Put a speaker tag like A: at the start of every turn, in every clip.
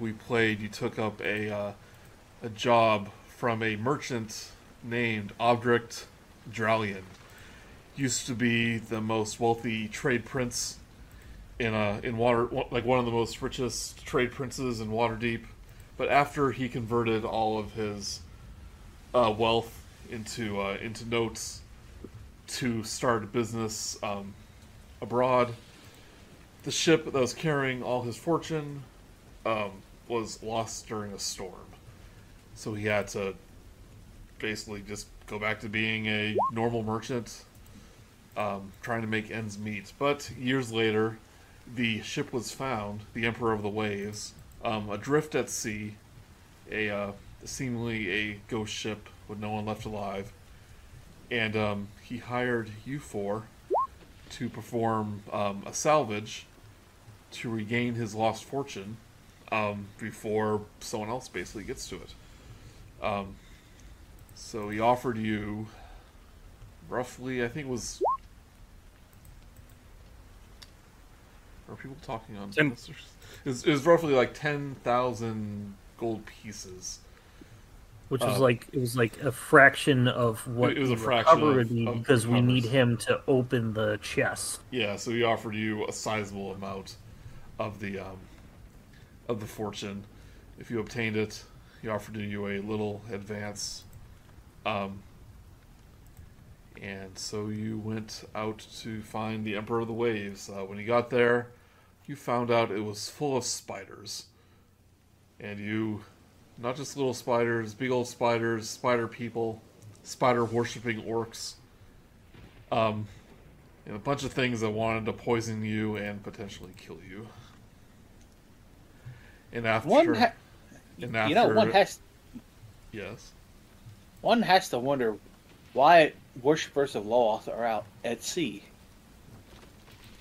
A: we played, you took up a uh, a job from a merchant named Obdrict Dralian. Used to be the most wealthy trade prince in uh in water like one of the most richest trade princes in Waterdeep, but after he converted all of his uh, wealth into uh, into notes to start a business um, abroad. The ship that was carrying all his fortune um, was lost during a storm, so he had to basically just go back to being a normal merchant, um, trying to make ends meet. But years later, the ship was found, the Emperor of the Waves, um, adrift at sea, a uh, seemingly a ghost ship with no one left alive, and um, he hired you four to perform um, a salvage to regain his lost fortune um, before someone else basically gets to it. Um, so he offered you roughly, I think it was. Are people talking on?
B: Ten-
A: It was, it was roughly like ten thousand gold pieces.
B: which was
A: Uh,
B: like it was like a fraction of what
A: It was
B: the
A: a fraction
B: recover
A: of-
B: would be
A: of
B: because we need
A: recovers.
B: him to open the chest.
A: Yeah, so he offered you a sizable amount of the um, of the fortune. If you obtained it, he offered you a little advance. Um, and so you went out to find the Emperor of the Waves. Uh, when you got there, you found out it was full of spiders. And you, not just little spiders, big old spiders, spider people, spider worshipping orcs um, and a bunch of things that wanted to poison you and potentially kill you. And after,
C: One, ha-
A: and
C: you know, one
A: after-
C: has
A: yes,
C: one has to wonder why worshippers of Loth are out at sea.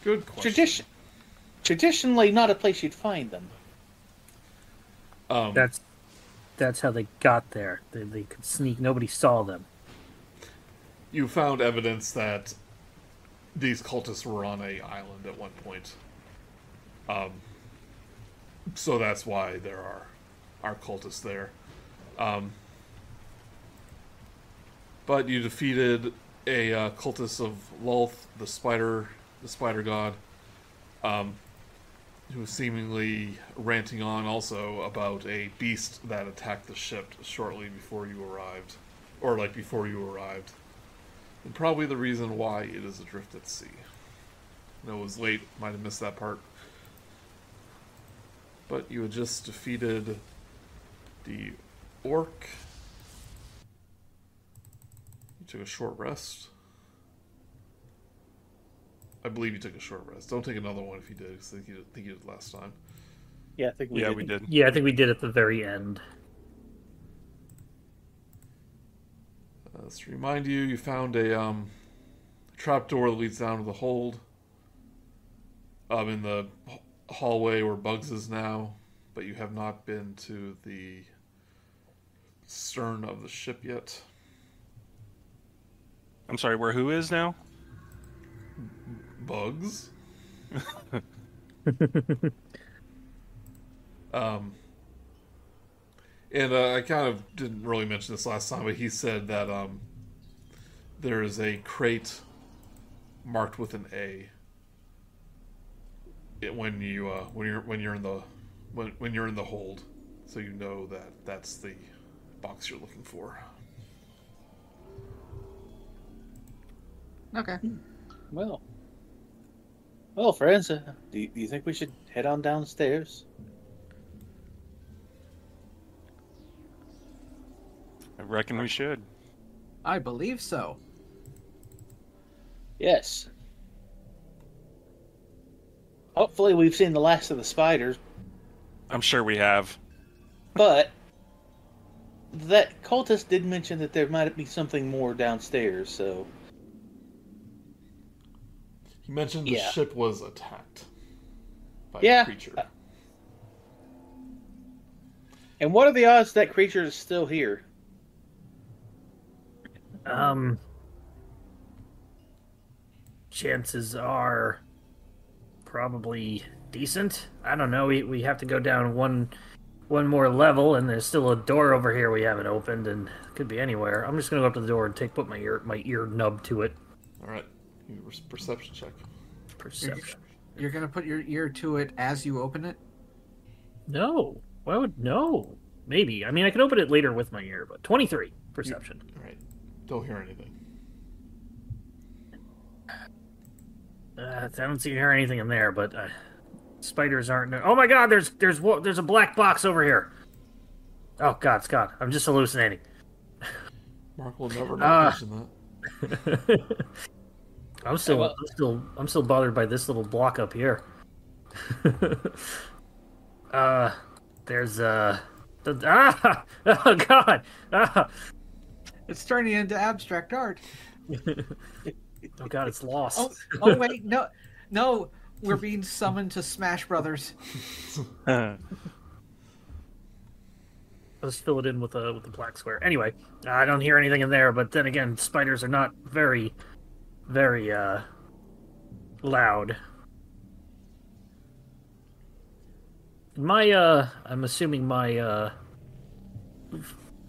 A: good question.
C: Tradition, traditionally, not a place you'd find them.
A: Um,
B: That's that's how they got there. They, they could sneak. Nobody saw them.
A: you found evidence that these cultists were on a island at one point. Um, so that's why there are are cultists there. Um, but you defeated a uh, cultist of Lulth, the spider, the spider god, um, who was seemingly ranting on also about a beast that attacked the ship shortly before you arrived, or like before you arrived and probably the reason why it is adrift at sea. I know it was late, might have missed that part. But you had just defeated the orc. You took a short rest. I believe you took a short rest. Don't take another one if you did, 'cause I think you did, think you did last time.
C: Yeah, I think we
D: yeah,
C: did.
D: we did.
B: Yeah, I think we did at the very end.
A: Uh, just to remind you, you found a um, trapdoor that leads down to the hold. Um, in the h- hallway where Bugs is now, but you have not been to the stern of the ship yet.
D: I'm sorry, where who is now?
A: Bugs. um, and uh, I kind of didn't really mention this last time, but he said that um, there is a crate marked with an A. It, when you uh, when you're when you're in the when, when you're in the hold, so you know that that's the box you're looking for.
E: Okay.
C: Well, well, friends, uh, do, you, do you think we should head on downstairs?
D: I reckon we should.
E: I believe so.
C: Yes. Hopefully, we've seen the last of the spiders,
D: I'm sure we have.
C: but that cultist did mention that there might be something more downstairs. So,
A: He mentioned the
C: Yeah.
A: ship was attacked by a
C: Yeah. uh,
A: creature.
C: and what are the odds that creature is still here?
B: Um, chances are probably decent. I don't know. We we have to go down one one more level, and there's still a door over here we haven't opened, and it could be anywhere. I'm just gonna go up to the door and take put my ear my ear nub to it.
A: All right, you res- perception check.
B: Perception.
E: You're gonna put your ear to it as you open it.
B: No. Why would no? Maybe. I mean, I could open it later with my ear, but 23 perception.
A: All right, don't hear anything.
B: Uh, I don't see hear anything in there, but uh, spiders aren't. No- oh my God! There's there's wo- there's a black box over here. Oh God, Scott, I'm just hallucinating.
A: Mark will never
B: Ah.
A: not mention that.
B: I'm still
C: well-
B: I'm still I'm still bothered by this little block up here. uh, there's uh, the, ah, oh God, ah,
E: It's turning into abstract art.
B: oh God, it's lost.
E: Oh, oh wait, no, no, we're being summoned to Smash Brothers.
B: Let's fill it in with a with a black square. Anyway, I don't hear anything in there, but then again, spiders are not very, very uh, loud. My uh, I'm assuming my uh,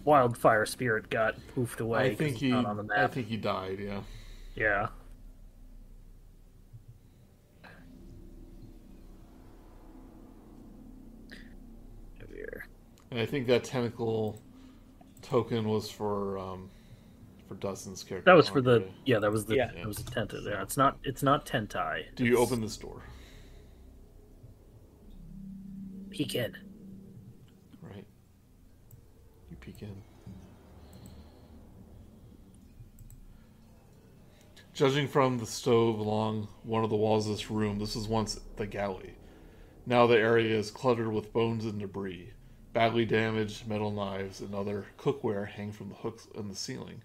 B: wildfire spirit got poofed away.
A: I
B: 'cause
A: think
B: it's
A: he.
B: not on the
A: I
B: map.
A: think he died. Yeah.
B: Yeah. Over here.
A: And I think that tentacle token was for um for Dustin's character.
B: That was for
A: Andre.
B: the yeah. That was the
C: Yeah.
B: that was the tenta. Yeah, it's not it's not tentai.
A: Do you open this door?
B: Peek in.
A: Right. You peek in. Judging from the stove along one of the walls of this room, this was once the galley. Now the area is cluttered with bones and debris. Badly damaged metal knives and other cookware hang from the hooks in the ceiling.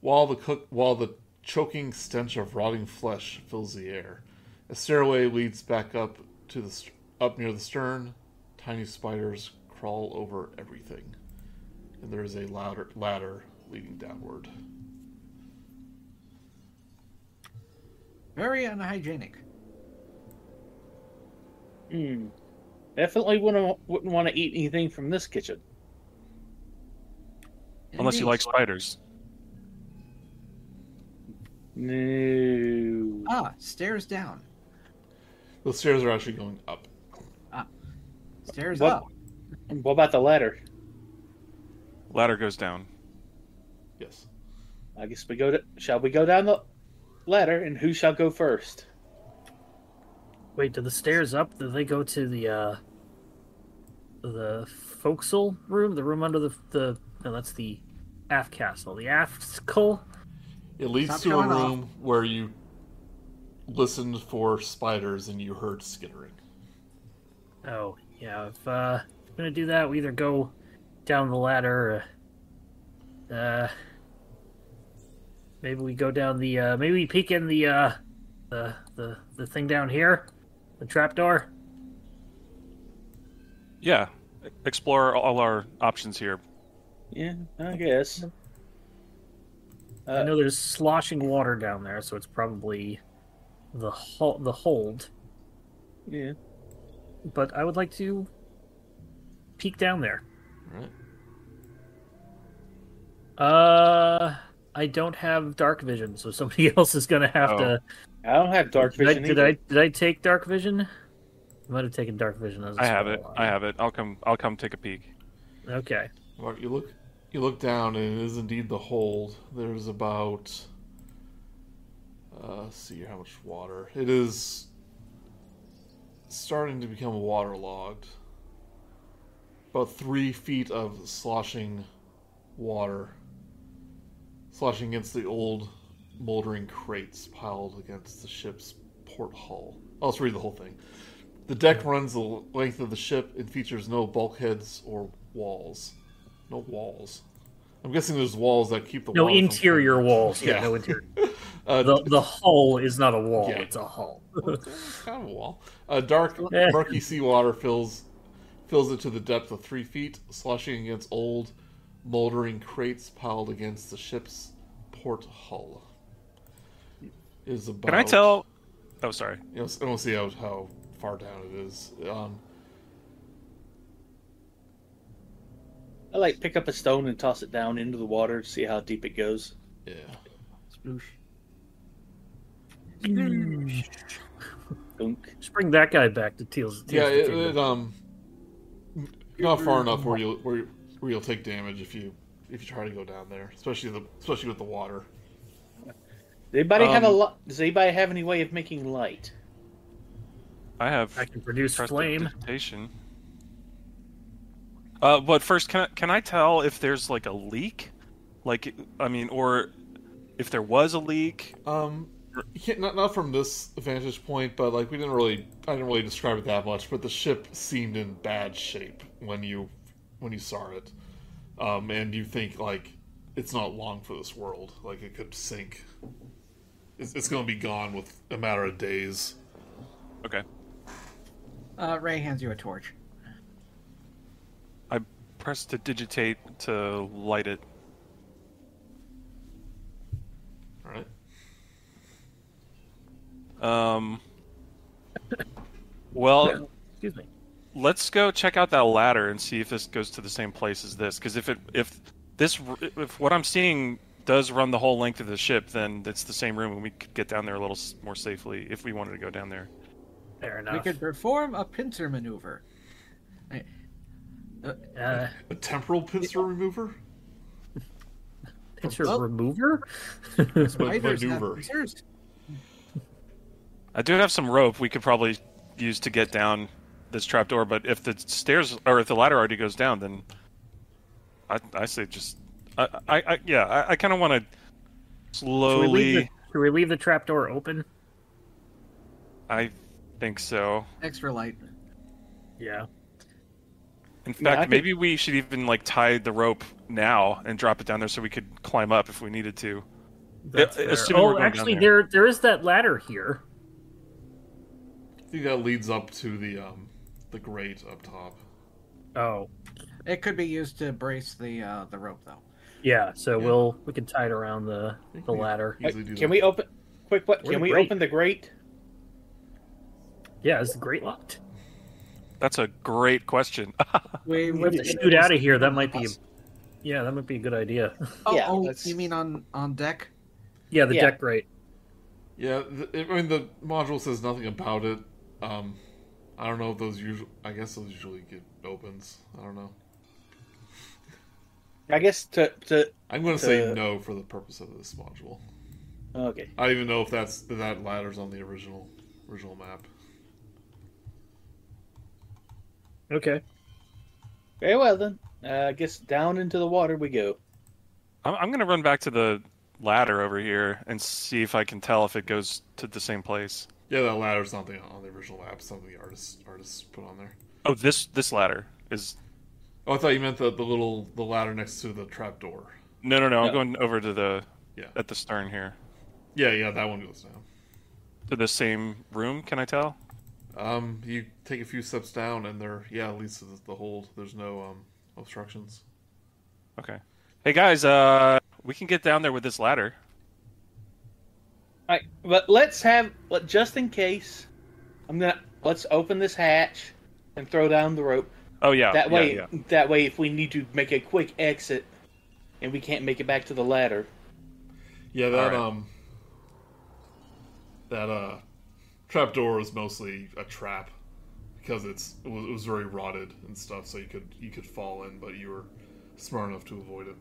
A: While the cook while the choking stench of rotting flesh fills the air. A stairway leads back up to the st- up near the stern. Tiny spiders crawl over everything, and there is a ladder ladder leading downward.
E: Very unhygienic.
B: Hmm.
C: Mm. Definitely wouldn't, wouldn't want to eat anything from this kitchen.
D: Unless you
E: Indeed.
D: like spiders.
C: No.
E: Ah, stairs down,
A: The stairs are actually going up.
E: stairs
C: What?
E: up.
C: What about the ladder?
D: Ladder goes down.
A: Yes.
C: I guess we go to. Shall we go down the ladder, and who shall go first?
B: Wait, do the stairs up? Do they go to the uh the forecastle room? The room under the the no, that's the aft castle. The aft castle.
A: It leads
E: Stop
A: to a
E: going off.
A: room where you listened for spiders and you heard skittering.
B: Oh yeah. If uh, I'm gonna do that, we either go down the ladder. Uh, uh maybe we go down the uh maybe we peek in the uh the the the thing down here, the trapdoor.
D: Yeah. Explore all our options here.
C: Yeah, I guess.
B: I
C: Uh,
B: know there's sloshing water down there, so it's probably the hol- the hold.
C: yeah.
B: But I would like to peek down there.
A: All right.
B: Uh, I don't have dark vision, so somebody else is gonna have
D: Oh,
B: to.
C: I don't have dark
B: Did I,
C: vision.
B: did
C: either.
B: I did I take dark vision? I might have taken dark vision. As a
D: I have it.
B: spell.
D: I have it. I'll come. I'll come take a peek.
B: Okay.
A: Mark, you look you look down and it is indeed the hold. There's about uh let's see how much water. It is starting to become waterlogged. About three feet of sloshing water. Sloshing against the old moldering crates piled against the ship's port hull. I'll just read the whole thing. The deck runs the length of the ship and features no bulkheads or walls. No walls. I'm guessing there's walls that keep the
B: No
A: water from
B: interior
A: coming.
B: walls. Yeah.
A: Yeah.
B: No interior.
A: Uh,
B: The the hull is not a wall.
A: Yeah.
B: It's a hull.
A: it's kind of a wall. Uh, dark,
B: Eh.
A: murky seawater fills fills it to the depth of three feet, sloshing against old, moldering crates piled against the ship's port hull. It Is about,
D: Can I tell? Oh, sorry.
A: You know, I don't see how, how far down it is. Um,
C: I like pick up a stone and toss it down into the water to see how deep it goes.
A: Yeah.
B: Sploosh.
C: Dunk.
B: Just bring that guy back to Teal's. Teal's
A: Yeah, it,
B: kingdom.
A: it, um, not far enough where you where you- where you'll take damage if you if you try to go down there, especially the especially with the water.
C: Does anybody have a
A: Um,
C: lot? Does anybody have any way of making light?
D: I have
B: I can produce flame.
D: prestidigitation. Uh, but first, can I, can I tell if there's like a leak? Like, I mean, or if there was a leak?
A: Um, you can't- not not from this vantage point, but like we didn't really, I didn't really describe it that much. But the ship seemed in bad shape when you when you saw it, um, and you think like it's not long for this world. Like it could sink. It's, it's going to be gone with a matter of days.
D: Okay,
E: Uh, Ray hands you a torch.
D: I press to digitate to light it.
A: All right.
D: Um. Well,
B: Excuse me.
D: let's go check out that ladder and see if this goes to the same place as this because if it if this r- if what i'm seeing does run the whole length of the ship then it's the same room and we could get down there a little s- more safely if we wanted to go down there
B: Fair
E: We
B: enough.
E: could perform a pincer maneuver. I-
B: Uh,
A: A temporal pincer remover.
B: pincer
E: Oh.
B: remover.
A: But
E: Spiders, not
A: maneuver.
E: pincers.
D: i do have some rope we could probably use to get down this trapdoor but if the stairs or if the ladder already goes down then i i say just i i, I yeah i, I kind of want to
B: Should we,
D: slowly
B: leave the, should we leave the trap door open?
D: i think so
E: Extra light.
B: Yeah.
D: In
C: Yeah, I
D: fact,
C: could-
D: maybe we should even like tie the rope now and drop it down there so we could climb up if we needed to.
B: That's
D: Yeah,
B: fair.
D: assuming we're
B: oh,
D: going down
B: actually,
D: there.
B: there there is that ladder here.
A: I think that leads up to the um the grate up top.
B: Oh,
E: It could be used to brace the uh, the rope though.
B: yeah. So
A: Yeah.
B: we'll we can tie it around the the ladder.
A: Easily do
C: Uh, Can
A: that.
C: we open? Quick, what?
B: We're
C: Can
B: the
C: we
B: grate.
C: open the grate?
B: Yeah, is the grate locked?
D: That's a great question.
E: We
B: We have to shoot out of here. That might be. Yeah, that might be a good idea.
E: Oh,
C: Yeah,
E: oh,
C: let's-
E: you mean on on deck?
B: Yeah, the
C: Yeah.
B: deck grate.
A: Yeah, th I mean the module says nothing about it. Um, I don't know if those usually. I guess those usually get opens. I don't know.
C: I guess to to.
A: I'm going to say
C: Uh,
A: no for the purpose of this module.
C: Okay.
A: I don't even know if that's if that ladder's on the original original map.
B: Okay.
C: Very well then. Uh, I guess down into the water we go.
D: I'm, I'm gonna run back to the ladder over here and see if I can tell if it goes to the same place.
A: Yeah, that ladder's not the, on the original map. Something the artists artists put on there.
D: Oh, this this ladder is
A: Oh, I thought you meant the, the little the ladder next to the trap door.
D: no no no.
C: No.
D: I'm going over to the
A: Yeah.
D: at the stern here
A: Yeah, yeah, that one goes down.
D: to the same room. Can I tell?
A: Um, you take a few steps down, and there, yeah, it leads to the, the hold. There's no um obstructions.
D: Okay. Hey guys, uh, we can get down there with this ladder.
C: All right, but let's have let just in case. I'm gonna let's open this hatch and throw down the rope.
D: Oh yeah.
C: That
D: yeah,
C: way,
D: yeah.
C: that way, if we need to make a quick exit, and we can't make it back to the ladder,
A: Yeah, that
D: Alright.
A: um that uh trapdoor is mostly a trap because it's it was, it was very rotted and stuff, so you could you could fall in, but you were smart enough to avoid it.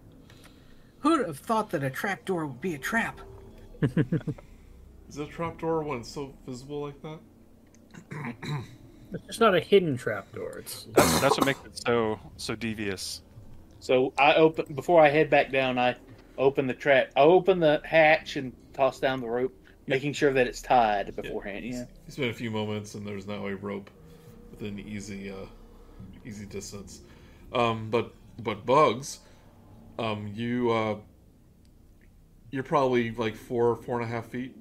E: Who'd have thought that a trap door would be a trap?
A: Is it a trapdoor when it's so visible like that?
B: It's just not a hidden trap door. It's
D: That's, that's what makes it so so devious.
C: so I open before I head back down. I open the trap. I open the hatch and toss down the rope, making sure that it's tied beforehand. Yeah.
A: You spend a few moments, and there's now a rope within easy, uh, easy distance. Um, but but bugs, um, you uh, you're probably like four four and a half feet.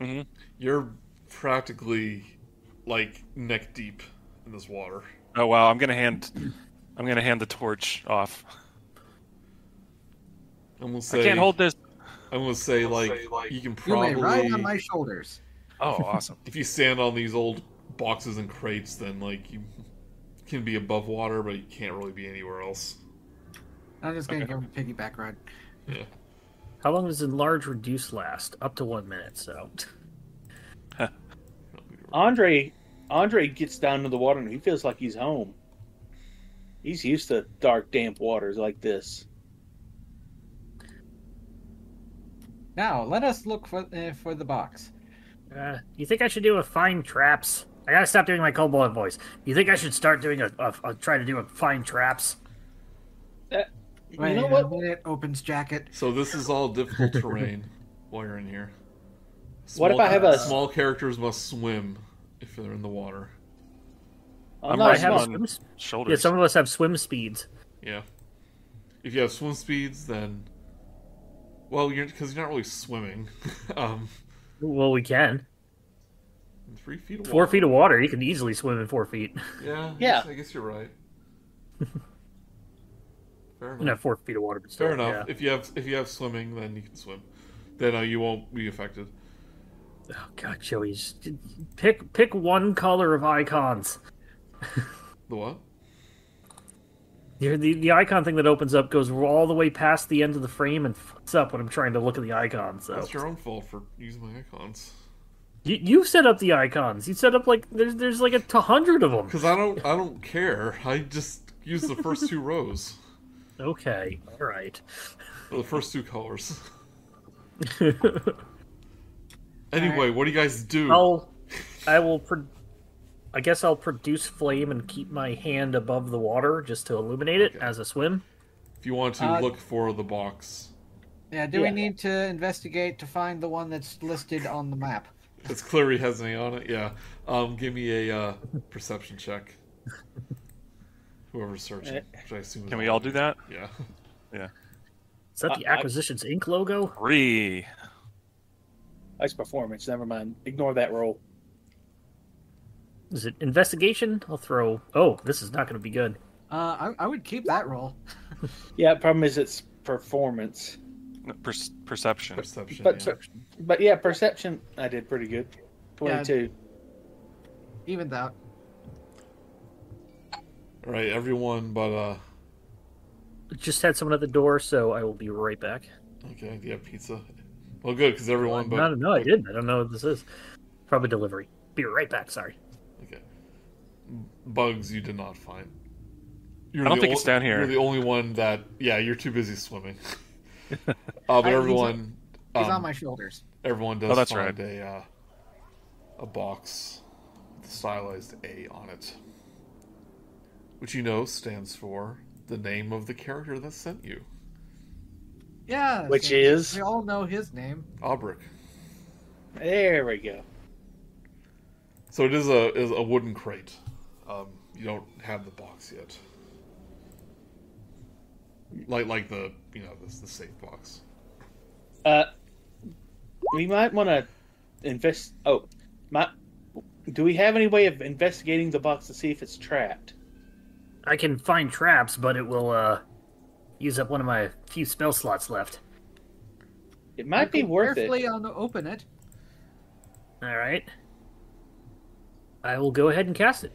D: Mhm.
A: You're practically like neck deep in this water.
D: Oh wow, I'm gonna hand I'm gonna hand the torch off.
A: I'm gonna say
D: I can't hold this.
A: I'm gonna say like, you can
E: You may ride
A: probably
E: on my shoulders.
D: Oh, awesome.
A: if you stand on these old boxes and crates, then like you can be above water, but you can't really be anywhere else.
E: I'm just gonna give him a piggyback ride.
A: Yeah.
B: How long does enlarge reduce last? Up to one minute, so.
C: Andre Andre gets down to the water and he feels like he's home. He's used to dark, damp waters like this.
E: Now let us look for uh, for the box.
B: Uh, you think I should do a find traps? I gotta stop doing my cowboy voice. You think I should start doing a, a, a try to do a find traps?
E: Wait
C: you know
E: a
C: what?
E: minute, opens jacket.
A: So this is all difficult terrain while you're in here.
C: What if I have a-
A: small characters must swim if they're in the water?
C: I'm,
D: I'm
C: not
D: right
B: I have a
C: smart.
D: on
B: swim. sp- Yeah,
D: Shoulders.
B: some of us have swim speeds.
A: Yeah. If you have swim speeds, then well, you're because you're not really swimming. um,
B: Well, we can.
A: three feet. Of
B: Four
A: water.
B: feet of water, you can easily swim in four feet.
A: Yeah. I
C: Yeah.
A: guess- I guess you're right. Fair enough.
B: Not four feet of water, but still.
A: Fair enough.
B: yeah.
A: If you have if you have swimming, then you can swim. Then uh, you won't be affected.
B: Oh god, Joey, just pick pick one color of icons.
A: The what?
B: The, the, the icon thing that opens up goes all the way past the end of the frame and fucks up when I'm trying to look at the icon. So
A: That's your own fault for using my icons.
B: you, you set up the icons. You set up like there's there's like a t- hundred of them.
A: Because I don't I don't care. I just use the first two rows,
B: Okay, all right.
A: or the first two colors.
B: I'll
A: Anyway, what do you guys do?
B: Oh, I will. Pro- I guess I'll produce flame and keep my hand above the water just to illuminate it
A: Okay.
B: as a swim.
A: If you want to
E: Uh,
A: look for the box,
E: Yeah. Do
B: Yeah.
E: we need to investigate to find the one that's listed on the map?
A: it's clearly has any on it. Yeah. Um, give me a uh, perception check. Whoever's searching, which I assume. is
D: Can we all do that?
A: Yeah.
B: Is that the
C: I- I-
B: Acquisitions Inc. logo?
D: Three.
C: Nice performance. Never mind. Ignore that roll.
B: Is it investigation? I'll throw. Oh, this is not going to be good.
E: Uh, I, I would keep that roll.
C: Yeah, problem is it's performance.
D: No, Per- perception.
A: Perception.
C: But
A: yeah.
C: but yeah, perception I did pretty good. Twenty two.
E: Even though
A: All right, everyone. But uh,
B: Just had someone at the door, so I will be right back.
A: okay. Do you have pizza? Well, good because everyone. But
B: No, no, I didn't. I don't know what this is. Probably delivery. Be right back. Sorry.
A: Okay. uh, Bugs you did not find. You're
D: I don't
A: the
D: think it's down here.
A: You're the only one that. Yeah, you're too busy swimming. uh, but
E: I- he's
A: everyone.
E: he's
A: um,
E: on my shoulders.
A: Everyone does
D: Oh, that's
A: find a uh, a box with a stylized A on it, which you know stands for the name of the character that sent you,
E: Yeah.
C: Which
E: so
C: is?
E: We all know his name.
A: Aubric.
C: There we go.
A: So it is a is a wooden crate. Um, you don't have the box yet. Like like the you know the, the safe box.
C: Uh, we might want to invest. Oh, my, do we have any way of investigating the box to see if it's trapped?
B: I can find traps, but it will uh, use up one of my few spell slots left.
C: It might be worth it.
E: Carefully on open it.
B: All right. I will go ahead and cast it.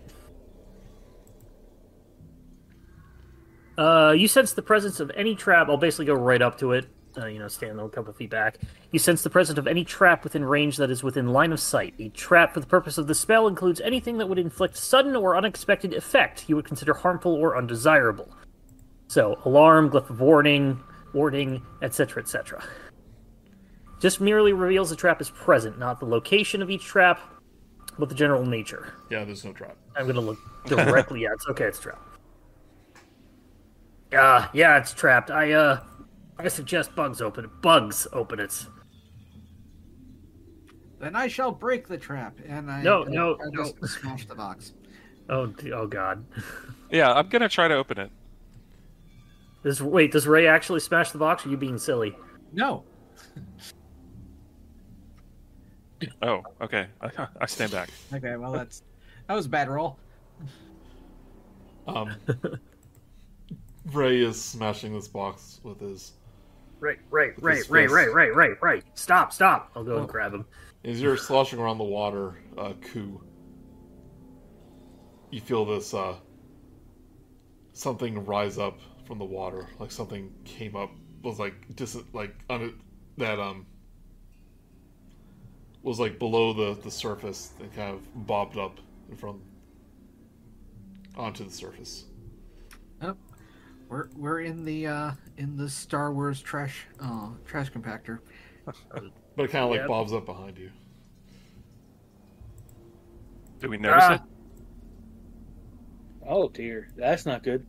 B: Uh, you sense the presence of any trap. I'll basically go right up to it. Uh, you know, stand a couple feet back. You sense the presence of any trap within range that is within line of sight. A trap for the purpose of the spell includes anything that would inflict sudden or unexpected effect you would consider harmful or undesirable. So, alarm, glyph of warning, warning, etc., etc just merely reveals the trap is present, not the location of each trap, but the general nature.
A: Yeah, there's no trap.
B: I'm gonna look directly at. It's okay. It's trapped. Uh, yeah, it's trapped. I uh, I suggest bugs open it. Bugs open it.
E: Then I shall break the trap. And I
B: No,
E: I-
B: no,
E: I
B: no.
E: just smash the box.
B: Oh, d- oh God.
D: Yeah, I'm gonna try to open it.
B: Does wait? Does Ray actually smash the box? Or are you being silly?
E: No.
D: Oh, okay. I, I stand back.
E: Okay. Well, that's that was a bad roll.
A: Um, Ray is smashing this box with his.
B: Right, right,
A: With
B: right,
A: his
B: right,
A: fist.
B: right, right, right, right. Stop, stop. Oh. I'll go and grab him.
A: As you're sloshing around the water, uh, Koo, you feel this uh, something rise up from the water. Like something came up was like dis like under that um was like below the the surface and kind of bobbed up and from onto the surface.
E: Yep. We're we're in the uh in the Star Wars trash uh trash compactor.
A: But it kind of like
B: Yep.
A: bobs up behind you.
D: Do we notice
B: Ah.
D: it?
C: Oh dear, that's not good.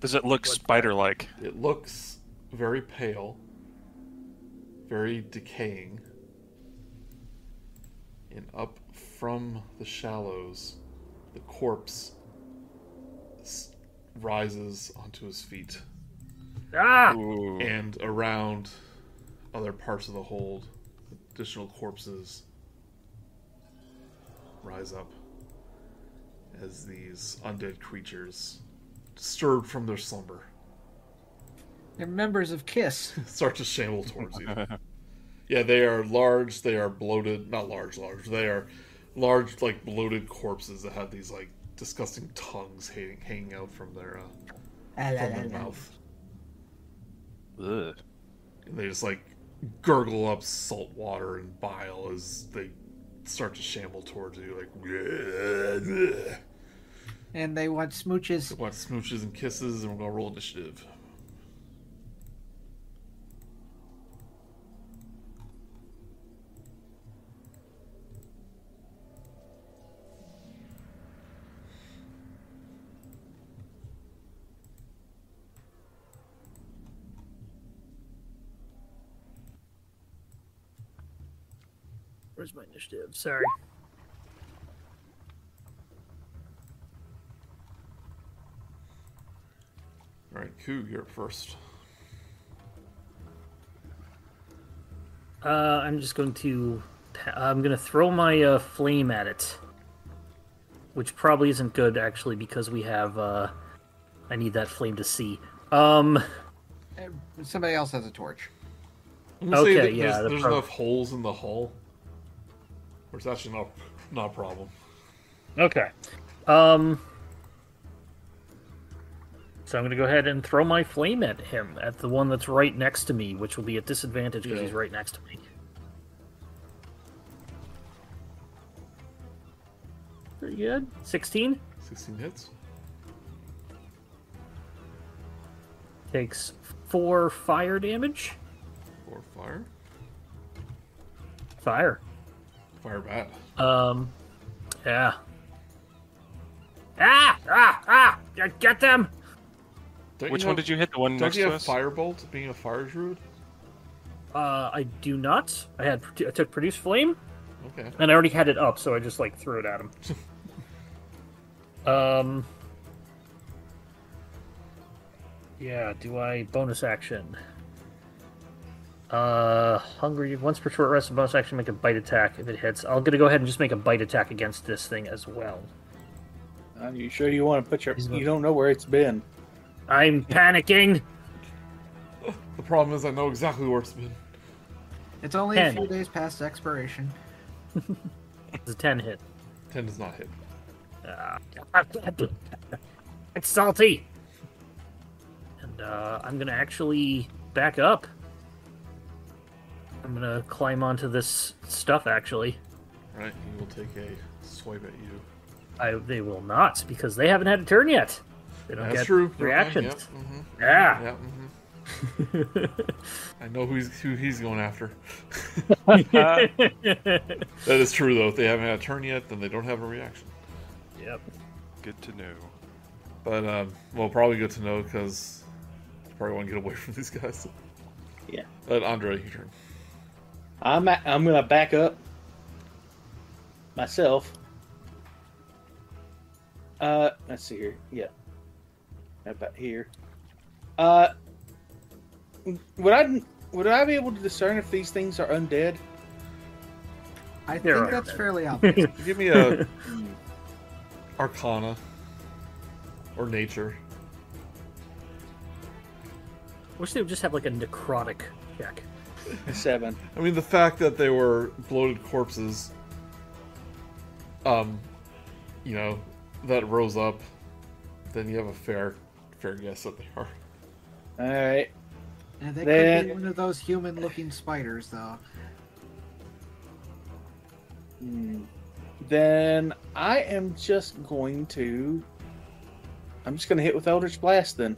D: Does it look spider-like?
A: It looks very pale, very decaying. And up from the shallows, the corpse s- rises onto his feet
B: Ah!
D: Ooh.
A: and around other parts of the hold, additional corpses rise up as these undead creatures, disturbed from their slumber,
E: They're members of KISS.
A: start to shamble towards you. yeah, they are large, they are bloated, not large, large, they are large, like bloated corpses that have these, like, disgusting tongues hanging, hanging out from their, uh, from their mouth.
D: Ugh.
A: and they just like gurgle up salt water and bile as they start to shamble towards you like "Bleh, bleh."
E: And they want smooches.
A: want smooches and kisses and we're gonna roll initiative
B: Where's my initiative? Sorry.
A: all right Koo, you're up first
B: Uh, I'm just going to. I'm going to throw my uh, flame at it. Which probably isn't good, actually, because we have. Uh, I need that flame to see. Um,
E: Uh, Somebody else has a torch.
A: I'm gonna say
B: Okay,
A: that
B: yeah,
A: there's,
B: the
A: there's
B: pro-
A: enough holes in the hull where it's actually not not a problem
B: Okay. Um. So I'm going to go ahead and throw my flame at him, at the one that's right next to me, which will be at disadvantage because
A: Yeah.
B: he's right next to me. Pretty good. 16
A: 16 hits
B: takes four fire damage.
A: or fire
B: Fire.
A: fire bat
B: Um. Yeah. Ah! Ah! Ah! Get- Get them!
A: Don't
D: Which
A: you
D: one
A: have-
D: did you hit? The one
A: don't
D: next
A: you
D: to
A: have
D: us?
A: firebolt being a fire druid
B: Uh, I do not. I had I took produce flame.
A: okay
B: And I already had it up, so I just like threw it at him. um. Yeah, do I bonus action? Uh, hungry. Once per short rest, a bonus action make a bite attack if it hits. I'm gonna go ahead and just make a bite attack against this thing as well.
C: Are you sure you want to put your?
B: He's
C: You don't know where it's been.
B: I'm panicking.
A: the problem is i know exactly where it's been
E: It's only a
B: Ten.
E: few days past expiration.
B: It's a ten hit.
A: 10 does not hit
B: It's salty. And uh, I'm gonna actually back up. I'm gonna climb onto this stuff. Actually,
A: All right he will take a swipe at you
B: I they will not because they haven't had a turn yet. They don't
A: That's
B: get
A: true. You're right.
B: reactions.
A: Yep. mhm.
B: Yeah.
A: Yep, mhm. I know who he's, who he's going after. that is true, though. If they haven't had a turn yet, then they don't have a reaction.
B: Yep.
D: Good to know.
A: But, um, well, probably good to know because probably want to get away from these guys.
C: Yeah.
A: But, Andre, your turn.
C: I'm a- I'm gonna back up myself. Uh, let's see here. Yeah, about here. Uh, would I would I be able to discern if these things are undead?
E: I
B: They're
E: think
B: all
E: that's
B: dead.
E: fairly obvious.
A: Give me a Arcana or Nature.
B: Wish they would just have like a necrotic check.
C: Seven.
A: I mean, the fact that they were bloated corpses, um, you know, that rose up, then you have a fair fair guess that they are.
C: All right.
E: And they could
C: Then-
E: be one of those human-looking spiders, though.
C: Hmm. Then I am just going to. I'm just going to hit with Eldritch Blast then.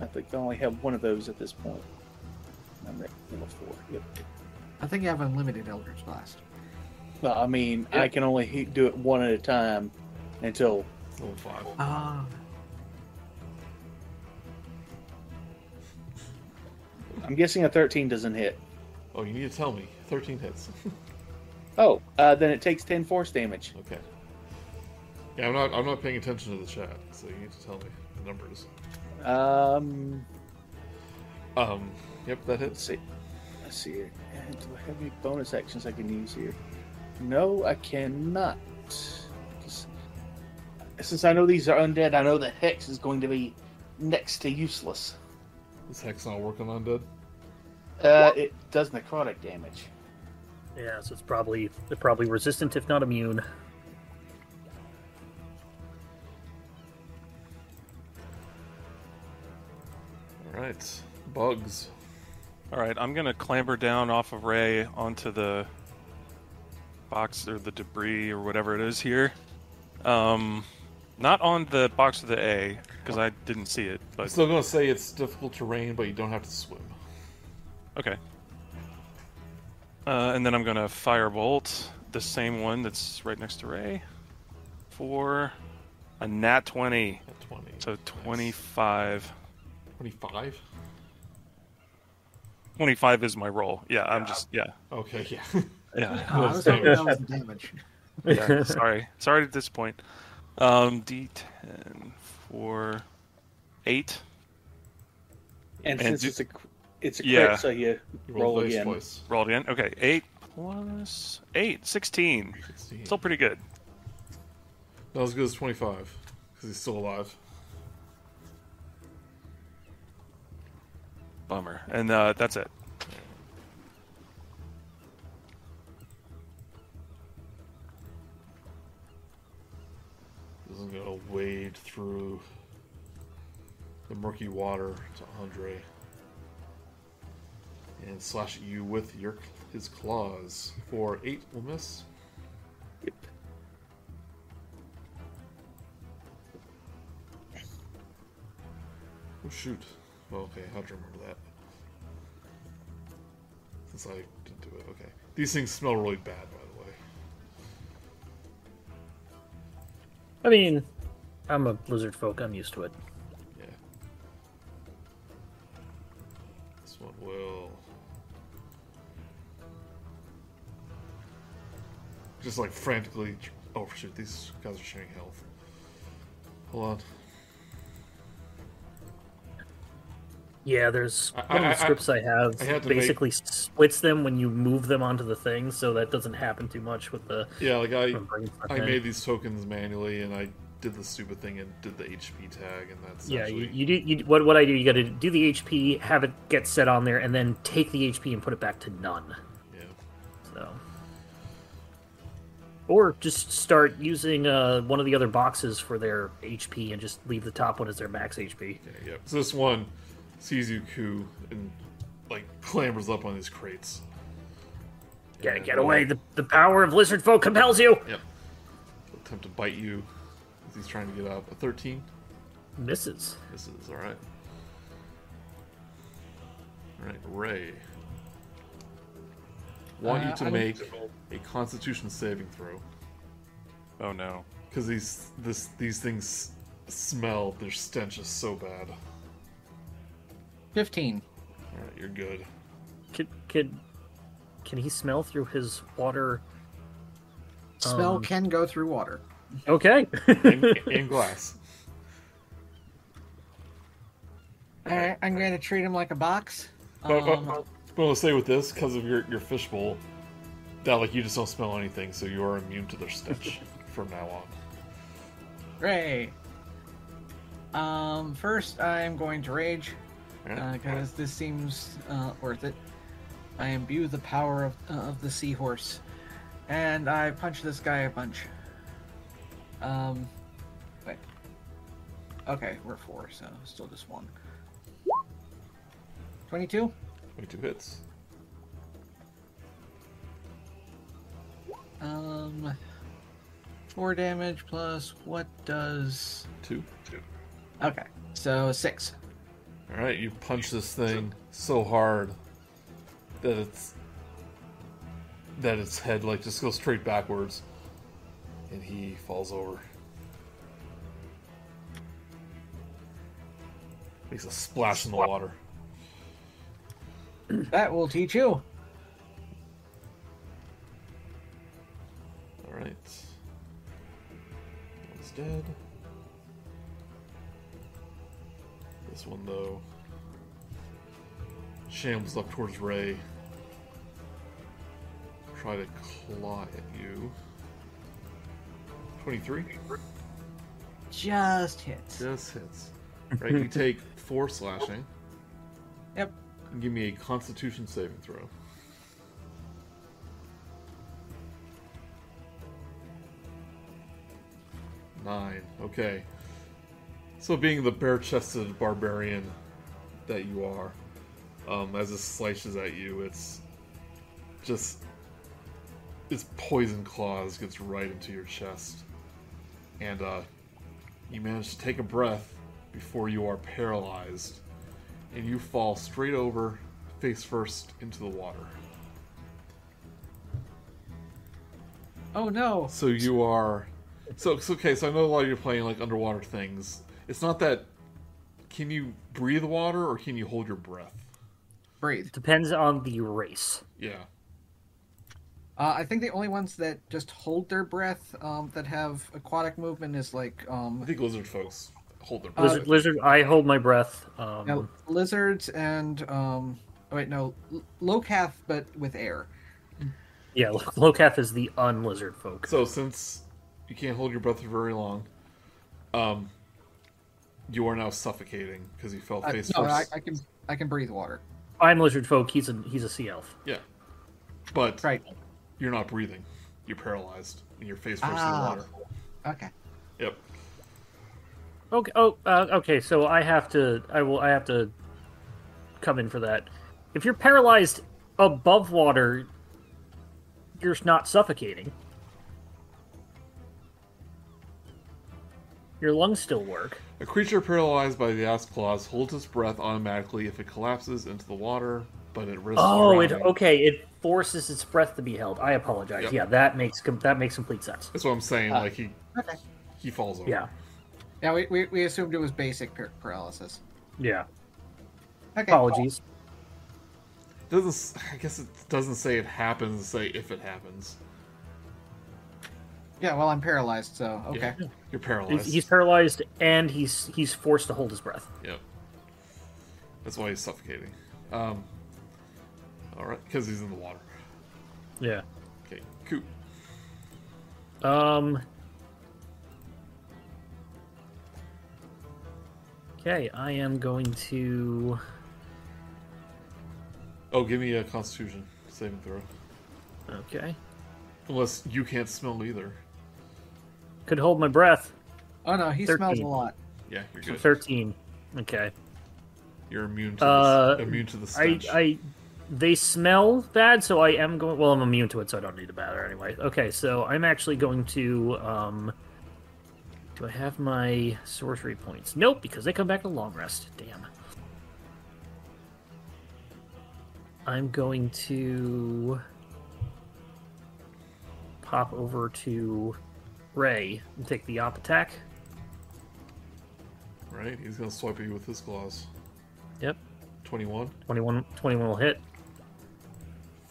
C: I think I only have one of those at this point. I'm at level four. Yep.
E: I think you have unlimited Eldritch Blast.
C: Well, I mean,
B: Yeah.
C: I can only he- do it one at a time until.
A: Level five.
E: Ah,
C: I'm guessing a 13 doesn't hit.
A: Oh, you need to tell me. Thirteen hits.
C: Oh, uh, then it takes 10 force damage.
A: Okay. Yeah, I'm not. I'm not paying attention to the chat, so you need to tell me the numbers.
C: Um,
A: Um. Yep, that
C: let's
A: hits.
C: see. Let's see here. Uh, Do I have any bonus actions I can use here? No, I cannot. 'Cause- Since I know these are undead, I know that Hex is going to be next to useless.
A: This hex not working on dead.
C: Uh, it does necrotic damage.
B: Yeah, so it's probably they're probably resistant if not immune.
A: All right. Bugs.
D: All right, I'm gonna clamber down off of Ray onto the box or the debris or whatever it is here. Um, not on the box of the A because I didn't see it.
A: I'm
D: But
A: still gonna say it's difficult terrain, but you don't have to swim.
D: okay. Uh, and then I'm gonna firebolt the same one that's right next to Ray for a nat twenty,
A: At twenty.
D: so twenty-five.
A: Twenty-five.
D: 25 is my roll. Yeah, I'm just yeah.
A: Okay. Yeah.
D: Yeah.
E: ah, I was hoping that was the damage.
D: yeah, sorry. Sorry to disappoint. Um, D10 for 8.
C: And,
D: And
C: since
D: do-
C: it's a cr- it's a crit,
D: Yeah.
C: so you
A: You
C: roll
A: twice,
C: again.
A: twice.
D: Rolled again. Okay, 8 plus 8. 16.
A: Sixteen.
D: Still pretty good.
A: Not as good as twenty-five because he's still alive.
D: Bummer. And uh, that's it.
A: This is gonna wade through the murky water to Andre and slash at you with your his claws for eight will miss.
C: Yep.
A: Oh shoot! Well, okay, how'd you remember that? Since I didn't do it, okay. These things smell really bad, by the way.
B: I mean, I'm a lizard folk. I'm used to it.
A: Yeah. This one will. Just like frantically. tr- Oh shoot, these guys are sharing health. Hold on.
B: Yeah, there's
A: I-
B: one of
A: I- I-
B: the scripts I, have
A: I had to make-
B: basically splits them when you move them onto the thing, so that doesn't happen too much with the.
A: Yeah, like I,
B: from bringing stuff
A: I
B: in.
A: made these tokens manually, and I did the stupid thing and did the HP tag, and that's
B: Yeah,
A: actually
B: you, you do. You, what what I do? You got to do the HP, have it get set on there, and then take the HP and put it back to none.
A: yeah.
B: So, or just start using uh, one of the other boxes for their HP and just leave the top one as their max HP.
A: Yeah, yep. So this one sees you coup and like clambers up on these crates.
B: Gotta
A: And
B: get
A: will-
B: away. The, the power of lizard folk compels you.
A: Yep. Attempt to bite you as he's trying to get up. A 13
B: Misses.
A: This is alright. Alright, Ray. Want
E: Uh,
A: you to
E: I
A: make
E: don't-
A: a constitution saving throw.
D: Oh no.
A: Because these this these things smell, their stench is so bad.
E: Fifteen.
A: Alright, you're good.
B: Could could can he smell through his water?
E: Smell
B: Um,
E: can go through water.
B: Okay.
A: And, and glass.
E: All right, I'm going to treat him like a box.
A: But, but,
E: Um,
A: but I'll say with this, because of your, your fishbowl, that like you just don't smell anything, so you are immune to their stench from now on.
E: Great. Um, first, I'm going to rage
A: Alright?
E: because this seems uh, worth it. I imbue the power of, uh, of the seahorse, and I punch this guy a bunch. Um, wait. Okay, we're four, so still just one. 22?
A: 22 hits.
E: Um, four damage plus what does?
A: Two.
E: Okay, so six.
A: All right, you punch this thing so hard that it's that its head like just goes straight backwards, and he falls over. Makes a splash in the water.
E: That will teach you.
A: All right, one's dead. This one though shams up towards Ray. Try to claw at you. 23?
E: Just hits.
A: Just hits. Right, you take four slashing.
E: Yep.
A: And give me a constitution saving throw. Nine. Okay. So, being the bare chested barbarian that you are, um, as it slices at you, it's just. Its poison claws gets right into your chest. And uh, you manage to take a breath before you are paralyzed. And you fall straight over, face first, into the water.
E: Oh no.
A: So you are. So, so okay. So I know a lot of you are playing like underwater things. It's not that. Can you breathe water or can you hold your breath?
E: Breathe.
B: Depends on the race.
A: Yeah.
E: Uh, I think the only ones that just hold their breath um, that have aquatic movement is like
A: I
E: um,
A: think lizard folks hold their breath.
E: Uh,
B: Lizard, lizard I hold my breath. Um,
E: now, lizards and um, oh wait no l- locath but with air.
B: Yeah, Lo- Locath is the unlizard folk.
A: So since you can't hold your breath for very long, um, you are now suffocating because you fell
E: I,
A: face
E: Uh, no, I,
A: first.
E: I can I can breathe water.
B: I'm lizard folk. He's a he's a sea elf.
A: Yeah. But
E: Right.
A: you're not breathing. You're paralyzed and your face first
E: Ah.
A: in the water.
E: Okay.
A: Yep.
B: Okay. Oh, uh, okay. So I have to. I will. I have to come in for that. If you're paralyzed above water, you're not suffocating. Your lungs still work.
A: A creature paralyzed by the ass claws holds its breath automatically if it collapses into the water, but it risks
B: Oh, it,
A: drowning.
B: okay. It forces its breath to be held. I apologize.
A: Yep.
B: Yeah, that makes com- that makes complete sense.
A: That's what I'm saying. like he
E: Okay.
A: he falls over.
B: Yeah.
E: Yeah, we, we, we assumed it was basic par- paralysis.
B: Yeah.
E: Okay. cool.
B: Apologies.
A: Doesn't s- I guess it doesn't say it happens. It Say if it happens.
E: Yeah, well I'm paralyzed, so okay.
A: Yeah. You're
B: He's-
A: paralyzed.
B: He's paralyzed and he's he's forced to hold his breath.
A: Yep. That's why he's suffocating. Um. All right, because he's in the water.
B: Yeah.
A: Okay, cool.
B: Um. Okay, I am going to.
A: Oh, give me a Constitution saving throw.
B: Okay.
A: Unless you can't smell either.
B: Could hold my breath.
E: Oh no, he smells a
B: Thirteen.
E: lot.
A: Yeah, you're
B: So
A: good.
B: Thirteen. Okay.
A: You're immune to
B: Uh,
A: the, immune to the
B: I,
A: stench.
B: I, they smell bad, so I am going. Well, I'm immune to it, so I don't need a batter anyway. Okay, so I'm actually going to. Um, do I have my sorcery points? Nope, because they come back to long rest. Damn. I'm going to pop over to Ray and take the op attack.
A: Right, he's gonna swipe at you with his claws.
B: Yep,
A: Twenty-one
B: 21, 21 will hit.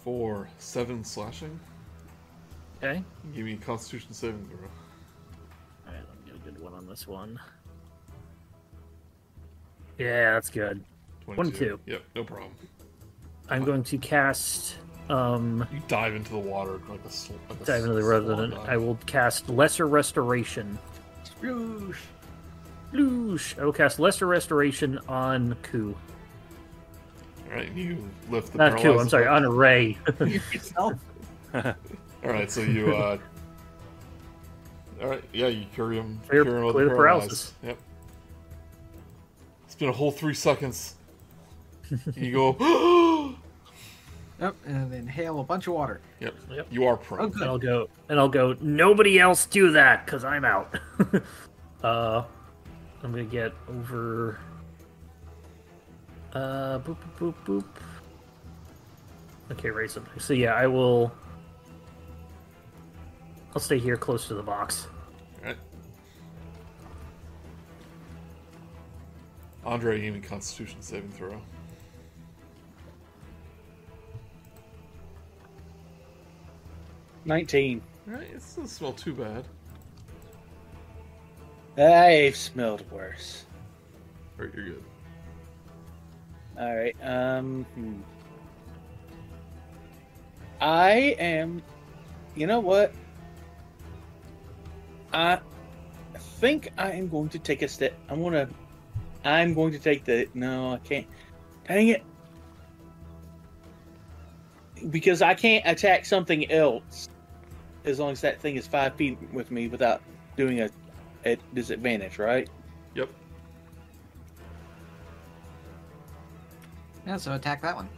A: for seven slashing.
B: Okay.
A: Give me a Constitution saving throw.
B: All right, let me get a good one on this one. Yeah, that's good. 22.
A: Yep, no problem.
B: I'm going to cast. Um,
A: You dive into the water like a sl- like a
B: dive into the
A: swan
B: resident.
A: dive.
B: I will cast Lesser Restoration.
E: Sploosh.
B: Loosh. I will cast Lesser Restoration on Ku.
A: All right, you lift the.
B: Not Ku. I'm
A: paralyzed
B: sorry,
A: above-
B: on Ray.
E: Yourself.
A: All right, so you. uh... All right, yeah, you cure him.
B: Clear-
A: cure him of
B: clear the
A: paralyzed.
B: paralysis.
A: Yep. It's been a whole three seconds. And you go,
E: Yep, and then inhale a bunch of water.
A: yep,
B: Yep.
A: you are prone.
E: Oh, good.
B: and I'll go and I'll go. Nobody else do that, cause I'm out. uh, I'm gonna get over. Uh, boop boop boop boop. Okay, raise up. So yeah, I will. I'll stay here close to the box.
A: Alright. Andre, you need a Constitution saving throw.
C: Nineteen.
A: Alright, it doesn't smell too bad.
C: I've smelled worse.
A: Alright, you're good.
C: All right. Um, hmm. I am. You know what? I think I am going to take a step. I'm gonna. I'm going to take the. No, I can't. Dang it! Because I can't attack something else as long as that thing is five feet with me without doing a, a disadvantage, right?
A: Yep.
E: Yeah, so attack that one.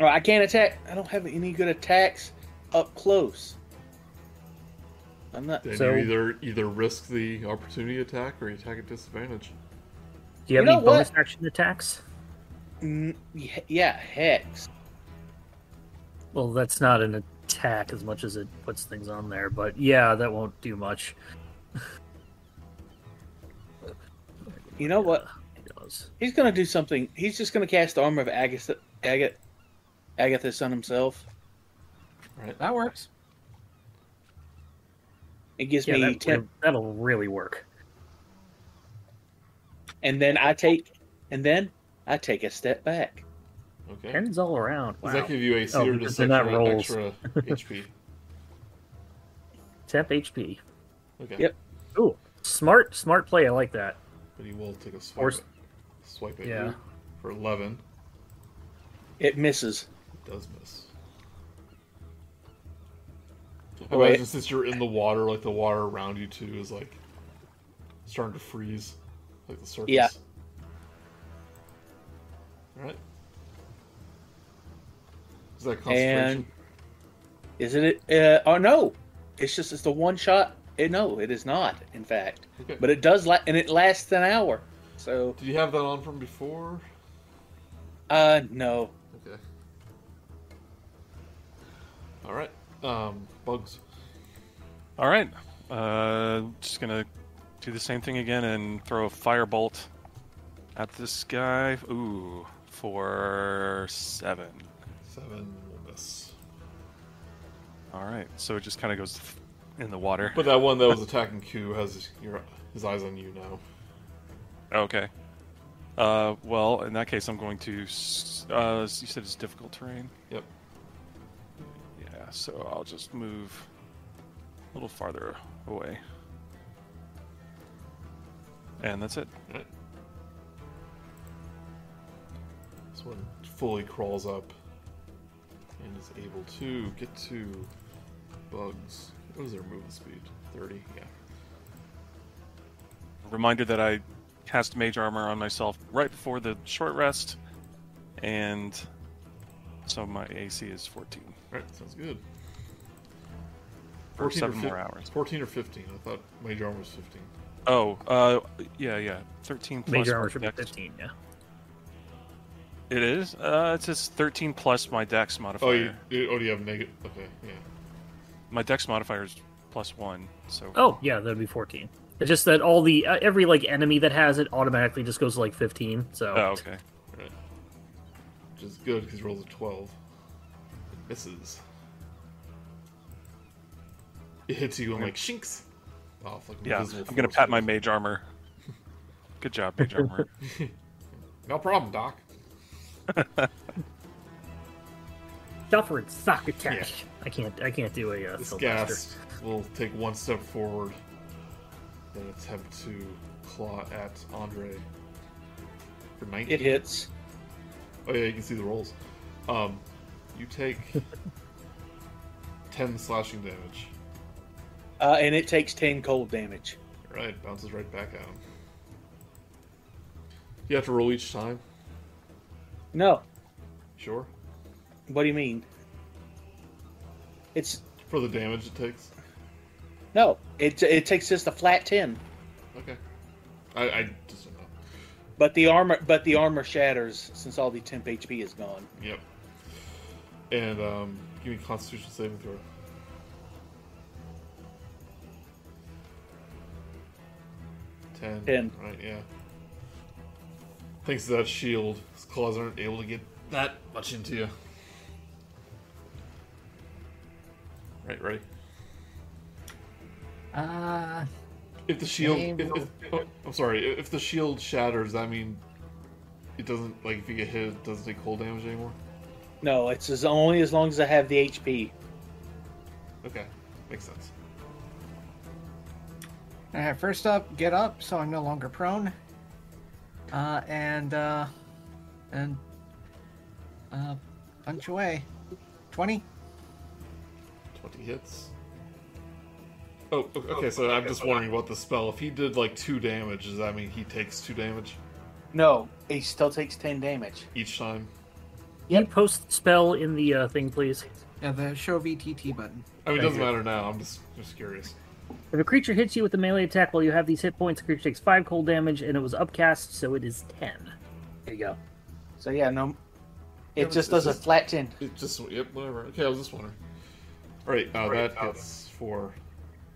C: Or Oh, I can't attack. I don't have any good attacks up close. I'm not.
A: Then
B: So-
A: you either either risk the opportunity attack or you attack at disadvantage.
B: Do you have
C: You
B: any
C: know what?
B: bonus action attacks?
C: Mm, y- yeah, hex.
B: Well, that's not an attack as much as it puts things on there, but yeah, that won't do much.
C: You know what?
B: It does.
C: He's gonna do something. He's just gonna cast the armor of Agatha, Agat, Agathis on himself.
A: Alright.
E: That works.
C: It gives
B: Yeah,
C: me
B: that,
C: ten,
B: that'll really work.
C: and then I take, and then I take a step back.
A: Okay.
B: Tens all around. Wow. Oh,
A: Does that give you a cedar to
B: because
A: set
B: then that
A: for an
B: rolls.
A: extra HP?
B: Temp HP.
A: Okay.
C: Yep.
B: Ooh, smart, smart play. I like that.
A: But he will take a swipe.
B: Or
A: at-
B: s-
A: swipe at
B: yeah.
A: you for eleven.
C: It misses.
A: It does miss. I
C: Oh, wait.
A: imagine since you're in the water, like the water around you too is like starting to freeze, like the surface.
C: Yeah.
A: All right. Is that concentration?
C: Isn't it? Uh, oh no! It's just it's the one shot. It, no, it is not. In fact,
A: okay.
C: but it does. La- and it lasts an hour. So
A: Did you have that on from before?
C: uh, no.
A: Okay. All right. Um, bugs.
D: All right. Uh, just gonna do the same thing again and throw a firebolt at this guy. Ooh, for seven.
A: Seven will miss.
D: All right. So it just kind of goes in the water.
A: But that one that was attacking Q has your his eyes on you now.
D: Okay. Uh, well, in that case, I'm going to. s- Uh, you said it's difficult terrain.
A: Yep.
D: Yeah. So I'll just move a little farther away. And that's it.
A: Alright. This one fully crawls up and is able to get to bugs. What is their movement speed? 30? Yeah.
D: reminder that I cast mage armor on myself right before the short rest, and so my AC is 14
A: Alright, sounds good.
D: for seven
A: fif-
D: more hours.
A: 14 or 15. I thought Mage Armor was 15.
D: Oh, uh, yeah, yeah, 13 plus.
B: Major
D: my
B: armor should be
D: dex.
B: fifteen. Yeah.
D: It is. Uh, it says 13 plus my dex modifier.
A: Oh, you, you- oh, do you have negative? Okay, yeah.
D: My dex modifier is plus one, so
B: Oh, yeah, that'd be fourteen. It's just that all the uh, every like enemy that has it automatically just goes to like fifteen. So
D: Oh, okay.
A: Alright. Which is good because rolls a 12. It misses. It hits you and like shinks. Off like an
D: Yeah,
A: invisible
D: I'm gonna
A: force
D: pat my
A: field.
D: mage armor. Good job, mage armor.
A: No problem, Doc.
B: suffer and suck attack.
A: Yeah.
B: I can't. I can't do a uh,
A: This
B: Sylvester.
A: gas will take one step forward, then attempt to claw at Andre for 19.
C: It hits.
A: Oh yeah, you can see the rolls. Um, you take 10 slashing damage.
C: Uh, and it takes ten cold damage.
A: All Right, bounces right back at him. You have to roll each time.
C: No.
A: Sure.
C: What do you mean? It's
A: For the damage it takes.
C: no. It it takes just a flat ten,
A: Okay. I, I just don't know.
C: but the armor but the armor shatters since all the temp HP is gone.
A: Yep. And um, give me Constitution saving throw. Ten.
C: Ten.
A: Right. Yeah. Thanks to that shield, his claws aren't able to get that much into you. Right. Right.
E: Uh,
A: If the shield,
E: Same
A: if, if, oh, I'm sorry. If the shield shatters, that mean it doesn't like if you get hit, it doesn't take cold damage anymore.
C: No, it's as only as long as I have the HP.
A: Okay, makes sense.
E: all right, first up, get up, so I'm no longer prone. Uh, and uh, and uh, punch away. Twenty.
A: 20 hits. Oh, o- okay, so I'm just wondering about the spell. If he did like two damage, does that mean he takes two damage
C: No, he still takes ten damage.
A: each time?
B: Can you post spell in the uh, thing, please?
E: Yeah, the show VTT button.
A: I mean, it doesn't matter now. I'm just just curious.
B: If a creature hits you with a melee attack while you have these hit points, the creature takes five cold damage, and it was upcast, so it is ten. There you go.
C: So yeah, no,
A: Yeah,
C: it
A: but
C: just
A: this
C: does a
A: is-
C: flat ten.
A: It just yep, whatever. Okay, I was just wondering. All right, uh, that hits for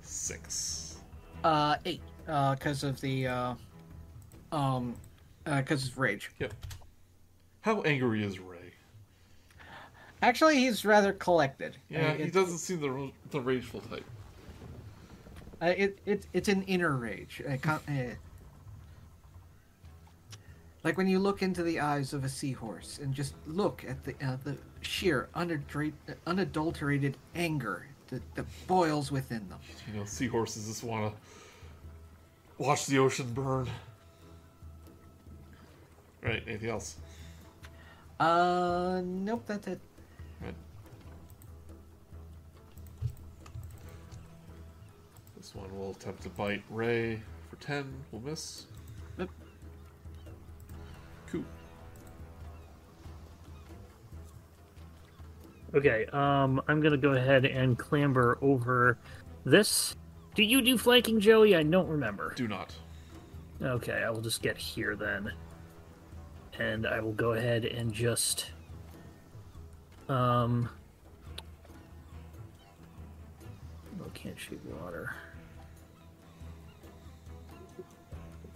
A: six.
E: Uh, eight. Uh, because of the uh, um, uh, because of rage.
A: Yep. How angry is Ray?
E: Actually, he's rather collected.
A: Yeah,
E: Uh,
A: he
E: it-
A: doesn't seem the ro- the rageful type.
E: Uh, it, it it's an inner rage. Uh, con- uh, like when you look into the eyes of a seahorse and just look at the uh, the sheer unadra- unadulterated anger that, that boils within them.
A: You know, seahorses just want to watch the ocean burn. Right. Anything else?
E: Uh, nope, that's it.
A: Right. This one will attempt to bite Ray for 10. Will miss.
E: Yep.
A: Cool.
B: Okay, um, I'm gonna go ahead and clamber over this. Do you do flanking, Joey? I don't remember.
A: Do not.
B: Okay, I will just get here then. And I will go ahead and just um Oh, can't shoot water.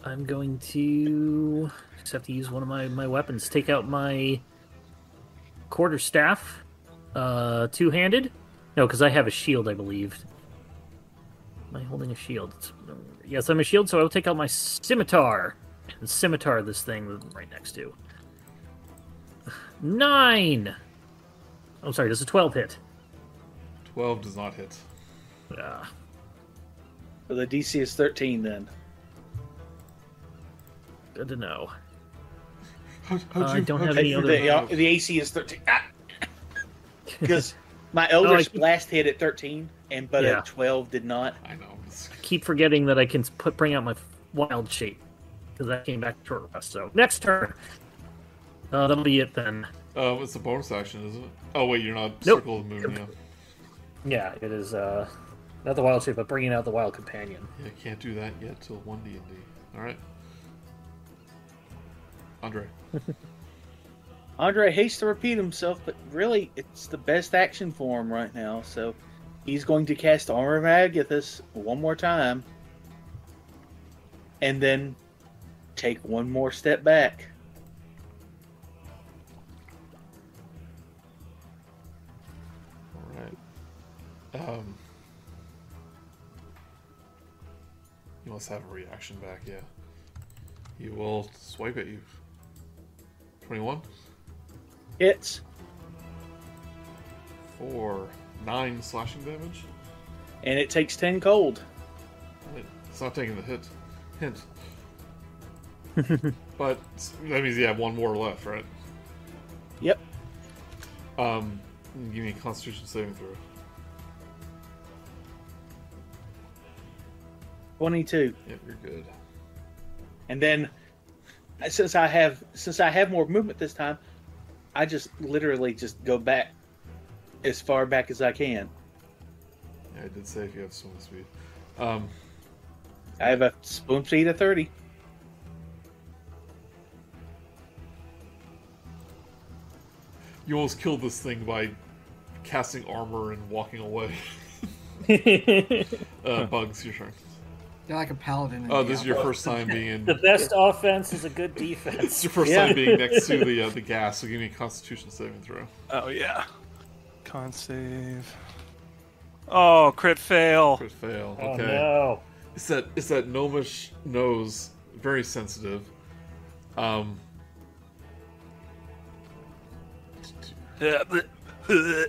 B: I'm going to just have to use one of my, my weapons. Take out my quarter staff, uh, two handed. No, because I have a shield, I believe. Am I holding a shield? It's- Yes, I'm a shield, so I will take out my scimitar and scimitar this thing right next to. Nine! I'm sorry, does a 12 hit?
A: 12 does not hit.
B: Ah,
C: So the DC is thirteen then.
B: good to know.
A: How,
B: Uh, I don't have
A: how'd
B: any
A: you-
B: other-
C: The, uh, the AC is thirteen. Ah! Because my
B: Oh, I
C: Eldritch
B: keep-
C: Blast hit at thirteen, and but
B: Yeah.
C: at twelve did not.
A: I know. I'm just-
B: Keep forgetting that I can put bring out my wild shape because that came back short rest. So next turn, uh, that'll be it then.
A: Uh, it's a bonus action, isn't it? Oh, wait, you're not
B: Nope.
A: circle of the moon now.
B: Yeah, it is uh, not the wild shape, but bringing out the wild companion.
A: Yeah, can't do that yet till 1D&D. Alright. Andre.
C: Andre hates to repeat himself, but really, it's the best action for him right now. So he's going to cast Armor of Agathis one more time, and then take one more step back.
A: Alright. Um. You must have a reaction back, yeah. He will swipe at you. 21
C: Hits
A: for 9 slashing damage.
C: and it takes ten cold.
A: It- It's not taking the hit. Hint. but that means you have one more left, right?
C: Yep.
A: Um, give me a constitution saving throw.
C: Twenty-two,
A: Yep, you're good.
C: and then since I have since I have more movement this time, I just literally just go back as far back as I can.
A: Yeah, I did say if you have swim speed. Um,
C: I have a spoon speed of thirty.
A: you almost killed this thing by casting armor and walking away.
B: the
A: Uh, bugs, your turn.
E: You're like a paladin. in
A: Oh, this is your
E: Diablo.
A: first time being in.
B: best offense is a good
A: It's
B: defense.
A: your first
C: Yeah.
A: time being next to the uh, the gas. So give me a Constitution saving throw.
D: Oh yeah. Con save. Oh, crit fail.
A: Crit fail.
B: Oh
A: Okay.
B: no!
A: It's that it's that gnomish nose, very sensitive. Um,
D: Oh,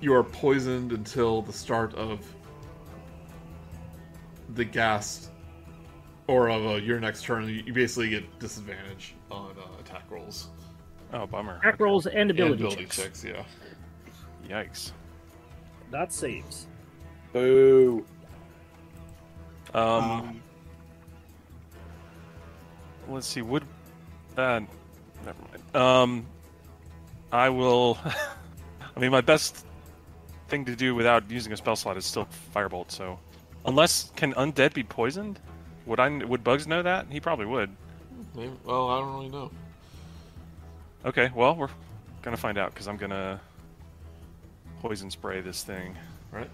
A: you are poisoned until the start of the gas, or of uh, your next turn. You you basically get disadvantage on uh, attack rolls
D: Oh, bummer.
B: Attack rolls and
A: and
B: ability,
A: ability checks.
B: checks.
A: Yeah.
D: Yikes.
B: not saves.
C: Boo.
D: Um, let's see. Would uh, never mind. Um, I will. I mean, my best thing to do without using a spell slot is still firebolt. So, unless can undead be poisoned? Would I? Would Bugs know that? He probably would.
A: Maybe- Well, I don't really know.
D: Okay. Well, we're gonna find out because I'm gonna poison spray this thing.
A: All Right?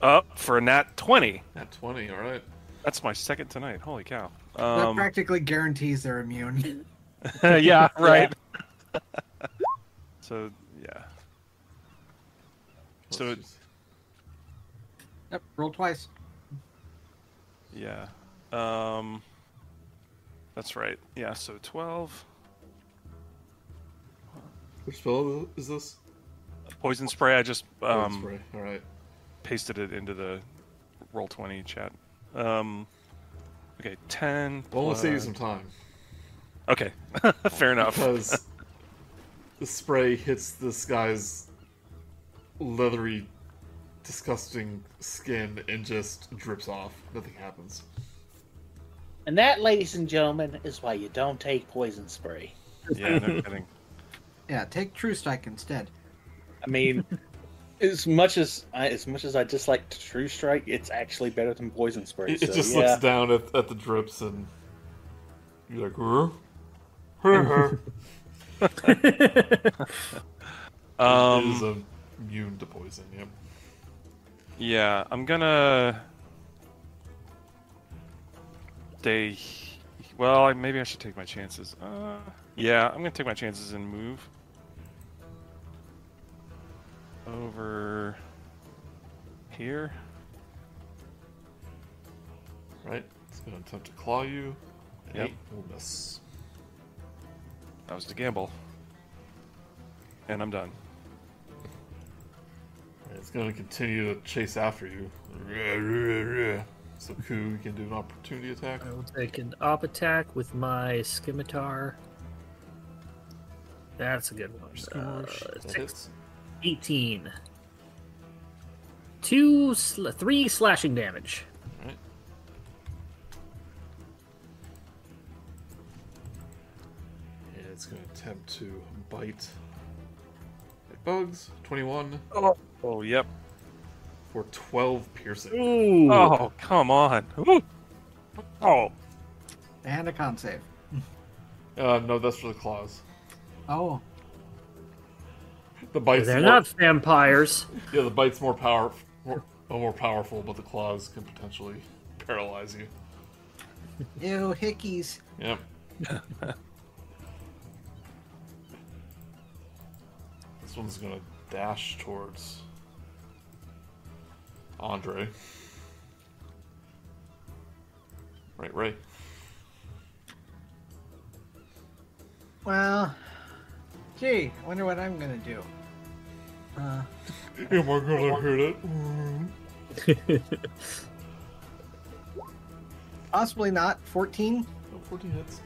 D: Up for a nat twenty.
A: At twenty. All right.
D: That's my second tonight. Holy cow.
E: That
D: Um,
E: practically guarantees they're immune.
D: yeah, right. so yeah, So
A: Let's
D: it-
A: just-
E: yep, roll twice.
D: yeah. Um, that's right. Yeah. So twelve
A: which spell is this?
D: poison spray. I just
A: Oh,
D: um,
A: spray. All right.
D: pasted it into the roll twenty chat. Um, okay, ten.
A: Well, I want to save you
D: plus-
A: some time
D: Okay, fair enough.
A: because the spray hits this guy's leathery, disgusting skin and just drips off. Nothing happens.
C: And that, ladies and gentlemen, is why you don't take poison spray.
D: Yeah, no kidding.
E: Yeah, take True Strike instead.
C: I mean, as much as I, as much as I dislike True Strike, it's actually better than poison spray.
A: It,
C: so,
A: it just
C: yeah.
A: looks down at, at the drips and you're like, "Huh? Huh, huh." it is
D: Um,
A: uh, immune to poison. Yep.
D: yeah, I'm gonna. They, well, I, maybe I should take my chances. Uh, yeah, I'm gonna take my chances and move over here.
A: Right. It's gonna attempt to claw you. An
D: Yep.
A: Eight will miss.
D: That was the gamble, and I'm done.
A: Alright, It's going to continue to chase after you. So, Ku, you can do an opportunity attack.
B: I will take an op attack with my scimitar. That's a good one. Uh,
A: That
B: six-
A: hits.
B: 18. Two, sl- three slashing damage.
A: Alright. And it's going to attempt to bite at bugs. 21
D: Oh, oh yep.
A: for 12 piercing.
B: Ooh.
D: Oh, come on. Ooh. Oh,
E: And a con save.
A: Uh, no, that's for the claws.
E: Oh,
A: The bite's
B: They're
A: more,
B: not vampires.
A: Yeah, the bite's more, power, more, oh, more powerful, but the claws can potentially paralyze you.
E: ew, hickeys.
A: Yep. this one's gonna dash towards Andre. Right, right.
E: Well, gee, I wonder what I'm gonna do. Uh,
A: Am I gonna hit it? Oh,
E: possibly not. 14?
A: Oh, 14 hits.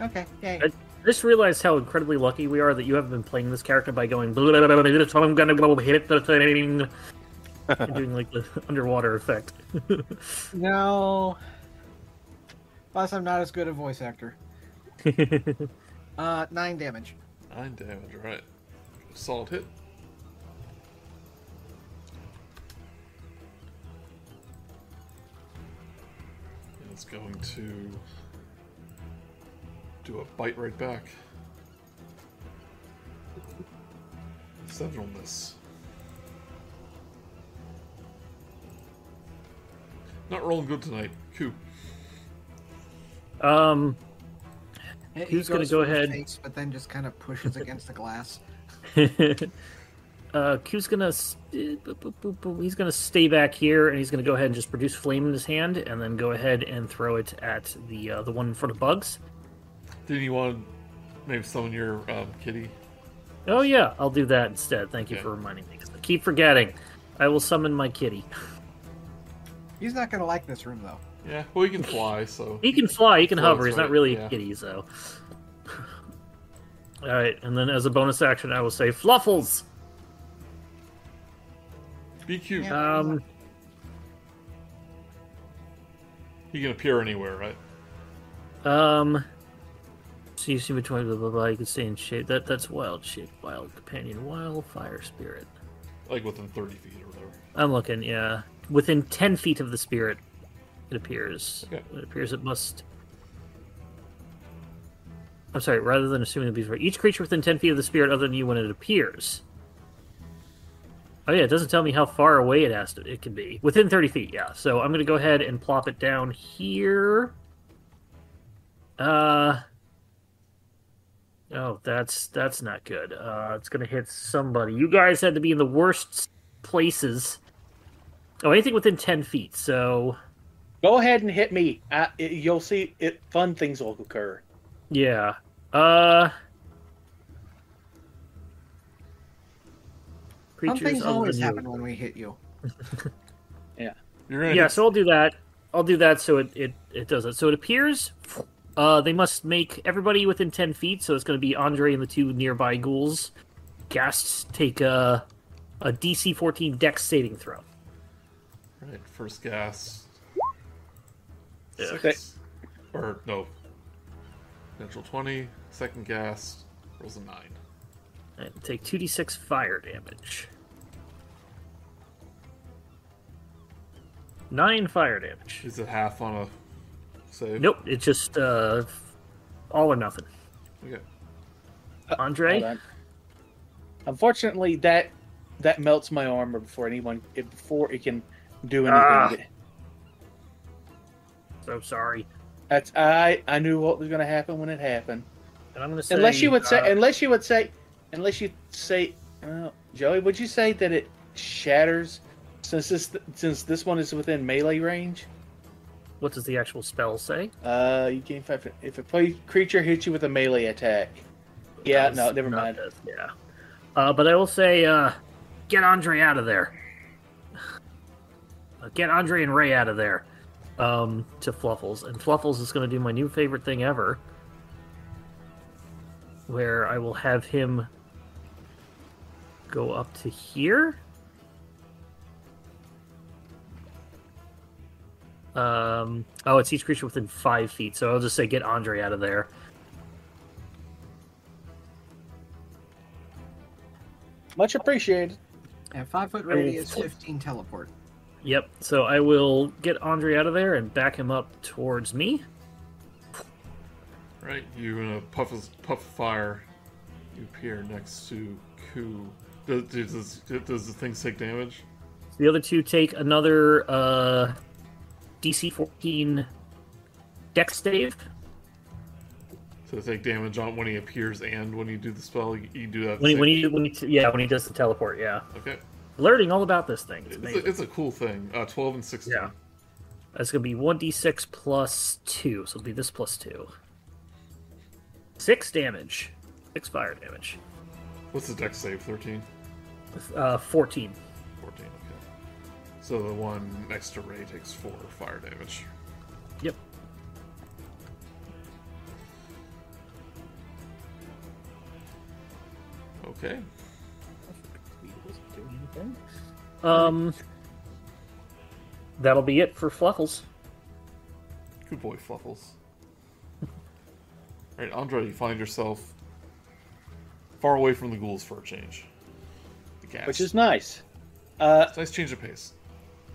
E: Okay, yay.
B: I just realized how incredibly lucky we are that you haven't been playing this character by going. "Blah, blah, blah, blah, blah, I'm gonna go hit it. and doing like the underwater effect.
E: No. Plus, I'm not as good a voice actor. Uh, nine damage.
A: Nine damage, right. Solid hit. And it's going to do a bite right back. Seven on this. Not rolling good tonight. Coop.
B: um,
E: He- he
B: Who's gonna
E: goes
B: go
E: for the
B: ahead?
E: Face, but then just kind of pushes against the glass.
B: uh, Q's gonna s- eh, boop, boop, boop, boop. he's gonna stay back here, and he's gonna go ahead and just produce flame in his hand, and then go ahead and throw it at the uh, the one in front of Bugs.
A: Didn't you want to maybe summon your um, kitty?
B: Oh yeah, I'll do that instead. Thank you
A: Okay.
B: for reminding me. 'cause I keep forgetting. I will summon my kitty.
E: He's not gonna like this room though.
A: Yeah, well, he can fly, so.
B: He can fly. He can
A: Well,
B: hover.
A: that's
B: He's not
A: right,
B: really
A: yeah.
B: a kitty, so. All right, and then as a bonus action, I will say Fluffles.
A: Be cute.
E: Yeah.
B: Um,
A: He can appear anywhere, right?
B: um. So you see between blah blah blah. You can stay in shape. That that's wild shape, wild companion, wild fire spirit.
A: Like within 30 feet or whatever.
B: I'm looking. Yeah, within ten feet of the spirit, it appears.
A: Okay.
B: It appears it must. I'm sorry. Rather than assuming it'd be for each creature within ten feet of the spirit, other than you, when it appears. Oh yeah, it doesn't tell me how far away it has to. It can be within thirty feet. Yeah. So I'm gonna go ahead and plop it down here. Uh. Oh, that's that's not good. Uh, it's gonna hit somebody. You guys had to be in the worst places. Oh, anything within ten feet. So
C: Go ahead and hit me. I, it, you'll see it. Fun things will occur.
B: yeah. Uh.
E: Some
B: Creatures
E: things
B: other
E: always
B: than you.
E: happen when we hit you.
A: You're gonna
B: Yeah,
A: hit-
B: so I'll do that. I'll do that so it, it, it does it. So it appears uh, they must make everybody within 10 feet, so it's going to be Andre and the two nearby ghouls. Ghasts take a, a DC 14 dex saving throw.
A: Right, first gas.
B: Yeah.
A: Six. Or, no. Natural 20. Second gas. Rolls a 9.
B: And take 2d6 fire damage. 9 fire damage.
A: Is it half on a save?
B: Nope, it's just uh, all or nothing.
A: Okay.
C: Uh,
B: Andre?
C: Hold on. Unfortunately, that that melts my armor before anyone it, before it can do anything.
B: Ah.
C: with it.
B: So sorry.
C: That's I I knew what was going to happen when it happened.
B: And I'm going to say.
C: unless you would say,
B: uh,
C: unless you would say, unless you say, uh, Joey, would you say that it shatters since this since this one is within melee range?
B: what does the actual spell say?
C: Uh, you gain five if a play, creature hits you with a melee attack. Yeah,
B: Does
C: no, never
B: not
C: mind.
B: does, yeah. Uh, but I will say, uh, get Andre out of there. Uh, get Andre and Ray out of there um, to Fluffles. And Fluffles is going to do my new favorite thing ever, where I will have him go up to here. Um, oh, it's each creature within five feet, so I'll just say get Andre out of there.
C: Much appreciated.
E: And five foot
B: I will
E: radius,
B: flip-
E: fifteen teleport.
B: Yep. So I will get Andre out of there and back him up towards me.
A: Right, you in a puff of, puff of fire. You appear next to Ku. Does, does, does the thing take damage?
B: The other two take another uh, DC 14 Dex save.
A: So they take damage on when he appears and when you do the spell. You, you do that. at the
B: When he,
A: same-
B: when he, when he, yeah, when he does the teleport, yeah.
A: okay,
B: Learning all about this thing. It's
A: it's
B: amazing.
A: a, it's a cool thing. Uh, Twelve and sixteen.
B: Yeah. That's going to be 1d6 plus 2. So it'll be this plus 2. 6 damage. 6 fire damage.
A: What's the deck save? 13?
B: Uh, 14.
A: 14, Okay. So the one next to Ray takes four fire damage.
B: Yep.
A: Okay.
B: Um, that'll be it for Fluffles.
A: Good boy, Fluffles. All right, Andre, you find yourself far away from the ghouls for a change. The gas.
C: which is nice. Uh,
A: nice change of pace.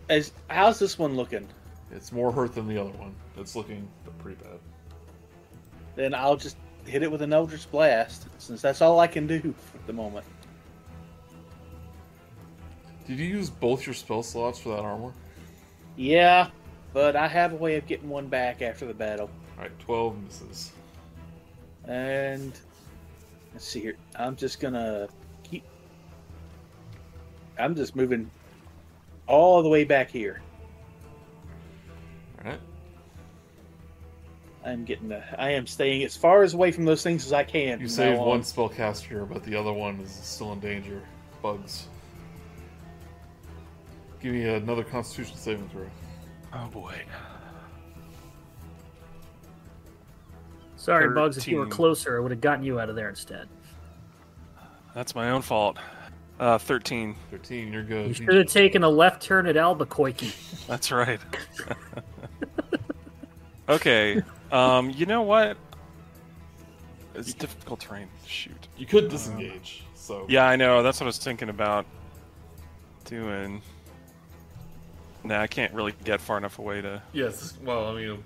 C: as how's this one looking?
A: It's more hurt than the other one. It's looking pretty bad.
C: Then I'll just hit it with an Eldritch Blast, since that's all I can do at the moment.
A: Did you use both your spell slots for that armor?
C: Yeah, but I have a way of getting one back after the battle.
A: All right, 12 misses.
C: And let's see here. I'm just gonna keep. I'm just moving all the way back here.
A: All right.
C: I'm getting the. I am staying as far as away from those things as I can.
A: You
C: from
A: saved
C: now on.
A: one spellcaster, but the other one is still in danger. Bugs. Give me another Constitution saving throw.
D: Oh boy.
B: Sorry, Bugs, if you were
D: 13.
B: closer, I would have gotten you out of there instead.
D: That's my own fault. Uh, 13.
A: 13, you're good.
B: You should have taken a left turn at Albuquerque.
D: That's right. okay. Um, you know what? It's difficult terrain. Shoot.
A: You could disengage, so.
D: Yeah, I know. That's what I was thinking about doing. Nah, I can't really get far enough away to.
A: Yes, well, I mean.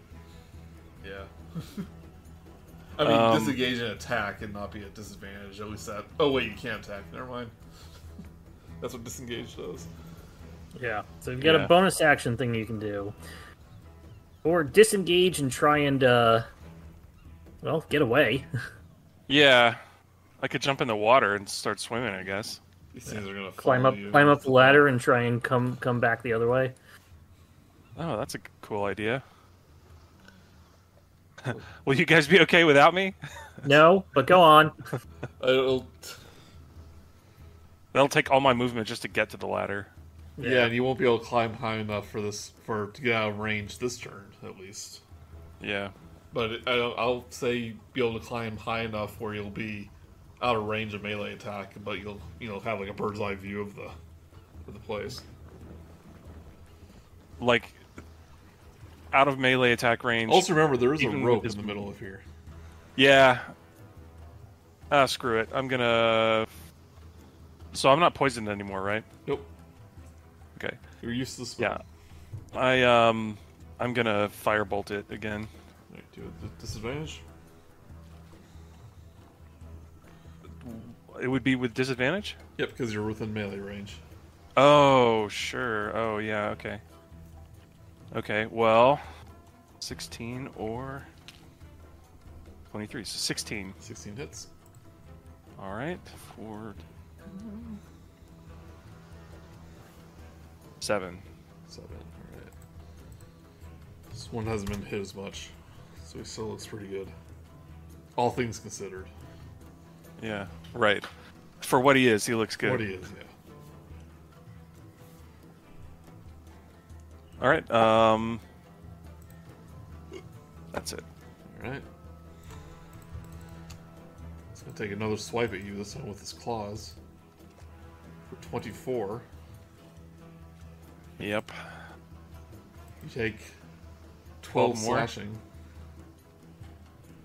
A: Yeah. I mean,
D: Um,
A: disengage and attack and not be at disadvantage. At least that. Oh, wait, you can't attack. Never mind. That's what disengage does.
B: Yeah. So you've got
D: Yeah.
B: a bonus action thing you can do. Or disengage and try and, uh, well, get away.
D: Yeah, I could jump in the water and start swimming. I guess.
A: These things are gonna
B: climb
A: follow
B: up,
A: you.
B: climb up the ladder and try and come come back the other way.
D: Oh, that's a g- cool idea. Will you guys be okay without me?
B: No, but go on.
A: It'll-
D: That'll take all my movement just to get to the ladder.
A: yeah.
B: Yeah.
A: and you won't be able to climb high enough for this for to get out of range this turn at least.
D: Yeah.
A: But it, I don't, I'll say you'd be able to climb high enough where you'll be out of range of melee attack, but you'll you know have like a bird's eye view of the of the place.
D: like out of melee attack range.
A: Also remember there is a
D: Even with
A: rope in
D: this-
A: the middle of here.
D: yeah. Ah, screw it. I'm gonna. So I'm not poisoned anymore, right?
A: Nope,
D: Okay.
A: you're used to this.
D: Yeah. I um, I'm gonna firebolt it again.
A: Alright, do it with disadvantage.
D: It would be with disadvantage.
A: Yep, because you're within melee range.
D: Oh sure. Oh yeah. Okay. Okay. Well, sixteen or twenty-three. So sixteen.
A: Sixteen hits.
D: All right. Forward. Seven.
A: Seven. All right. This one hasn't been hit as much, so he still looks pretty good. All things considered,
D: Yeah, right. For what he is, he looks good.
A: what he is, yeah.
D: All right. Um, that's it.
A: All right. He's gonna take another swipe at you. This time with his claws. For twenty-four,
D: Yep.
A: you take twelve,
D: more?
A: slashing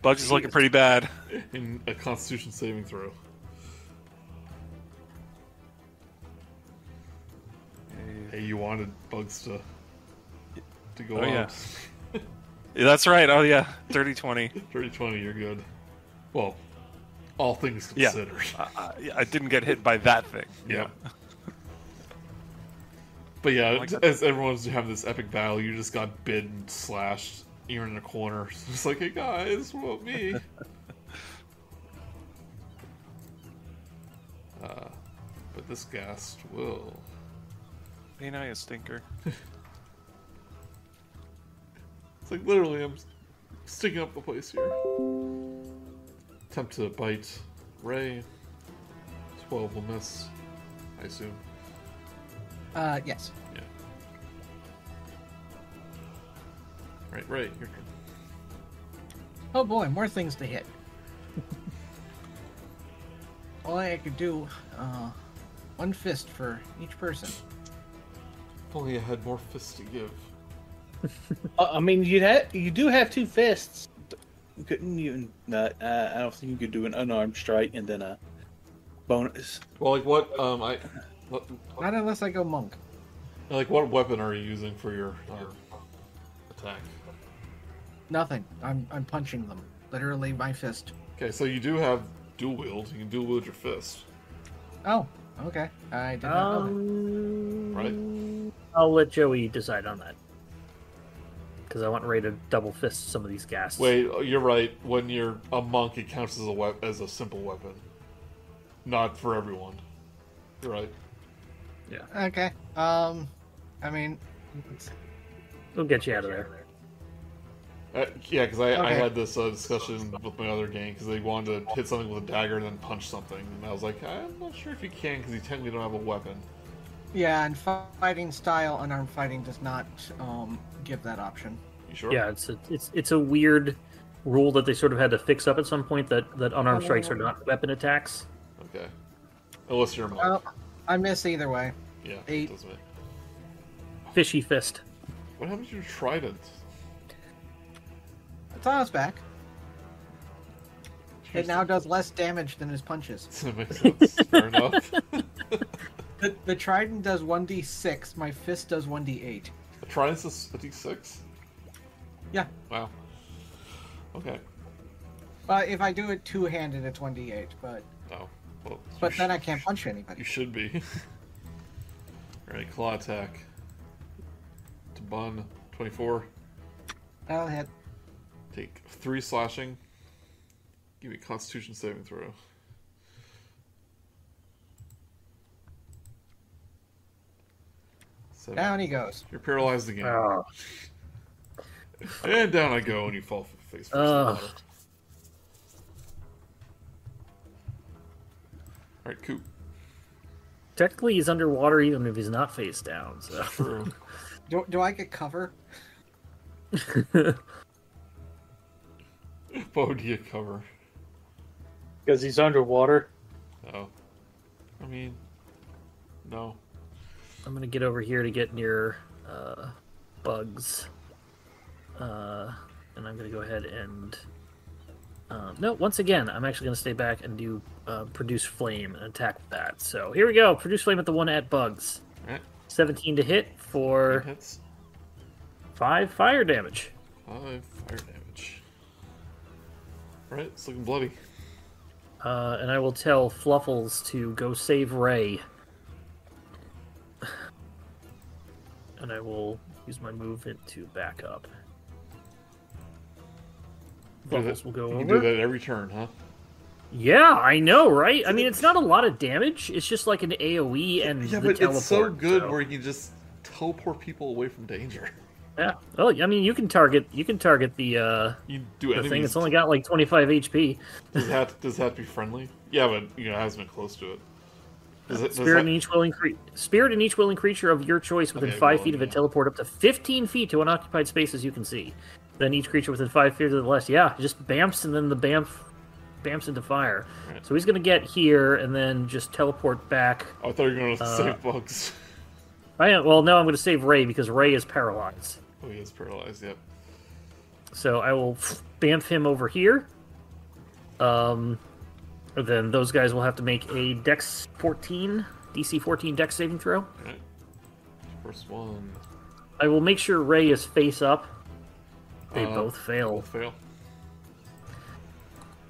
D: Bugs is looking pretty bad.
A: in a Constitution saving throw. Hey, you wanted bugs to to go
D: Oh,
A: out.
D: yeah. Yeah, that's right. Oh yeah, 30-20.
A: 30 20, you're good. Well, all things
D: Yeah.
A: considered.
D: I, I didn't get hit by that thing.
A: Yeah. but yeah,
D: like that.
A: as everyone's having this epic battle, you just got bid and slashed. You're in a corner. It's just like, hey guys, what about me? uh, Uh, but this ghast will.
D: You know, you stinker.
A: It's like literally, I'm sticking up the place here. Attempt to bite Ray. 12 will miss, I assume.
E: Uh, yes.
A: Yeah. Right, right. Your turn.
E: Oh boy, more things to hit. All I could do, uh, one fist for each person.
A: If only I had more fists to give.
C: Uh, I mean, you ha- you do have two fists. couldn't even. No, uh, I don't think you could do an unarmed strike and then a bonus.
A: Well, like what? Um, I what,
E: Not unless I go monk.
A: like what weapon are you using for your, your attack?
E: Nothing. I'm I'm punching them. Literally my fist.
A: Okay, so you do have dual wield. You can dual wield your fist,
E: Oh, okay. I did not know
B: Um,
A: right?
B: I'll let Joey decide on that. Because I want Ray to double fist some of these gases.
A: Wait, uh, you're right. When you're a monk, it counts as a wep- as a simple weapon, not for everyone. You're right.
E: that. Okay. Um, I mean, it's-
B: We'll get you out of there.
A: Uh, yeah, because I, I
E: Okay.
A: had this uh, discussion with my other gang because they wanted to hit something with a dagger and then punch something, and I was like, I'm not sure if you can because you technically don't have a weapon.
E: yeah, and fi- fighting style, unarmed fighting does not um give that option.
A: You sure?
B: Yeah, it's a, it's it's a weird rule that they sort of had to fix up at some point that that unarmed strikes are not weapon attacks.
A: Okay. Unless you're a monk.
E: Well, I miss either way.
A: yeah.
E: eight.
A: Doesn't matter.
B: Fishy fist.
A: What happened to your trident?
E: It's on its back. It now does less damage than his punches.
A: That makes sense. Fair enough.
E: The, the trident does 1d6. My fist does 1d8.
A: A trident's a s- a d6?
E: Yeah.
A: Wow. Okay.
E: Uh, if I do it two handed, it's 1d8. But
A: Oh. Well,
E: but
A: you
E: then
A: sh-
E: I can't punch anybody.
A: You should be. Alright, claw attack. To bun. 24.
E: That'll hit.
A: Take 3 slashing. Give me a constitution saving throw. Seven.
E: Down he goes.
A: You're paralyzed again.
B: Oh,
A: And down I go, and you fall face first. in the
B: Ugh.
A: water. Alright, cool.
B: technically he's underwater even if he's not face down. So
A: True.
E: Do, do I get cover?
A: what would you cover?
C: Because he's underwater.
A: Oh. I mean, no.
B: I'm gonna get over here to get near uh, bugs, uh, and I'm gonna go ahead and um, no. Once again, I'm actually gonna stay back and do uh, produce flame and attack with that. So here we go. Produce flame at the one at bugs.
A: Alright,
B: 17 to hit for
A: hits.
B: five fire damage.
A: Five fire damage. Alright, it's looking bloody.
B: Uh, and I will tell Fluffles to go save Ray. And I will use my movement to back up.
A: Do that-
B: Fluffles will go
A: you can do
B: over.
A: that every turn, huh?
B: Yeah, I know, right? I mean, it's not a lot of damage. It's just like an AOE and
A: Yeah,
B: the
A: but
B: teleport.
A: it's so good
B: so-
A: where you can just teleport people away from danger.
B: yeah. Well, I mean, you can target you can target the uh,
A: You do
B: the
A: anything.
B: thing. It's only got like 25 HP.
A: Does it have to, does it have to be friendly? Yeah, but you know, it hasn't been close to it. Does it, does
B: Uh, Spirit
A: that-
B: in each willing cre- spirit in each willing creature of your choice within
A: Okay,
B: five
A: well,
B: feet of it
A: yeah.
B: teleport up to fifteen feet to unoccupied spaces you can see. Then each creature within five feet of the less, yeah, just bamps and then the bamf bamps into fire.
A: Right.
B: So he's gonna get here and then just teleport back.
A: I thought you were going
B: Uh,
A: to say bugs.
B: I am, well, now I'm gonna save Ray because Ray is paralyzed.
A: Oh, he is paralyzed. Yep.
B: So I will bamf him over here. Um, and then those guys will have to make a Dex 14, DC 14 Dex saving throw.
A: All right. First one.
B: I will make sure Ray is face up. They
A: Uh,
B: both fail.
A: Both fail.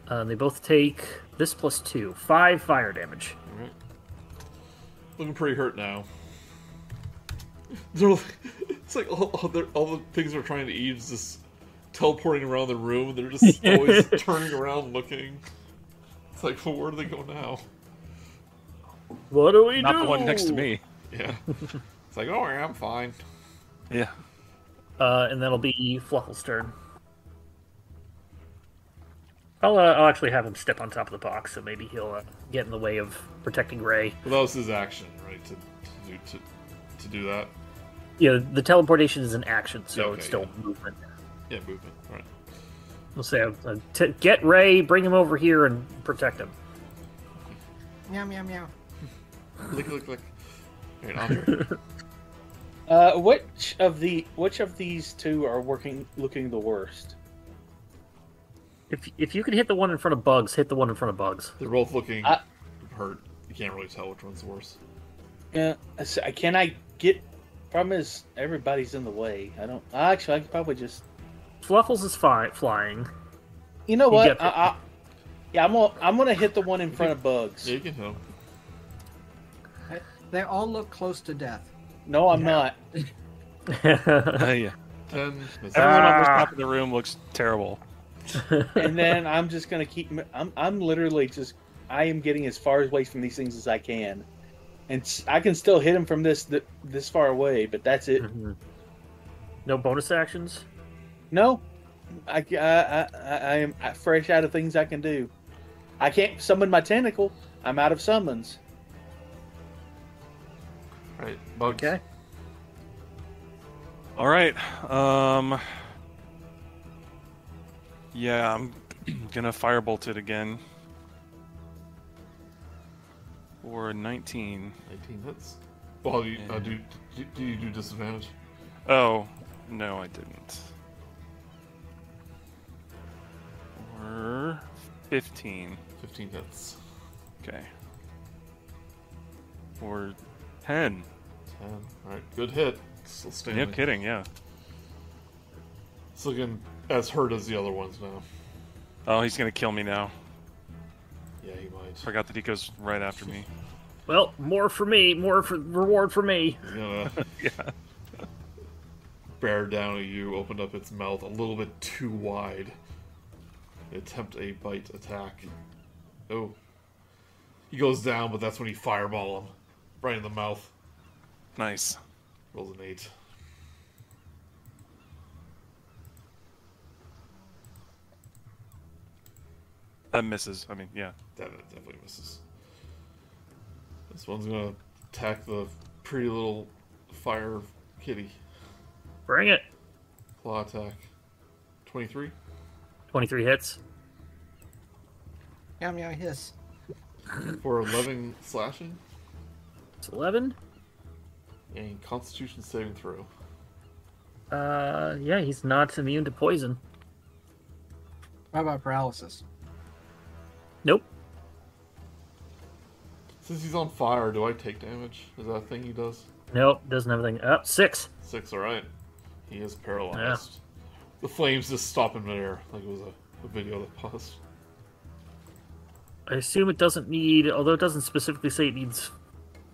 B: Uh, they both take this plus two, five fire damage.
A: All right. Looking pretty hurt now. They're like, it's like all, all, the, all the things they're trying to eat is just teleporting around the room. They're just always turning around looking. It's like, well, where do they go now?
B: What do we
D: Not
B: do?
D: the one next to me.
A: Yeah. It's like, oh, I'm fine.
D: Yeah.
B: Uh, and that'll be Fluffle's turn. I'll, uh, I'll actually have him step on top of the box, so maybe he'll uh, get in the way of protecting Ray.
A: Well, that was his action, right? To, to do to, to do that.
B: Yeah, the teleportation is an action, so
A: Okay,
B: it's still
A: yeah.
B: movement.
A: Yeah, movement. All right.
B: We'll say, uh, t- get Ray, bring him over here, and protect him.
E: Meow, meow, meow.
A: Look, look, look. All right, Andre.
C: Uh, which of the which of these two are working looking the worst?
B: If if you can hit the one in front of Bugs, hit the one in front of Bugs.
A: They're both looking
C: I-
A: hurt. You can't really tell which one's worse.
C: Yeah, I s- I- Uh, can I get? Problem is, everybody's in the way. I don't. Actually, I could probably just.
B: Fluffles is fi- flying.
C: You know
B: You
C: what?
B: get
C: I,
B: it.
C: I, yeah, I'm gonna I'm gonna hit the one in front of Bugs.
A: Yeah, you can tell.
E: They all look close to death.
C: No, I'm
B: Yeah.
C: not.
D: yeah.
A: Ten. misses.
D: Everyone on this
B: Ah.
D: top of the room looks terrible.
C: And then I'm just gonna keep. m- I'm I'm literally just. I am getting as far away from these things as I can, and s- I can still hit him from this th- this far away. But that's it.
B: Mhm. No bonus actions.
C: No, I I I, I I am fresh out of things I can do. I can't summon my tentacle. I'm out of summons.
A: Right. Bugs.
B: Okay.
D: All right. Um. Yeah, I'm gonna firebolt it again. Or 19.
A: Nineteen hits. Well, you, uh, do, do do you do disadvantage?
D: Oh, no, I didn't. Or 15.
A: Fifteen hits.
D: Okay. Or 10.
A: Ten. All right. Good hit. Still
D: No
A: standing.
D: kidding, yeah.
A: It's looking as hurt as the other ones now.
D: Oh, he's gonna kill me now.
A: Yeah, he might.
D: Forgot that he goes right after me.
B: Well, more for me. More for reward for me.
A: He's gonna
D: yeah.
A: uh, bear down at you. Opened up its mouth a little bit too wide. Attempt a bite attack. Oh. He goes down, but that's when you fireball him. Right in the mouth.
D: Nice.
A: Rolls an eight.
D: That misses. I mean, yeah.
A: That definitely misses. This one's gonna attack the pretty little fire kitty.
B: Bring it.
A: Claw attack. 23?
B: Twenty-three hits.
E: Yum yum hiss.
A: For 11 slashing
B: It's eleven.
A: and constitution saving throw.
B: Uh, yeah, he's not immune to poison.
E: What about paralysis?
B: Nope.
A: Since he's on fire, do I take damage? Is that a thing he does?
B: Nope. Doesn't have anything. Up six.
A: Six, alright. He is paralyzed. The flames just stop in midair, like it was a, a video that paused.
B: I assume it doesn't need, although it doesn't specifically say it needs,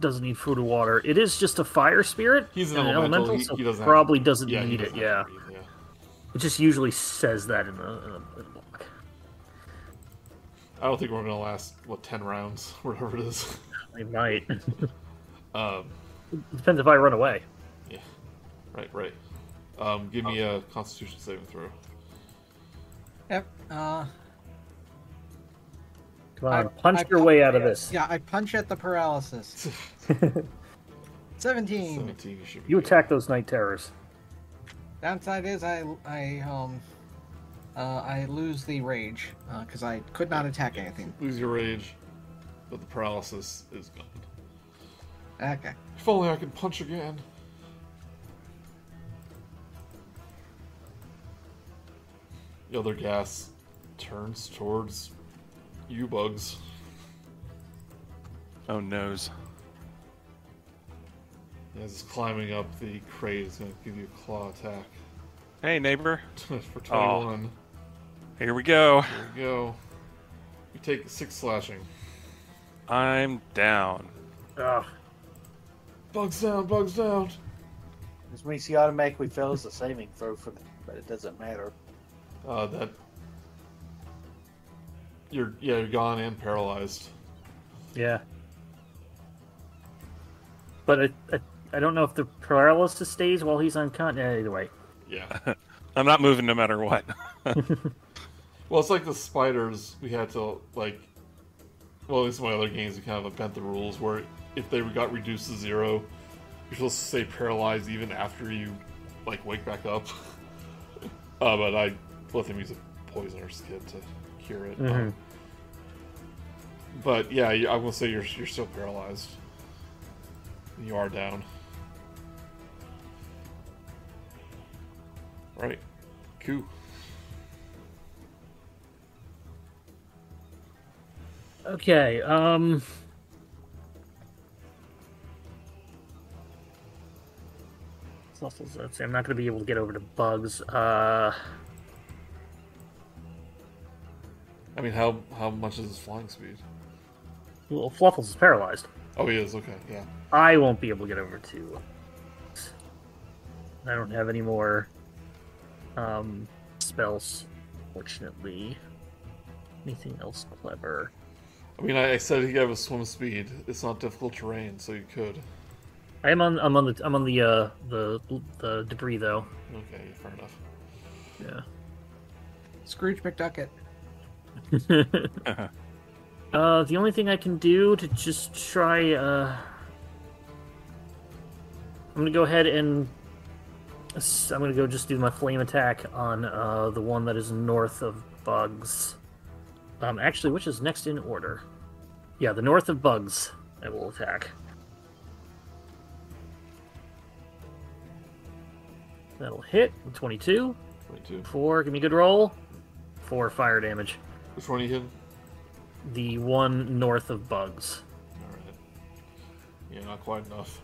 B: doesn't need food or water. It is just a fire spirit.
A: He's an
B: and
A: elemental, he-
B: so
A: he doesn't have-
B: probably doesn't
A: Yeah, he
B: need
A: doesn't
B: it. Yeah,
A: have to breathe, yeah.
B: it just usually says that in the, in the, in the book.
A: I don't think we're gonna last, what, 10 rounds? Whatever it is.
B: It might
A: Um,
B: depends if I run away.
A: Yeah. Right, right. Um, give me a constitution saving throw.
E: Yep. Uh,
B: Come on,
E: I-
B: punch
E: I
B: your
E: punch
B: way out of this.
E: yeah, I punch at the paralysis. 17.
A: 17, you should be
B: You
A: good.
B: attack those night terrors.
E: Downside is I I um uh, I lose the rage because I could not attack anything.
A: Lose your rage, but the paralysis is gone.
E: Okay.
A: If only I could punch again. The other gas turns towards you, Bugs.
D: Oh, nose.
A: As it's climbing up the crate, it's going to give you a claw attack
D: Hey, neighbor.
A: for 21.
D: Aw. Here we go.
A: There you go. You take six slashing.
D: I'm down.
B: Ugh.
A: Bugs down, bugs down.
C: This means he automatically fails the saving throw for that, but it doesn't matter.
A: Uh, that you're yeah you're gone and paralyzed.
B: Yeah. But I, I, I don't know if the paralysis stays while he's unconscious. Either way,
A: Yeah.
D: I'm not moving no matter what.
A: well, it's like the spiders. We had to like. Well, at least in my other games, we kind of bent the rules where if they got reduced to zero, you're supposed to stay paralyzed even after you like wake back up. uh, but I let them use a poisoner's kit to cure it.
B: Mhm.
A: But yeah, you- I'm gonna say you're you're still paralyzed. You are down. All right, Cool.
B: Okay. Um. Fluffles, Let's see. I'm not going to be able to get over to bugs. Uh,
A: I mean, how how much is his flying speed?
B: well, Fluffles is paralyzed.
A: Oh, he is. Okay, yeah.
B: I won't be able to get over to. I don't have any more um, spells, fortunately. Anything else clever?
A: I mean, I, I said he have a swim speed. It's not difficult terrain, so you could.
B: I am on. I'm on the. I'm on the. Uh, the the debris though.
A: Okay, fair enough.
B: Yeah.
E: Scrooge McDucket.
B: Uh, the only thing I can do to just try, uh, I'm gonna go ahead and s- I'm gonna go just do my flame attack on uh, the one that is north of bugs. Um, actually, which is next in order? Yeah, the north of bugs. I will attack. That'll hit 22.
A: Twenty-two.
B: Four, give me a good roll. Four fire damage.
A: Which one are you hitting?
B: The one north of bugs.
A: All right. Yeah, not quite enough.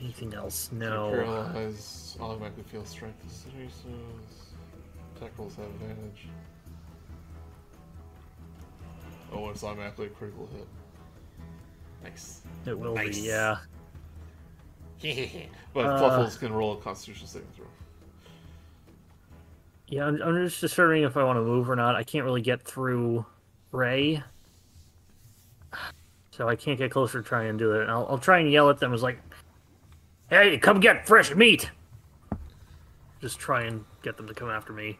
B: Anything else? No.
A: Paralyzed automatically feels strength. Seriously, attack rolls have advantage. Oh, it's automatically a critical hit. Nice.
B: It will
A: Nice.
B: be, yeah.
A: But
B: Uh,
A: Fluffles can roll a Constitution saving throw.
B: Yeah, I'm, I'm just determining if I want to move or not. I can't really get through Ray. So I can't get closer to try and do it. And I'll, I'll try and yell at them. It's like, hey, come get fresh meat! Just try and get them to come after me.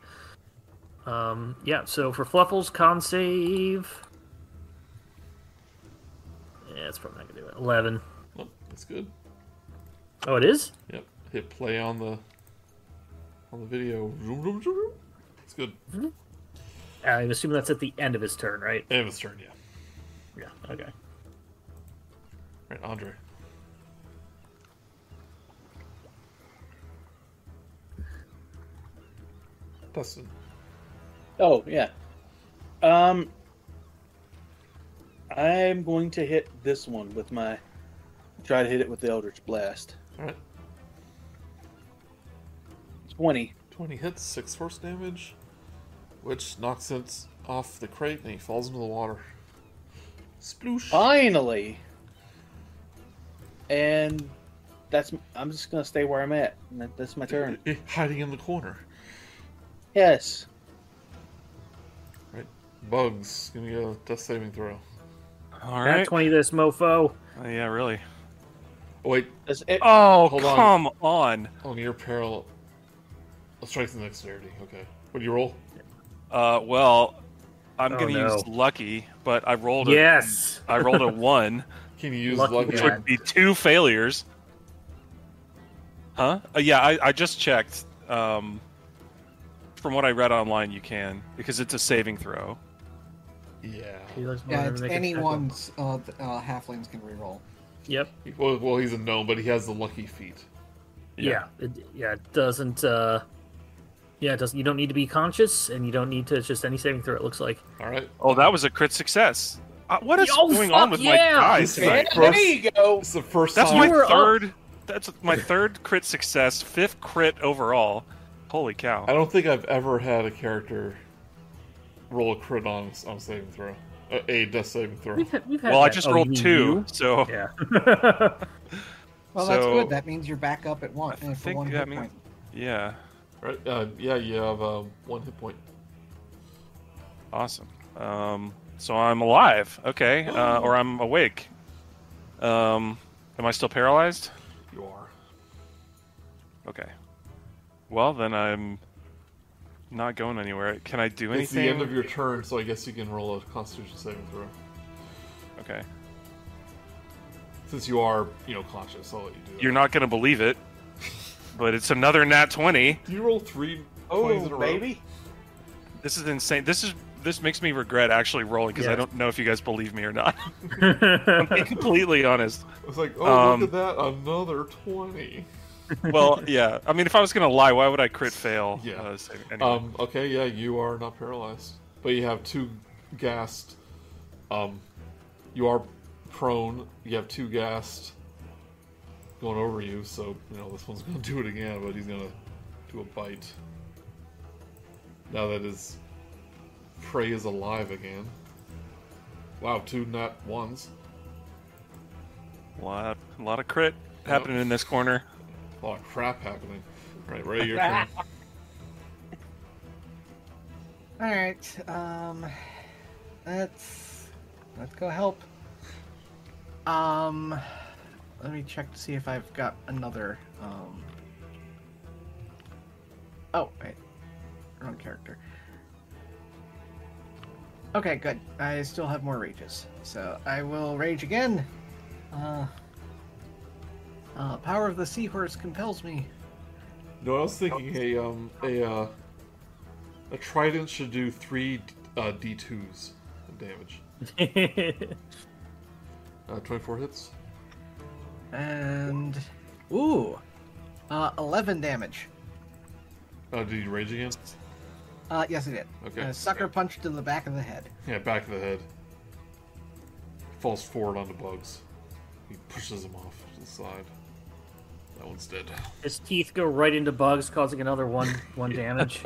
B: Um, yeah, so for Fluffles, con save. Yeah, that's probably not going to do it. 11.
A: Oh, that's good.
B: Oh, it is?
A: Yep. Hit play on the on the video. Vroom, vroom, vroom, vroom. It's good.
B: I'm assuming that's at the end of his turn, right?
A: And it's turn, yeah.
B: Yeah, okay.
A: Right, Andre. Dustin.
C: Oh yeah. Um, I'm going to hit this one with my. Try to hit it with the Eldritch Blast.
A: All right.
C: Twenty.
A: 20 hits, 6 force damage, which knocks it off the crate and he falls into the water. Sploosh!
C: Finally. And that's. I'm just gonna stay where I'm at. And that- That's my turn.
A: Eh, Hiding in the corner.
C: Yes.
A: Right. Bugs. Gonna get a death saving throw.
D: All
B: Nat
D: right.
B: 20 this mofo.
D: Oh, yeah, really.
A: Oh, wait.
C: Does it-
D: Oh,
A: Hold on.
D: come on.
A: Oh, you're parallel. Let's try some dexterity. Okay. What do you roll?
D: Uh, well, I'm
B: Oh,
D: gonna
B: no.
D: use lucky, but I rolled a
B: Yes.
D: I rolled a one,
A: Can you use
B: Lucky
A: lucky?
D: which
B: Yeah.
D: would be two failures. Huh? Uh, yeah, I, I just checked. Um, from what I read online, you can because it's a saving throw.
A: Yeah.
B: He looks more
E: Yeah,
B: than
E: it's
B: make a
E: anyone's uh, th- uh, halflings can reroll.
B: tackle. Yep.
A: Well, well, he's a gnome, but he has the lucky feet.
B: Yeah. It, yeah. It doesn't. uh Yeah. It doesn't. You don't need to be conscious, and you don't need to. It's just any saving throw. It looks like.
A: All right.
D: Oh, that was a crit success. Uh, what is
B: Oh,
D: going
B: fuck
D: on with my
B: yeah!
D: guys
A: Yeah,
D: tonight?
A: there
C: you go.
A: It's the first
D: That's
A: time.
D: my
B: were up.
D: third. That's my third crit success. Fifth crit overall. Holy cow!
A: I don't think I've ever had a character roll a crit on on saving throw, uh, a death saving throw.
B: We've had, we've had
D: Well, I
B: that.
D: just
B: Oh,
D: rolled
B: you-
D: two, so
B: you? Yeah.
E: Well, that's
D: So-
E: good. That means you're back up at one.
D: I
E: uh, for
D: think
E: one
D: that
E: hit
D: means-
E: point.
D: yeah,
A: right? Uh, yeah, you have uh, one hit point.
D: awesome. Um, so I'm alive, okay, uh, or I'm awake. Um, am I still paralyzed?
A: You are.
D: Okay. Well, then I'm not going anywhere. Can I do
A: It's the
D: anything?
A: end of your turn, so I guess you can roll a Constitution saving throw.
D: okay.
A: Since you are, you know, conscious, I'll let you do. That.
D: You're not gonna believe it, but it's another nat twenty.
A: Do you roll three? twenties in a row?
C: Oh baby.
D: This is insane. This is this makes me regret actually rolling because I
B: Yeah.
D: don't know if you guys believe me or not. I'm being completely honest.
A: I was like, oh,
D: Um,
A: look at that, another twenty.
D: Well, yeah. I mean, if I was gonna lie, why would I crit fail?
A: Yeah.
D: Uh, so anyway.
A: Um. Okay. Yeah, you are not paralyzed. but you have two gassed. Um, you are prone. You have two gassed going over you, so you know this one's gonna do it again, but he's gonna do a bite. Now that his prey is alive again. Wow, two not ones.
D: A lot, a lot of crit happening in this corner.
A: A lot of crap happening. Right, right your turn.
E: All right. Um, let's let's go help. Um, let me check to see if I've got another. Um. Oh wait, wrong character. Okay, good. I still have more rages, so I will rage again. Uh, uh, power of the seahorse compels me.
A: No, I was thinking a um a uh, a trident should do three uh, d2s of damage. Uh, Twenty-four hits.
E: And ooh, uh, eleven damage.
A: Uh, did you rage again?
E: Uh, yes, it did.
A: Okay.
E: Uh, sucker punched in the back of the head.
A: Yeah, back of the head. Falls forward onto Bugs. He pushes him off to the side. That one's dead.
B: His teeth go right into bugs, causing another one one damage.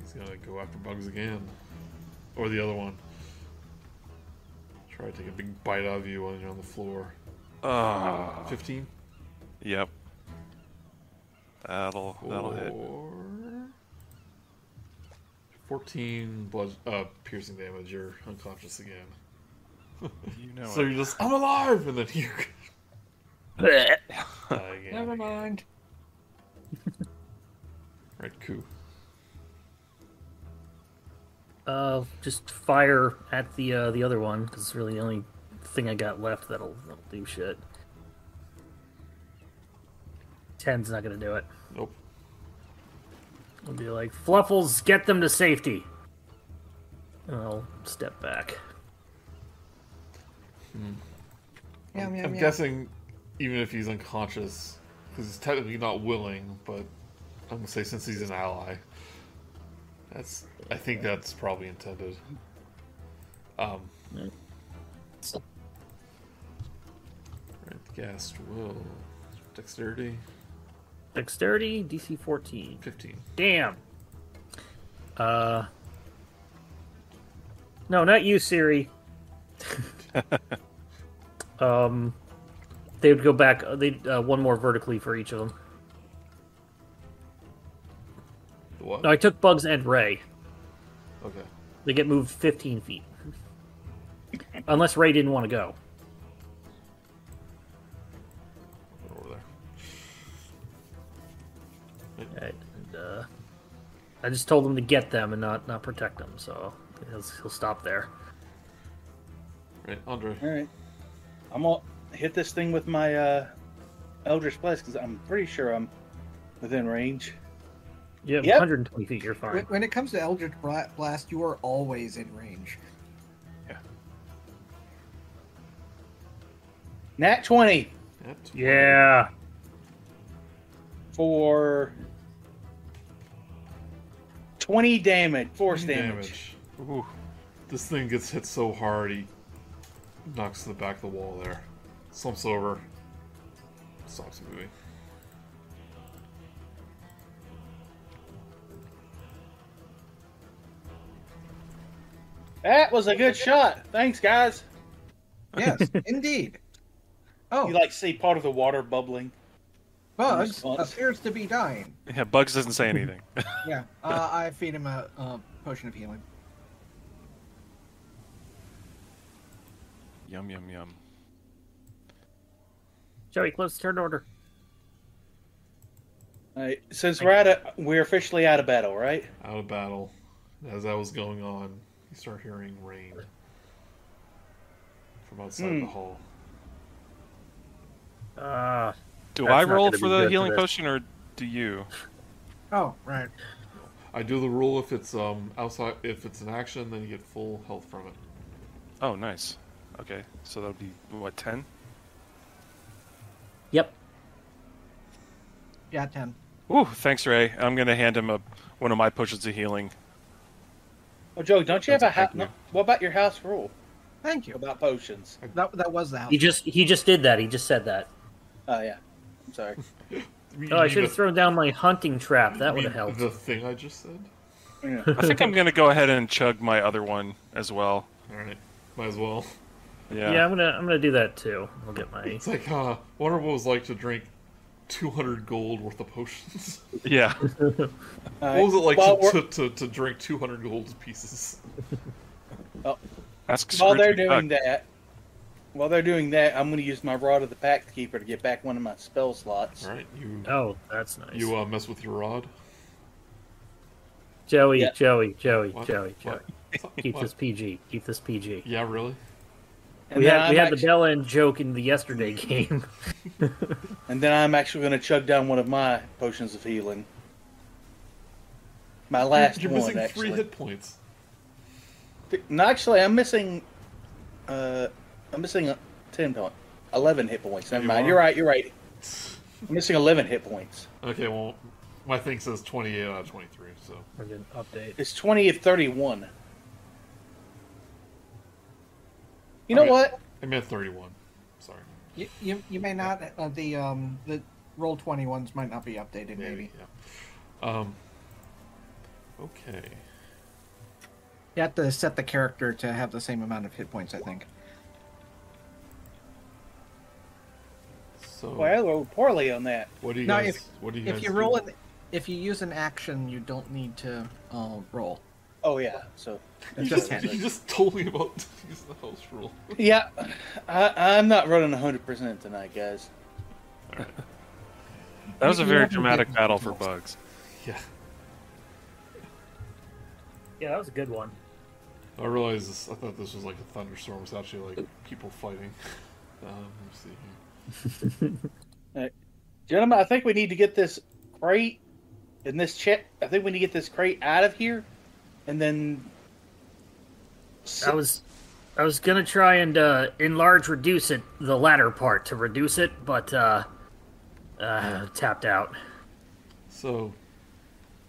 A: He's gonna go after Bugs again, or the other one. Try to take a big bite out of you when you're on the floor.
D: Ah,
A: Fifteen.
D: yep. That'll that'll hit.
A: Or- 14 blood, uh, piercing damage. You're unconscious again.
D: You know
A: So
D: it.
A: you're just, I'm alive! And then you die again.
E: Never mind.
A: Right, coup.
B: uh, just fire at the uh, the other one because it's really the only thing I got left that'll, that'll do shit. Ten's not gonna do it.
A: Nope.
B: I'll be like, Fluffles, get them to safety. And I'll step back.
E: Yum, yum,
A: I'm
E: yum.
A: guessing even if he's unconscious, because he's technically not willing, but I'm gonna say since he's an ally, that's I think that's probably intended. Um, right, Gast will dexterity
B: Dexterity, DC 14.
A: 15.
B: Damn. Uh. No, not you, Siri. um, they would go back. They uh, one more vertically for each of them.
A: The what?
B: No, I took Bugs and Ray.
A: Okay.
B: They get moved 15 feet, unless Ray didn't want to go.
A: Over there.
B: Right. And, uh, I just told him to get them and not not protect them, so he'll, he'll stop there.
A: Right, Andre.
C: All right. I'm gonna hit this thing with my uh, Eldritch Blast because I'm pretty sure I'm within range.
B: You have
C: Yep.
B: 120 feet. You're
E: When,
B: fine.
E: when it comes to Eldritch Bla- Blast, you are always in range.
C: Nat 20
A: That's
B: Yeah.
C: for 20 damage, force damage.
A: damage. Ooh. This thing gets hit so hard, he knocks to the back of the wall there. Slumps over. Stops moving.
C: That was a good shot. Thanks, guys.
E: Yes, indeed. Oh,
C: You like see part of the water bubbling.
E: Bugs
C: response.
E: appears to be dying.
D: Yeah, Bugs doesn't say anything.
E: Yeah, uh, I feed him a, a potion of healing.
D: yum yum yum.
B: Joey, close turn order.
C: All right. Since we're out of, we're officially out of battle, right?
A: Out of battle. As that was going on, you start hearing rain from outside
C: Hmm.
A: the hall.
B: Uh,
D: Do
B: That's
D: I
B: not
D: roll
B: gonna
D: for
B: be
D: the
B: good for
D: healing
B: this.
D: potion or do you?
E: Oh, right.
A: I do the rule if it's um outside if it's an action, then you get full health from it.
D: Oh, nice. Okay, so that'll be what ten?
B: yep.
E: Yeah, ten.
D: Ooh, thanks, Ray. I'm gonna hand him a one of my potions of healing.
C: Well, Oh, Joe, don't you have a
D: That's a
C: house?
D: big one.
C: what about your house rule
E: Thank you.
C: about potions?
E: That that was the house.
B: He just he just did that. He just said that.
C: Oh yeah, I'm sorry.
A: You
B: Oh, I
A: mean
B: should have
A: the-
B: thrown down my hunting trap. That
A: you
B: would have
A: mean
B: helped.
A: The thing I just said.
C: Yeah.
D: I think I'm gonna go ahead and chug my other one as well.
A: All right, might as well.
D: Yeah.
B: Yeah. I'm gonna I'm gonna do that too. I'll get my
A: It's like, huh? Wonder what it was like to drink 200 gold worth of potions.
D: Yeah.
C: All
A: what was it
C: right.
A: like
C: While
A: to,
C: we're-
A: to, to, to drink 200 gold pieces?
D: Ask
C: while
D: Scrooge
C: they're
D: McDuck.
C: doing that, while they're doing that, I'm going to use my Rod of the Pact Keeper to get back one of my spell slots.
A: All right, you
B: oh, that's nice.
A: you uh, mess with your rod.
B: Joey,
C: Yeah.
B: Joey, Joey,
A: What?
B: Joey, Joey.
A: What?
B: Keep
A: What?
B: this PG. Keep this PG.
A: Yeah, really.
C: And
B: We
C: then
B: had, we
C: I'm
B: had the
C: actu-
B: bell end joke in the yesterday game.
C: And then I'm actually going to chug down one of my potions of healing. My last
A: You're
C: one,
A: missing
C: actually.
A: three hit points.
C: No, actually, I'm missing. Uh, I'm missing uh, ten point, eleven hit points. Never
A: You
C: mind.
A: are.
C: You're right. You're right. I'm missing eleven hit points.
A: Okay, well, my thing says 28 out of 23, so
B: We're gonna update.
C: It's twenty of thirty-one. You know
A: Alright.
C: what?
A: I meant 31. Sorry.
E: You, you, you may not uh, the um the roll twenty ones might not be updated maybe.
A: Yeah. Um. Okay.
E: You have to set the character to have the same amount of hit points, I think.
A: So
C: Well, I rolled poorly on that.
A: what do you
E: No,
A: guys?
E: if-
A: what do you guys?
E: If you
A: do?
E: roll an, if you use an action, you don't need to uh, roll.
C: Oh yeah. So
A: you
E: It's just
A: just, you
E: handed.
A: just told me about to use the house rule.
C: yeah, I, I'm not running hundred percent tonight, guys.
D: That was a
E: You
D: very
E: haven't
D: dramatic
E: given
D: battle
E: me
D: for
E: the
D: bugs.
A: Yeah.
B: Yeah, that was a good one.
A: I realize this, I thought this was like a thunderstorm. It's actually like people fighting. Um, let's see. here.
C: Gentlemen, I think we need to get this crate and this check. I think we need to get this crate out of here, and then.
B: I was I was gonna try and uh, enlarge, reduce it the latter part to reduce it, but uh, uh, tapped out.
A: So.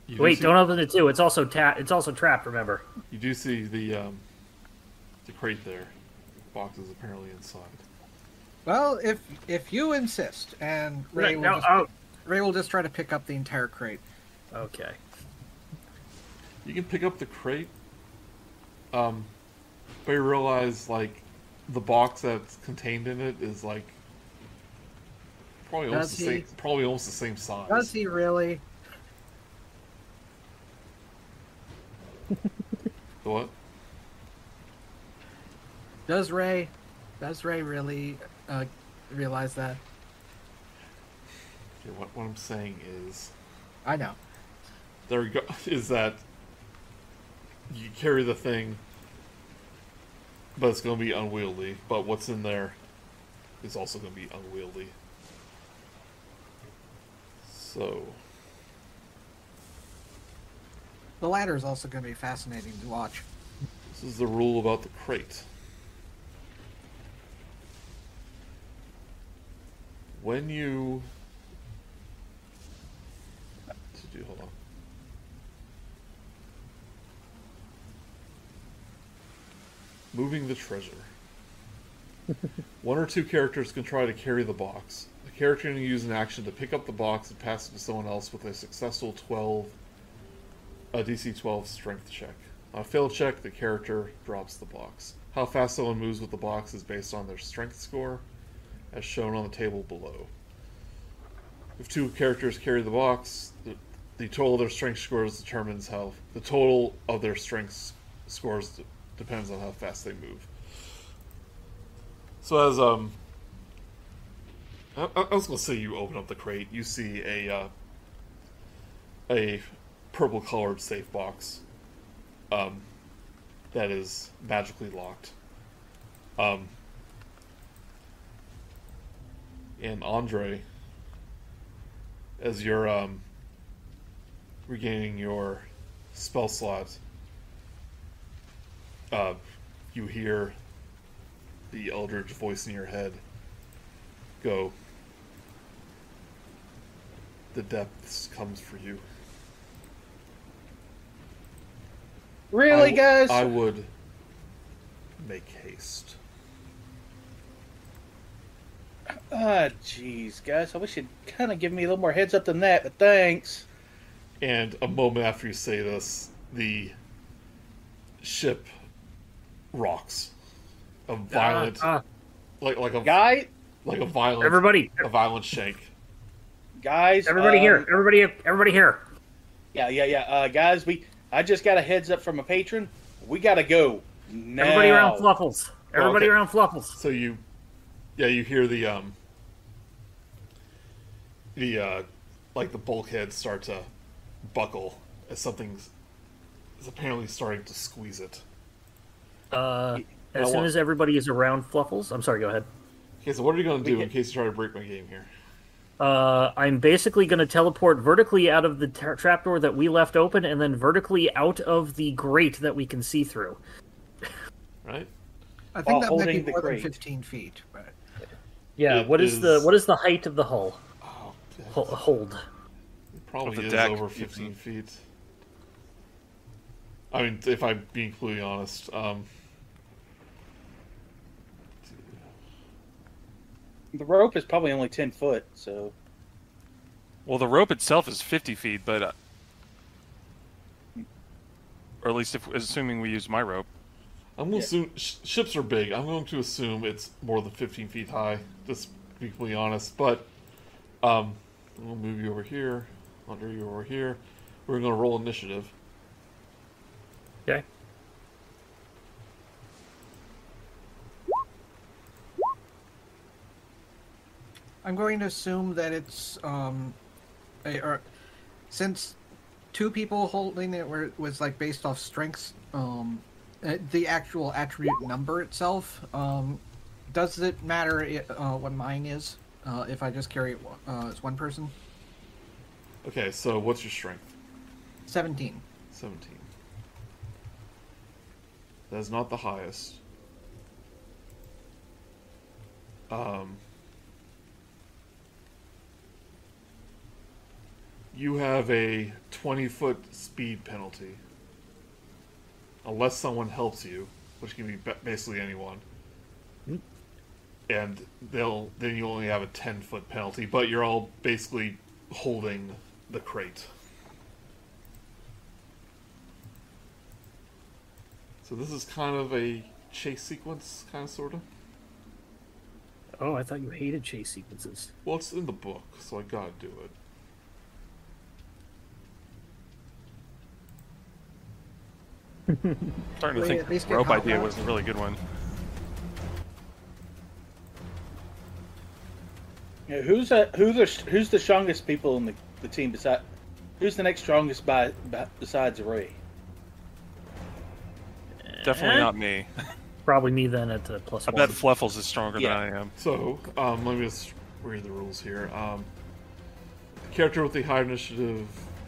A: You do
B: Wait,
A: see-
B: don't open it too. It's also ta- It's also trapped. Remember.
A: You do see the um, the crate there. Box is apparently inside.
E: Well, if if you insist, and Ray will
B: No,
E: just,
B: oh,
E: Ray will just try to pick up the entire crate.
B: okay.
A: You can pick up the crate, um, but you realize like the box that's contained in it is like probably almost
E: Does
A: the
E: he-
A: same, probably almost the same size.
E: Does he really?
A: The what?
E: Does Ray? Does Ray really uh, realize that?
A: Okay, what? What I'm saying is
E: I know.
A: there you go is that you carry the thing, but it's going to be unwieldy. But what's in there is also going to be unwieldy. So
E: The latter is also going to be fascinating to watch.
A: this is the rule about the crate. When you to do hold on. Moving the treasure. One or two characters can try to carry the box. The character can use an action to pick up the box and pass it to someone else with a successful 12, a DC 12 strength check. On a failed check, the character drops the box. How fast someone moves with the box is based on their strength score, as shown on the table below. If two characters carry the box, the, the total of their strength scores determines how the total of their strength s- scores d- depends on how fast they move. So as um, I, I I was gonna say you open up the crate, you see a uh, a purple colored safe box, um, that is magically locked. Um, and Andre, as you're um, regaining your spell slot, uh, you hear the eldritch voice in your head go, the depths comes for you.
C: Really,
A: I w-
C: guys?
A: I would make haste.
C: Ah, jeez, guys. I wish you'd kind of give me a little more heads up than that, but thanks.
A: And a moment after you say this, the ship rocks. A violent,
B: Ah,
A: like like a
C: Guy,
A: like a
B: ah,
A: violent,
B: everybody,
A: a violent shake.
C: guys.
B: everybody
C: um,
B: here, everybody, everybody here.
C: Yeah, yeah, yeah. Uh, guys, we. I just got a heads up from a patron. We gotta go now.
B: Everybody around Fluffles. Everybody
A: okay.
B: around Fluffles.
A: So you, yeah, you hear the um, the uh, like the bulkhead start to buckle as something's is apparently starting to squeeze it.
B: Uh, as
A: I
B: soon
A: want-
B: as everybody is around Fluffles, I'm sorry. Go ahead.
A: Okay, so what are you gonna do in
C: get-
A: case you try to break my game here?
B: Uh, I'm basically going to teleport vertically out of the tra- trapdoor that we left open, and then vertically out of the grate that we can see through.
A: Right?
E: I
C: While
E: think that might
C: holding the
E: be more than
C: crate.
E: 15 feet, but
B: Yeah.
A: It
B: what is, the
A: is-
B: what is the height of the hull?
A: Oh,
B: Hol- hold.
A: it probably
D: Of the
A: is
D: deck,
A: over
D: you
A: fifteen
D: mean.
A: feet. I mean, if I'm being completely honest, um,
C: The rope is probably only ten foot, so
D: Well, the rope itself is 50 feet, but. Uh, or at least if assuming we use my rope.
A: I'm going
C: Yeah.
A: to assume sh- ships are big. I'm going to assume it's more than 15 feet high. Just to be completely honest, but um, we'll move you over here, under you over here. We're going to roll initiative.
B: Okay.
E: I'm going to assume that it's um, a, or since two people holding it were was like based off strengths, um, uh, the actual attribute number itself. Um, does it matter i uh, what mine is uh, if I just carry it one- uh, as one person?
A: Okay, so what's your strength?
E: 17.
A: 17. That is not the highest. Um, you have a 20 foot speed penalty. Unless someone helps you, which can be ba- basically anyone. And they'll then you only have a 10 foot penalty, but you're all basically holding the crate. So this is kind of a chase sequence, kind of, sort of.
B: Oh, I thought you hated chase sequences.
A: Well, it's in the book, so I gotta do it.
D: Starting to
E: Wait,
D: think
E: at least
D: the
E: get
D: rope
E: caught
D: idea
E: up.
D: was a really good one.
C: you know, who's a, who's the who's the strongest people in the, the team beside? Who's the next strongest by, by besides Ray?
D: Definitely
B: Eh?
D: not me.
B: Probably me then at the plus
D: I
B: one.
D: bet Fluffles is stronger
C: Yeah.
D: than I am.
A: So, um, let me just read the rules here. Um, the character with the high initiative.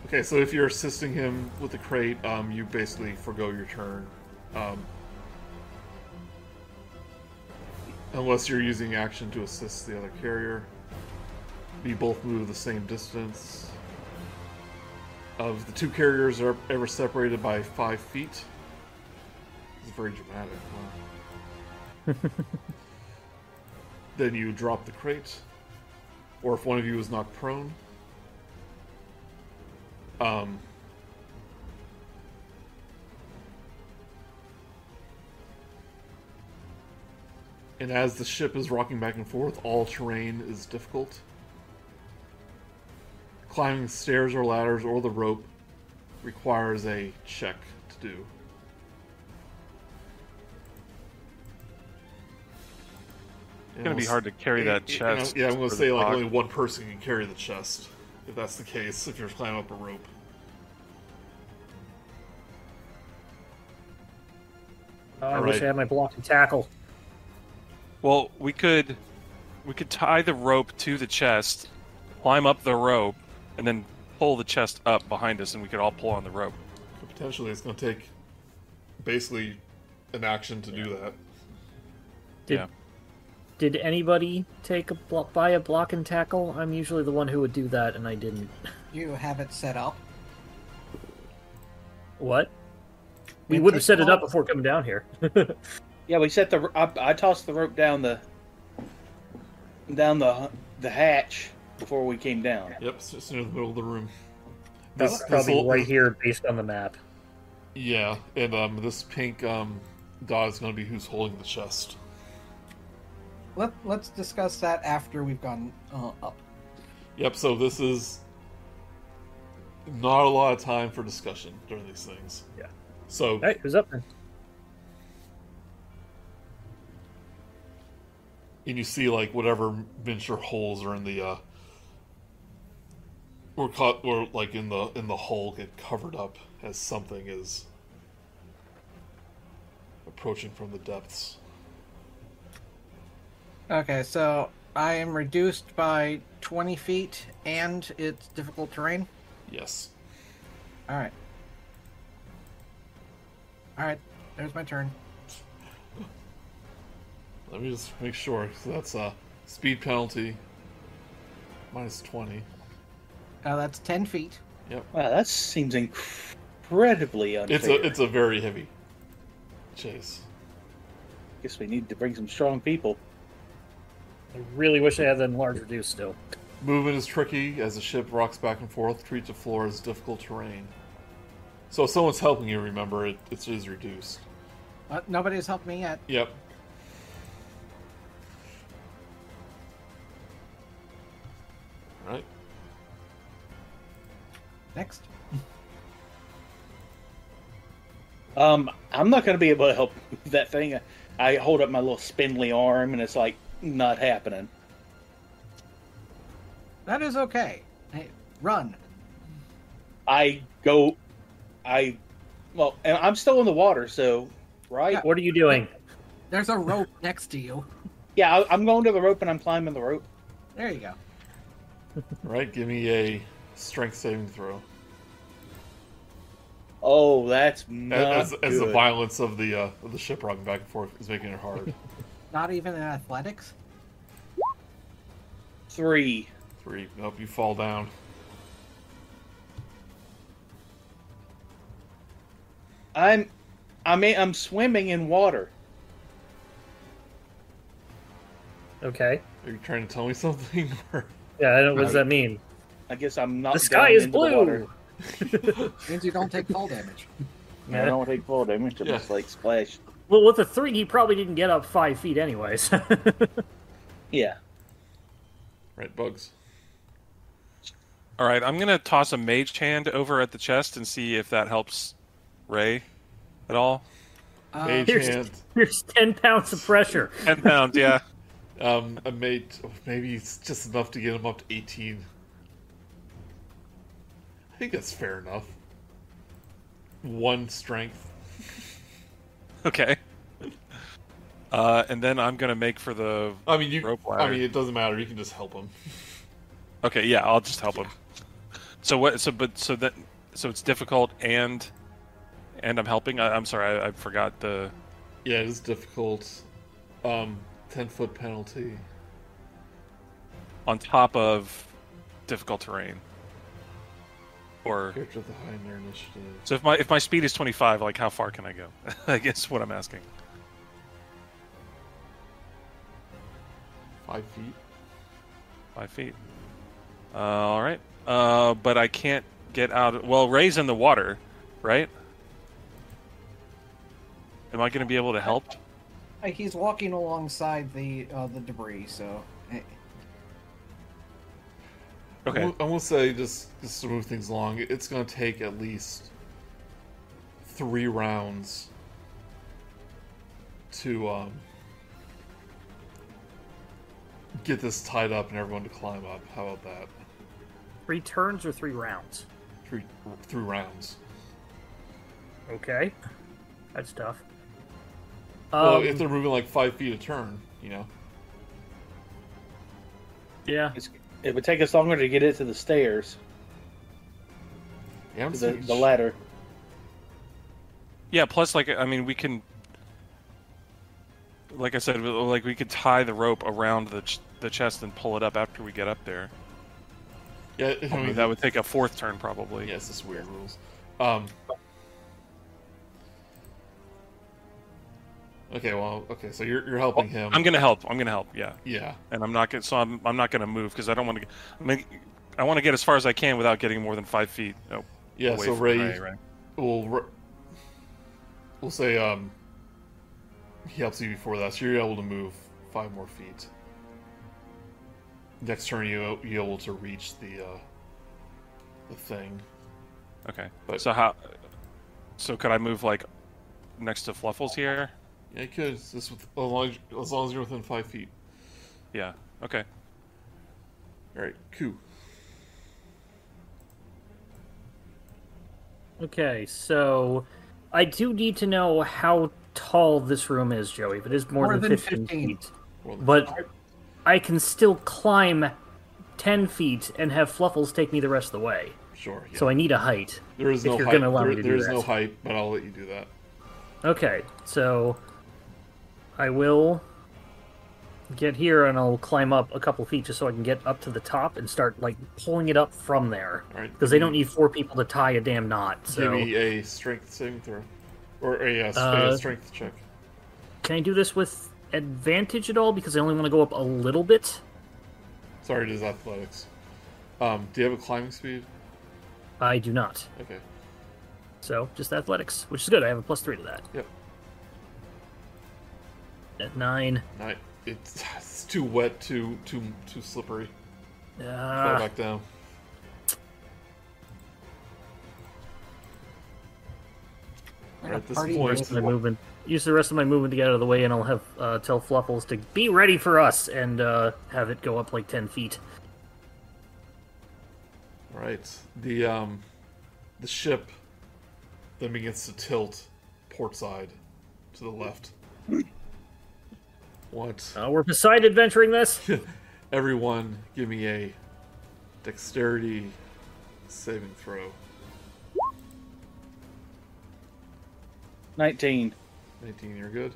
A: Okay, so if you're assisting him with the crate, um, you basically forgo your turn. Um, unless you're using action to assist the other carrier. You both move the same distance. Of the two carriers are ever separated by five feet. It's very dramatic. Huh? Then you drop the crate. Or if one of you is knocked prone. Um. And as the ship is rocking back and forth, all terrain is difficult. Climbing stairs or ladders or the rope requires a check to do.
D: It's gonna be hard to carry that
A: Yeah, yeah,
D: chest.
A: Yeah, I'm gonna
D: for the
A: say like
D: box.
A: only one person can carry the chest. If that's the case, if you're climbing up a rope.
B: Oh, I wish
A: Alright.
B: I had my block and tackle.
D: Well, we could, we could tie the rope to the chest, climb up the rope, and then pull the chest up behind us, and we could all pull on the rope.
A: But potentially, it's gonna take basically an action to do that.
B: Did
D: Yeah.
B: Did anybody take a blo- buy a block and tackle? I'm usually the one who would do that, and I didn't.
E: You have it set up.
B: What? We
E: It
B: would have
E: takes
B: set it up
E: all-
B: before coming down here.
C: Yeah, we set the. I, I tossed the rope down the. Down the the hatch before we came down.
A: Yep, it's just near the middle of the room.
B: That's
A: This- this
B: probably
A: whole-
B: right here based on the map.
A: Yeah, and um, this pink um, dot is going to be who's holding the chest.
E: Let, let's discuss that after we've gone uh, up.
A: Yep, so this is not a lot of time for discussion during these things.
B: Yeah.
A: So
B: All right, who's up then?
A: and you see like whatever miniature holes are in the uh or caught or like in the in the hull get covered up as something is approaching from the depths.
E: Okay, so I am reduced by 20 feet and it's difficult terrain.
A: Yes.
E: All right. All right, there's my turn.
A: Let me just make sure. So that's uh speed penalty minus twenty.
E: Uh, that's 10 feet.
C: Wow, that seems incredibly unfair.
A: It's a it's a very heavy chase.
C: Guess we need to bring some strong people.
B: I really wish I had that large reduce still.
A: Movement is tricky as the ship rocks back and forth. Treat the floor as difficult terrain. So if someone's helping you, remember it, it is reduced.
E: Uh, nobody's helped me yet.
A: Yep. Right.
E: Next.
C: Um, I'm not going to be able to help with that thing. I hold up my little spindly arm, and it's like not happening.
E: That is okay. Hey, run.
C: I go, I, well, and I'm still in the water, so right?
E: Yeah.
B: What are you doing?
E: There's a rope next to you.
C: Yeah, I, I'm going to the rope, and I'm climbing the rope.
E: There you go.
A: Right. Give me a strength saving throw.
C: Oh, that's
A: A-
C: not
A: as, as the
C: good.
A: violence of the uh, of the ship rocking back and forth is making it hard.
E: Not even in athletics.
C: three.
A: Three. Nope. You fall down.
C: I'm, I mean, I'm swimming in water.
B: Okay.
A: Are you trying to tell me something? Or...
B: Yeah, I don't, what does that mean?
C: I guess I'm not.
B: The sky
C: down
B: is
C: into the
B: blue.
C: water.
E: Means you don't take fall damage.
C: I don't take fall damage. I'm
A: Yeah.
C: just like splash.
B: Well, with a three, he probably didn't get up five feet anyways.
C: Yeah.
A: Right. Bugs.
D: All right, I'm gonna toss a mage hand over at the chest and see if that helps Ray at all.
E: Uh,
A: Mage
B: here's-
A: hand.
B: There's ten pounds of pressure.
D: Ten pounds, yeah.
A: Um, I made oh, maybe it's just enough to get him up to eighteen. I think that's fair enough. One strength.
D: Okay. Uh, and then I'm gonna make for the.
A: I mean, you.
D: Rope
A: I
D: ladder.
A: mean, it doesn't matter. You can just help him.
D: Okay, yeah, I'll just help him. So what? So but so that so it's difficult and and I'm helping. I, I'm sorry, I, I forgot the.
A: Yeah, it is difficult. Um, ten foot penalty.
D: on top of difficult terrain. Or
A: Character with the high in their initiative.
D: so if my if my speed is 25, like how far can I go? I guess what I'm asking.
A: Five feet.
D: Five feet. Uh, all right. Uh, but I can't get out. Of, well, Ray's in the water, right? Am I going to be able to help?
E: Uh, He's walking alongside the uh, the debris, so eh,
A: I
D: Okay.
A: will- I will say, just just to move things along, it's going to take at least three rounds to um, get this tied up and everyone to climb up. How about that?
B: Three turns or three rounds.
A: Three three rounds.
B: Okay. That's tough.
A: well,
B: Um,
A: if they're moving like five feet a turn, you know.
B: yeah.
C: It's, it would take us longer to get it to the stairs,
A: Yeah, I'm
C: to the,
A: saying
C: the
A: sh-
C: ladder.
D: Yeah. Plus, like, I mean, we can. like I said, we- like we could tie the rope around the ch- the chest and pull it up after we get up there.
A: Yeah, I mean,
D: that would take a fourth turn probably.
A: Yes, it's weird rules. Um. Okay, well, okay, so you're, you're helping him.
D: Oh, I'm gonna help. I'm gonna help. Yeah,
A: Yeah,
D: and I'm not gonna. So I'm I'm not gonna move because I don't want to. I mean, I want to get as far as I can without getting more than five feet. Oh,
A: yeah.
D: away
A: So
D: from
A: Ray,
D: right?
A: will re- we'll say um he helps you before that, so you're able to move five more feet. Next turn, you you able to reach the uh, the thing.
D: Okay.
A: But-
D: so how? So could I move like next to Fluffles here?
A: Yeah, you could. Just with, as, long as, as long as you're within five feet.
D: Yeah. Okay.
A: All right, coup.
B: Okay, so I do need to know how tall this room is, Joey. If it is more,
E: More
B: than,
E: than
B: 15,
E: 15.
B: feet,
A: Well,
B: but I can still climb ten feet and have Fluffles take me the rest of the way.
A: sure. Yeah.
B: So I need a height.
A: there is
B: if
A: no
B: you're
A: hype.
B: gonna allow
A: there,
B: me to do
A: there is
B: that.
A: no hype, but I'll let you do that.
B: Okay, so I will get here and I'll climb up a couple feet just so I can get up to the top and start like pulling it up from there.
A: All right.
B: Because they don't need four people to tie a damn knot. So
A: Give me a strength saving throw, or a, uh, s- a
B: Uh,
A: strength check.
B: can I do this with advantage at all? Because I only want to go up a little bit.
A: Sorry, it is athletics. Um, do you have a climbing speed?
B: I do not.
A: Okay.
B: So just athletics, which is good. I have a plus three to that.
A: Yep.
B: At nine.
A: Not, it's, it's too wet, too too too slippery. Fall
B: Uh,
A: back down.
E: Like a
A: At this
E: party
A: point-
E: game.
B: my movement. Use the rest of my movement to get out of the way, and I'll have uh, tell Fluffles to be ready for us, and uh, have it go up like ten feet.
A: All right. The um, the ship then begins to tilt port side to the left. What?
B: Uh, we're beside adventuring this.
A: Everyone, give me a dexterity saving throw.
C: Nineteen.
A: 19, you're good.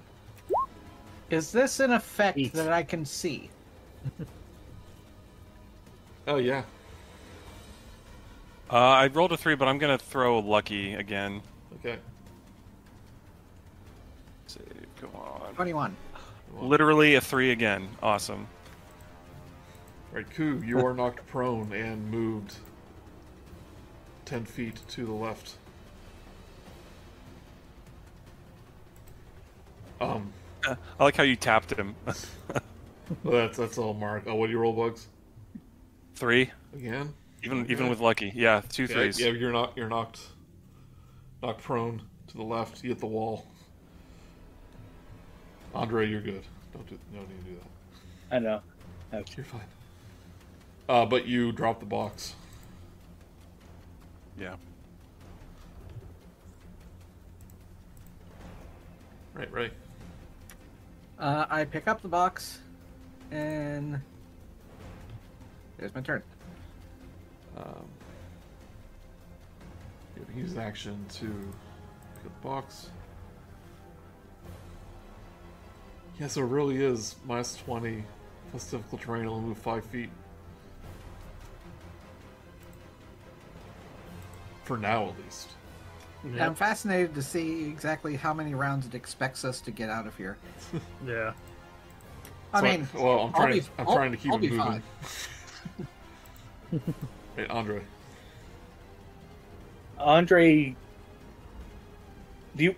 E: Is this an effect
B: Eat.
E: that I can see?
A: Oh yeah.
D: Uh, I rolled a three, but I'm gonna throw lucky again.
A: Okay.
D: Save. Come on.
E: Twenty-one.
D: Literally a three again. Awesome.
A: Right, Ku, you are knocked prone and moved ten feet to the left. Um,
D: Uh, I like how you tapped him.
A: well, that's that's all, Mark. Oh, what do you roll, bugs?
D: three.
A: Again?
D: Even even with lucky. Yeah, two
A: Yeah,
D: threes.
A: yeah, you're not you're knocked knocked prone to the left. You hit the wall. Andre, you're good. Don't do no need to do that.
C: I know. Okay.
A: You're fine. Uh, but you drop the box.
D: yeah.
A: Right, right.
E: Uh, I pick up the box, and there's my turn.
A: Um, you can use an action to pick up the box. Yeah, so it really is minus 20 plus difficult terrain. It'll move 5 feet. For now, at least.
E: I'm fascinated to see exactly how many rounds it expects us to get out of here.
B: Yeah.
E: I
A: So
E: mean,
A: well, I'm
E: I'll
A: trying.
E: be-
A: I'm
E: I'll-
A: trying to keep
E: I'll
A: it
E: be
A: moving.
E: fine.
A: Hey, Andre.
C: Andre. Do you?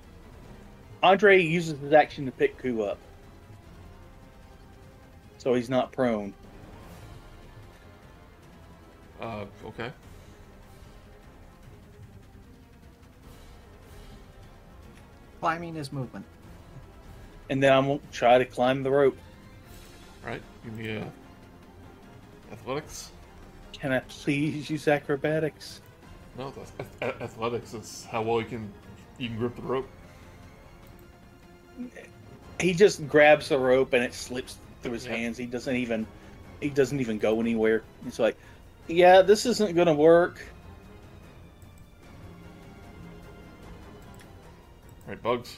C: Andre uses his action to pick Ku up, so he's not prone.
A: Uh, okay.
E: climbing is movement.
C: And then I'm gonna try to climb the rope.
A: All right. Give me a athletics.
C: Can I please use acrobatics?
A: No, that's ath- ath- athletics. It's how well you can you can grip the rope.
C: He just grabs the rope and it slips through his
A: Yeah.
C: hands. He doesn't even. He doesn't even go anywhere. He's like, "Yeah, this isn't gonna work."
A: Right, bugs.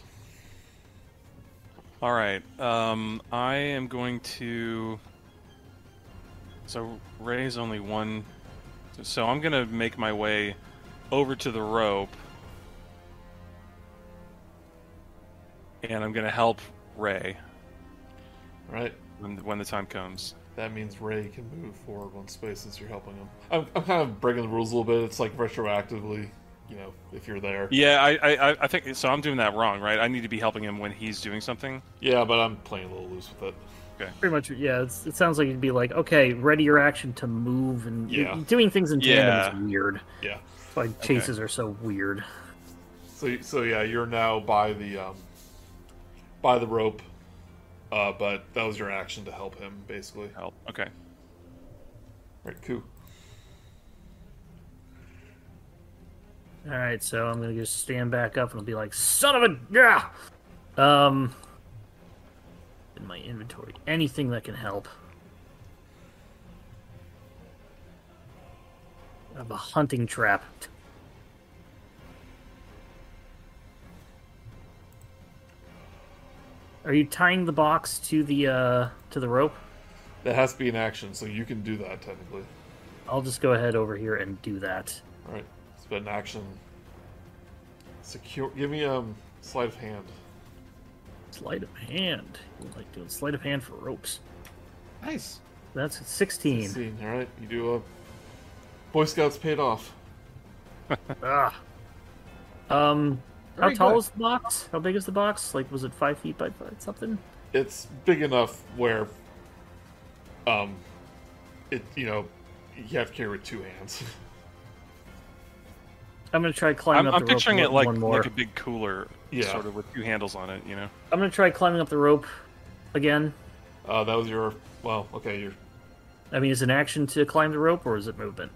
D: All right. Um, I am going to. So Ray's only one. So I'm gonna make my way over to the rope, and I'm gonna help Ray
A: All right.
D: when when the time comes.
A: That means Ray can move forward one space since you're helping him. I'm, I'm kind of breaking the rules a little bit. It's like retroactively, you know, if you're there.
D: Yeah, I, I, I- I think so. I'm doing that wrong, right? I need to be helping him when he's doing something.
A: Yeah, but I'm playing a little loose with it.
B: Pretty much, yeah. It's, it sounds like it'd be like, okay, ready your action to move, and
A: Yeah.
B: doing things in tandem
D: Yeah.
B: is weird.
A: Yeah.
B: That's why chases are so weird.
A: So so yeah, you're now by the um, by the rope, uh, but that was your action to help him basically.
D: Help. Okay.
A: All right, cool.
B: All right, so I'm gonna just stand back up and be like, "Son of a yeah." Um, in my inventory, anything that can help. I have a hunting trap. Are you tying the box to the uh, to the rope?
A: That has to be an action, so you can do that technically.
B: I'll just go ahead over here and do that.
A: All right, it's been an action. Secure. Give me um sleight of hand.
B: Sleight of hand. You like doing sleight of hand for ropes.
E: Nice.
B: That's 16.
A: Scene. All right, you do a. Boy Scouts paid off.
B: Ah. Um, how
E: Very
B: tall
E: good.
B: is the box? How big is the box? Like, was it five feet by five, something?
A: It's big enough where, um, it you know, you have to carry with two hands.
B: I'm gonna try climbing up
D: I'm, I'm
B: the
D: picturing
B: rope.
D: it like
B: one more.
D: like a big cooler,
A: Yeah.
D: sort of with two handles on it. You know.
B: I'm gonna try climbing up the rope again.
A: uh, that was your well. Okay, your
B: I mean, is it an action to climb the rope or is it movement?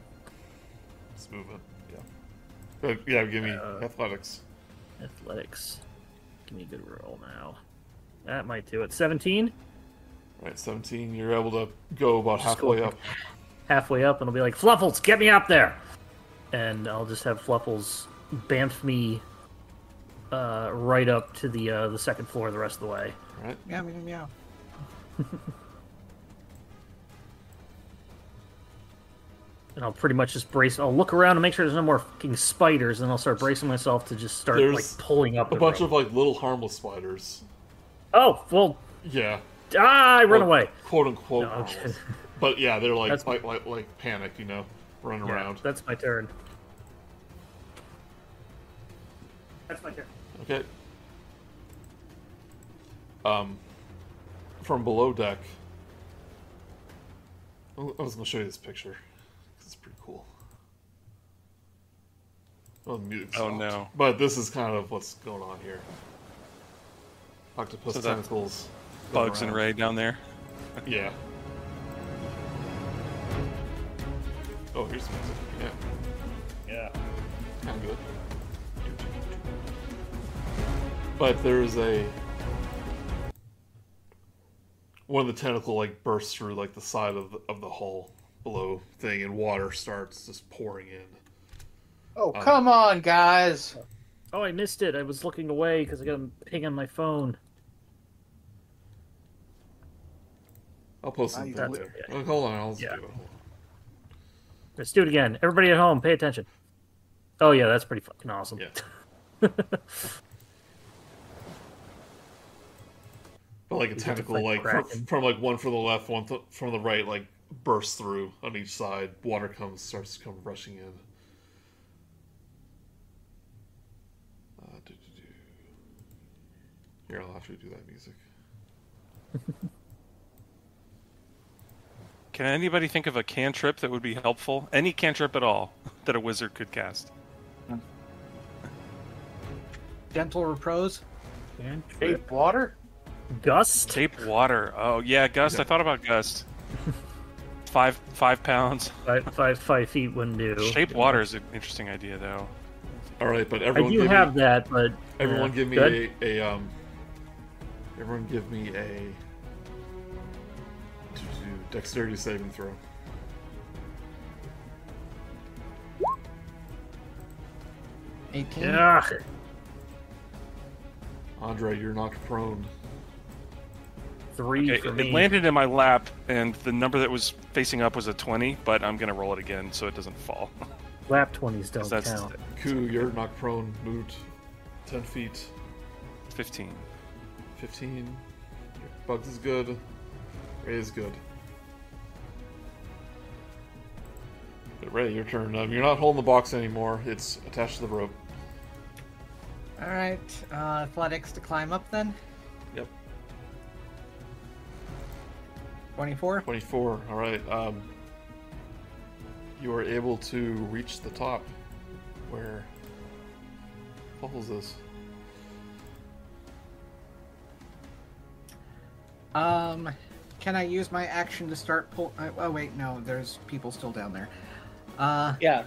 A: it's movement. Yeah. But, yeah, give me
B: Uh,
A: athletics.
B: Athletics. Give me a good roll now. That might do it. 17?
A: All right, seventeen. You're able to go about
B: Just
A: halfway
B: go-
A: up.
B: halfway up and I'll be like, Fluffles, get me up there! And I'll just have Fluffles bamf me uh, right up to the uh, the second floor the rest of the way.
A: All right.
E: Meow, meow, meow.
B: And I'll pretty much just brace. I'll look around and make sure there's no more fucking spiders, and I'll start bracing myself to just start
A: There's
B: like pulling up
A: A bunch of like little harmless spiders.
B: Oh well,
A: Yeah.
B: ah! I run
A: Well,
B: away.
A: Quote unquote.
B: No, I'm
A: harmless.
B: kidding.
A: But yeah, they're like
B: That's-
A: like, like like panic, you know, run
B: Yeah,
A: around.
B: that's my turn. That's my turn.
A: Okay. Um, from below deck. Oh, I was gonna show you this picture. 'cause It's pretty cool. Well, the music
D: Oh,
A: stopped.
D: no.
A: But this is kind of what's going on here. Octopus
D: So that-
A: tentacles. going
D: Bugs and
A: around.
D: Ray down there.
A: Yeah. Oh, here's some music. Yeah. Yeah. Kind of good. But there's a one of the tentacle like bursts through like the side of the, of the hull below thing, and water starts just pouring in.
C: Oh,
A: Uh,
C: come on, guys.
B: Oh, I missed it. I was looking away because I got a ping on my phone.
A: I'll post something
C: you
A: there.
B: lit- yeah.
A: Oh, hold on, I'll just
B: Yeah.
A: do it. Hold on.
B: Let's do it again. Everybody at home, pay attention. Oh yeah, that's pretty fucking awesome.
A: Yeah. But like a
B: get to
A: tentacle,
B: fight
A: like from,
B: Kraken.
A: from like one from the left, one th- from the right, like bursts through on each side. Water comes, starts to come rushing in. Uh, do-do-do. Here, I'll have to do that music.
D: Can anybody think of a cantrip that would be helpful? Any cantrip at all that a wizard could cast?
E: Gentle repose.
C: Hey, water?
B: Gust.
D: Tape water. Oh yeah, Gust. I thought about Gust. Five five pounds.
B: Five, five, five feet wouldn't do.
D: Shape water is an interesting idea though.
A: All right, but
B: I
A: everyone,
B: do
A: give
B: have
A: me,
B: that, but
A: everyone,
B: yeah.
A: give me
B: Good.
A: a, a um. Everyone, give me a. do-do-do, Dexterity saving throw.
E: Eighteen.
B: Yeah.
A: Andre, you're knocked prone.
B: three
D: Okay,
B: for
D: it-
B: me.
D: it landed in my lap, and the number that was facing up was a 20, but I'm going to roll it again so it doesn't fall.
B: Lap twenties don't
D: that's
B: count.
A: Ku, you're knocked prone, moved 10 feet,
D: 15.
A: 15. Bugs is good. Ray is good. But Ray, your turn. Um, you're not holding the box anymore. It's attached to the rope.
E: All right, uh, athletics to climb up then.
A: Yep.
E: Twenty-four.
A: 24. All right. Um, you are able to reach the top. Where? What was this?
E: Um, can I use my action to start pull? Uh, oh wait, no. There's people still down there. Uh,
C: Yeah.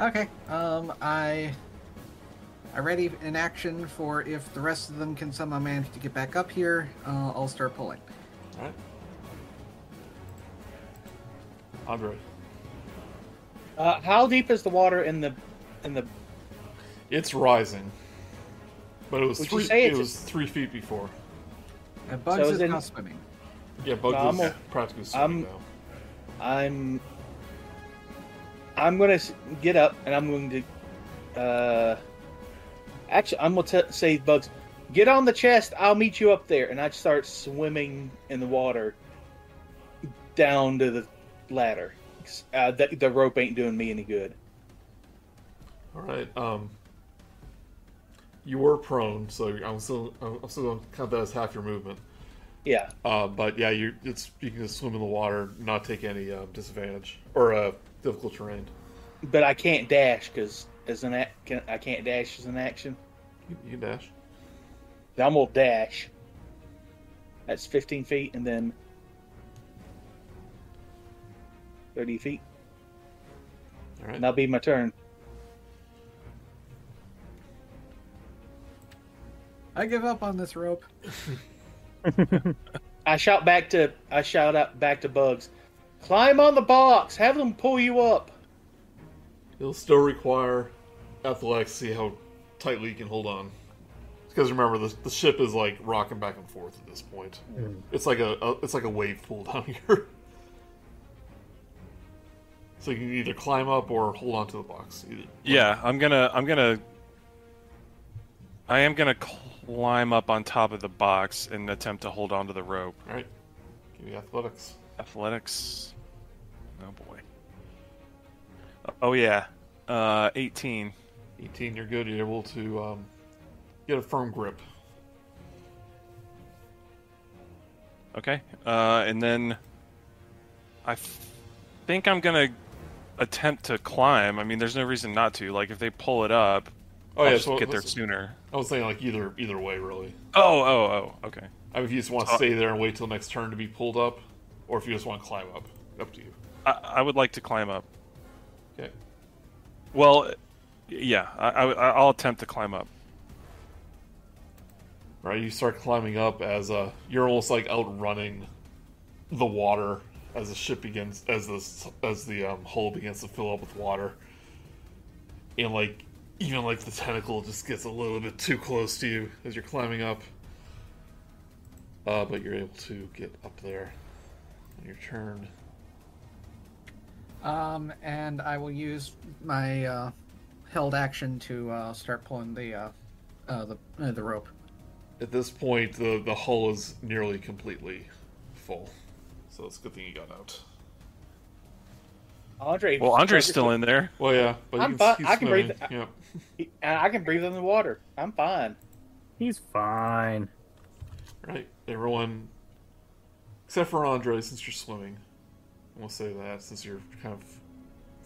E: okay. Um, I. I ready an action for if the rest of them can somehow manage to get back up here. Uh, I'll start pulling.
A: All right. Andre.
C: Uh, how deep is the water in the in the?
A: It's rising. But it was
C: Would you
A: three.
C: say
A: it
C: it's-
A: was three feet before.
E: And Bugs
C: So
E: is
C: then-
E: now swimming.
A: Yeah, Bugs
C: I'm
A: is
C: o-
A: practically swimming
C: I'm-
A: now.
C: I'm. I'm gonna s- get up and I'm going to. Uh, actually, I'm gonna t- say Bugs, get on the chest. I'll meet you up there, and I start swimming in the water down to the ladder. Uh, the, the rope ain't doing me any good.
A: All right. Um, you were prone, so I'm still I'm I'm still going to count that as half your movement.
C: Yeah,
A: Uh, but yeah, you it's you can just swim in the water, not take any um, disadvantage or uh, difficult terrain.
C: but I can't dash because as an act, can, I can't dash as an action.
A: You, you can dash.
C: Now I'm gonna dash. That's 15 feet, and then 30 feet,
A: All right.
C: and that'll be my turn.
E: I give up on this rope.
C: I shout back to I shout out back to Bugs. Climb on the box. Have them pull you up.
A: It'll still require athletics to see how tightly you can hold on. Because remember, the, the ship is like rocking back and forth at this point. It's like a, a it's like a wave pool down here. so you can either climb up or hold on to the box. Either.
D: Yeah, I'm gonna, I'm gonna, I am gonna climb up on top of the box and attempt to hold onto the rope.
A: All right. Give me athletics.
D: Athletics. Oh boy. Oh yeah, uh, 18.
A: 18, you're good. You're able to um, get a firm grip.
D: Okay. Uh, and then I f- think I'm gonna attempt to climb. I mean, there's no reason not to. Like, if they pull it up,
A: Oh
D: I'll
A: yeah,
D: just
A: so
D: get there
A: let's-
D: sooner.
A: I was saying like either either way, really.
D: Oh, oh, oh. Okay.
A: I mean, if you just want to
D: Uh,
A: stay there and wait till next turn to be pulled up, or if you just want to climb up, up to you.
D: I, I would like to climb up.
A: Okay.
D: Well, yeah, I, I, I'll attempt to climb up.
A: right? You start climbing up as uh, you're almost like outrunning the water as the ship begins, as the as the um, hull begins to fill up with water, and like even like the tentacle just gets a little bit too close to you as you're climbing up. Uh, but you're able to get up there on your turn.
E: Um, and I will use my uh, held action to uh, start pulling the uh, uh, the uh, the rope.
A: At this point, the the hull is nearly completely full, so it's a good thing you got out.
C: Andre.
D: Well, Andre's still in there.
A: Well, yeah, but
C: I'm
A: you can,
C: fi-
A: he's
C: I can breathe-
A: swimming, yeah.
C: in. I can breathe in the water. I'm fine.
B: He's fine.
A: Right, everyone, except for Andre, since you're swimming, we'll say that since you're kind of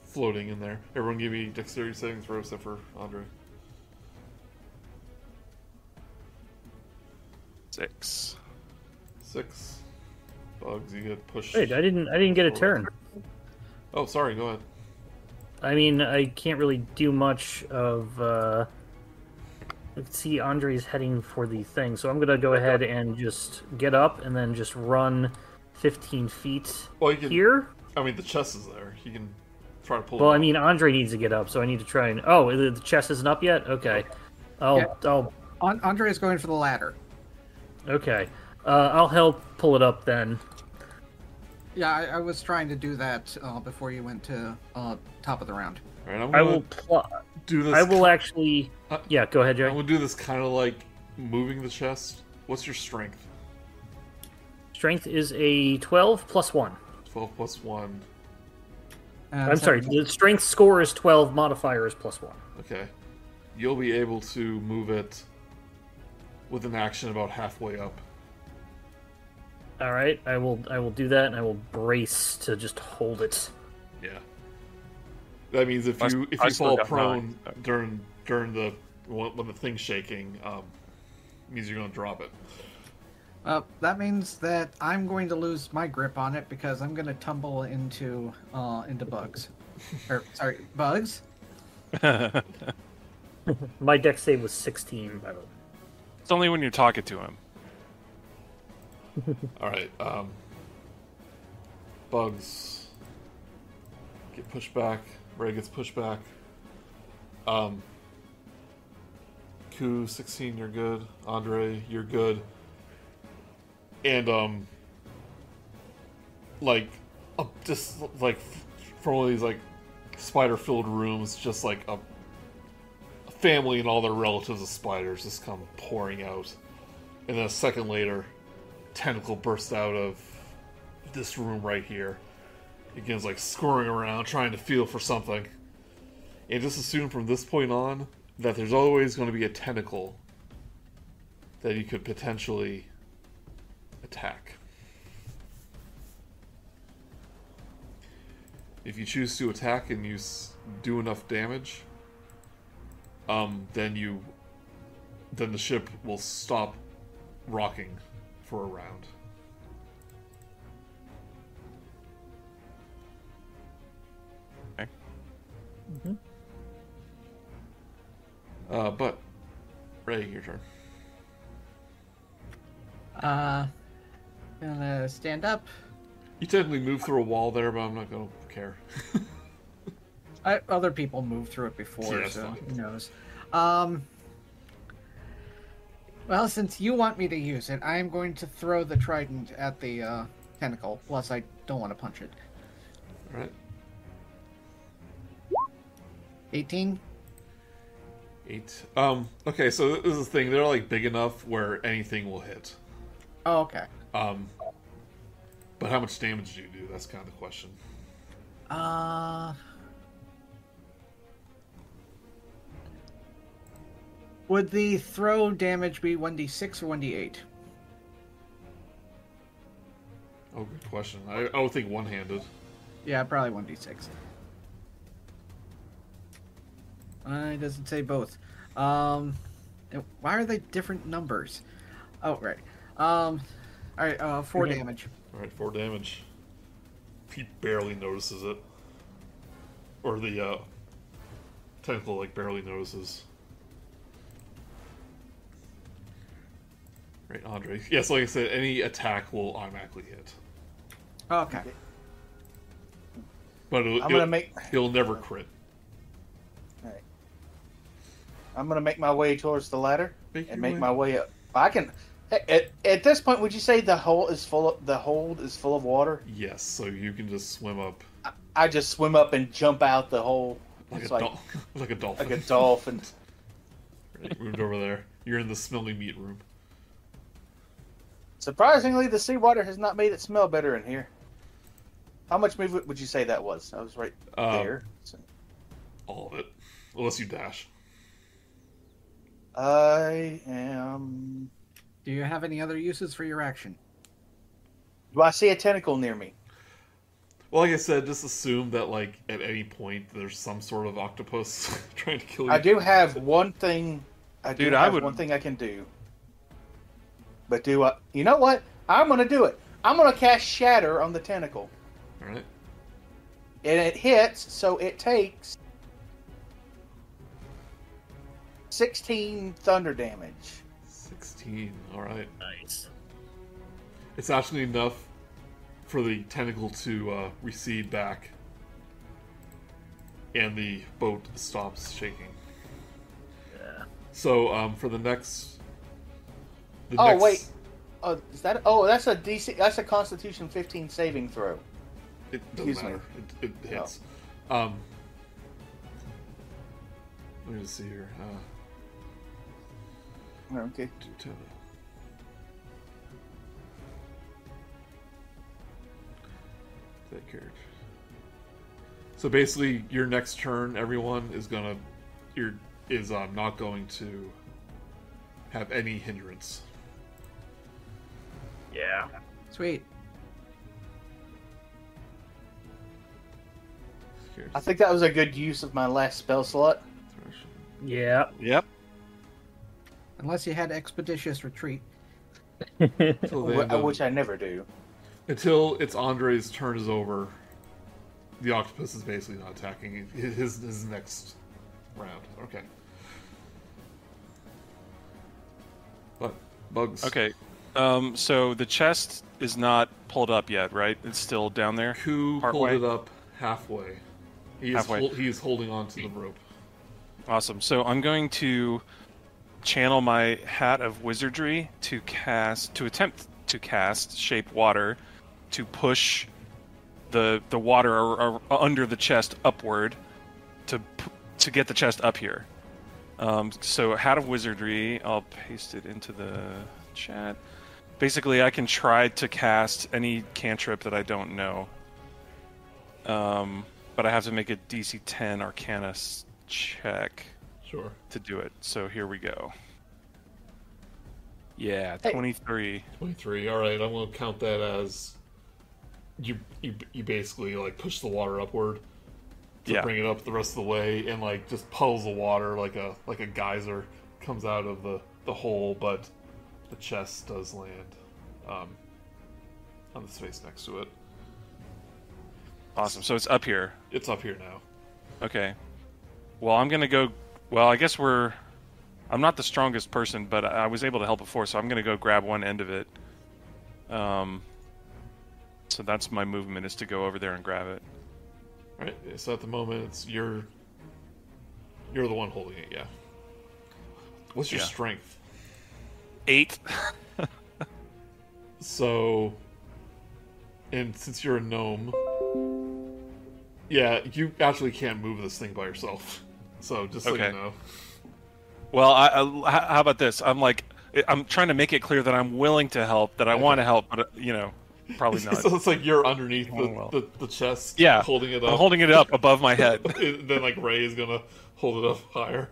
A: floating in there. Everyone, give me dexterity saving throw except for Andre.
D: Six.
A: Six bugs. You get pushed.
B: Wait, I didn't. I didn't get a turn.
A: Oh, sorry. Go ahead.
B: I mean, I can't really do much of. Uh... Let's see, Andre's heading for the thing, so I'm gonna go ahead and just get up and then just run 15 feet
A: Well, you can.
B: here.
A: I mean, the chest is there. You can try to pull.
B: Well,
A: it
B: I
A: out.
B: mean, Andre needs to get up, so I need to try and. Oh, the the chest isn't up yet. Okay, I'll.
E: Yeah.
B: I'll.
E: An- Andre is going for the ladder.
B: Okay. Uh, I'll help pull it up then.
E: Yeah, I, I was trying to do that uh, before you went to uh, top of the round.
A: All right, I'm
B: I
A: gonna
B: will Uh, plot.
A: do this.
B: I will actually. Yeah, go ahead,
A: I'm
B: Jerry.
A: gonna do this kind of like moving the chest. What's your strength?
B: Strength is a 12 plus 1.
A: Twelve plus one.
E: And
B: I'm sorry,
E: seven-
B: the strength score is 12, modifier is plus 1.
A: Okay, you'll be able to move it with an action about halfway up.
B: All right, I will I will do that and I will brace to just hold it.
A: Yeah. That means if
D: I-
A: you if
D: I
A: you
D: still
A: fall
D: got
A: prone
D: nine.
A: during during the when, when the thing's shaking, um, means you're gonna drop it.
E: Uh, that means that I'm going to lose my grip on it because I'm going to tumble into uh, into bugs. or sorry, bugs.
B: My deck save was 16, by the way.
D: It's only when you're talking to him.
A: All right. Um, bugs get pushed back. Ray gets pushed back. Um, Ku sixteen, you're good. Andre, you're good. And um, like, up just like f- from all these like spider-filled rooms, just like a, a family and all their relatives of spiders just come pouring out. And then a second later, tentacle bursts out of this room right here. It begins like squirming around, trying to feel for something. And just assume from this point on that there's always going to be a tentacle that you could potentially attack. If you choose to attack and you s- do enough damage, um, then you, then the ship will stop rocking for a round.
D: Okay.
A: Uh, but Ray, your turn.
E: Uh, gonna stand up.
A: You technically moved through a wall there, but I'm not gonna care.
E: I, other people moved through it before,
A: Yeah, that's
E: so
A: fine.
E: who knows? Um, well, since you want me to use it, I am going to throw the trident at the uh, tentacle. Plus, I don't want to punch it.
A: All right,
E: 18.
A: eight. Um, okay, so this is the thing. They're like big enough where anything will hit.
E: Oh, okay.
A: Um, but how much damage do you do? That's kind of the question.
E: Uh. Would the throw damage be 1d6 or 1d8?
A: Oh, good question. I, I would think one-handed.
E: Yeah, probably 1d6. Uh, it doesn't say both. Um, and why are they different numbers? Oh, right. Um, alright, uh, 4
B: Yeah.
E: damage.
A: All right, four damage. He barely notices it, or the uh, tentacle like barely notices. Right, Andre. Yes, like I said, any attack will automatically hit,
E: Okay.
A: but it'll,
C: I'm
A: it'll,
C: gonna make.
A: it'll never crit.
C: Alright. I'm gonna make my way towards the ladder
A: Make your
C: and make
A: way.
C: my way up. I can. At, at this point, would you say the hole is full? Of, the hold is full of water.
A: Yes, so you can just swim up
C: I just swim up and jump out the hole.
A: like a,
C: It's like
A: dol- like a dolphin.
C: like a dolphin.
A: Right, moved over there. You're in the smelly meat room.
C: Surprisingly, the seawater has not made it smell better in here. How much movement would you say that was? I was right
A: Um,
C: there. So-
A: All of it, unless you dash.
C: I am.
E: Do you have any other uses for your action?
C: Do I see a tentacle near me?
A: Well, like I said, just assume that like at any point there's some sort of octopus trying to kill you.
C: I do have one thing. I do
D: Dude, I
C: have
D: would-
C: one thing I can do. But do I? You know what? I'm gonna do it. I'm gonna cast Shatter on the tentacle,
A: All right.
C: and it hits, so it takes sixteen thunder damage.
A: 16. All right.
B: Nice.
A: It's actually enough for the tentacle to uh, recede back, and the boat stops shaking.
B: Yeah.
A: So, um, for the next. The
C: Oh,
A: next,
C: wait. Oh, is that? Oh, that's a DC. That's a Constitution 15 saving throw.
A: It doesn't
C: Excuse me. Oh.
A: matter. It, it hits. Um, let me just see here. Uh,
C: Oh, Okay.
A: do tell. That character. So basically, your next turn, everyone is gonna, you're is um, not going to have any hindrance.
B: Yeah.
E: Sweet.
A: Scared
C: I think that was a good use of my last spell slot.
A: threshold.
B: Yeah.
D: Yep.
E: Unless you had expeditious retreat.
A: Until they
C: wh-
A: end up-
C: which I never do.
A: Until it's Andre's turn is over, the octopus is basically not attacking hi- his his next round. Okay. But bugs.
D: Okay. Um, so the chest is not pulled up yet, right? It's still down there.
A: Ku pulled
D: Partway.
A: it up halfway. He is
D: Halfway.
A: hol- he is holding on to the rope.
D: Awesome. So I'm going to channel my hat of wizardry to cast to attempt to cast shape water to push the the water ar- ar- under the chest upward to p- to get the chest up here. Um, so hat of wizardry, I'll paste it into the chat. Basically, I can try to cast any cantrip that I don't know. Um, but I have to make a DC 10 Arcana s- check
A: Sure.
D: to do it. So here we go. Yeah,
C: Hey.
D: 23.
A: Twenty three. All right. I'm gonna count that as you you you basically like push the water upward. to
D: yeah.
A: bring it up the rest of the way and like just puddles of water like a like a geyser comes out of the the hole but the chest does land um on the space next to it
D: Awesome. So it's up here.
A: it's up here now
D: Okay. Well, I'm going to go well, I guess we're I'm not the strongest person, but I I was able to help before, so I'm going to go grab one end of it. Um so that's my movement is to go over there and grab it.
A: All right so at the moment it's you're you're the one holding it yeah what's your
D: Yeah.
A: strength
D: 8.
A: So, and since you're a gnome, yeah, you actually can't move this thing by yourself. So just so
D: Okay.
A: you know,
D: Well, I, I, h- how about this? I'm like, I'm trying to make it clear that I'm willing to help, that I want to help, but uh, you know, probably not.
A: so it's like you're underneath the,
D: Oh, well.
A: the, the chest,
D: Yeah,
A: holding it up.
D: I'm holding it up above my head.
A: And then like Ray is gonna hold it up higher.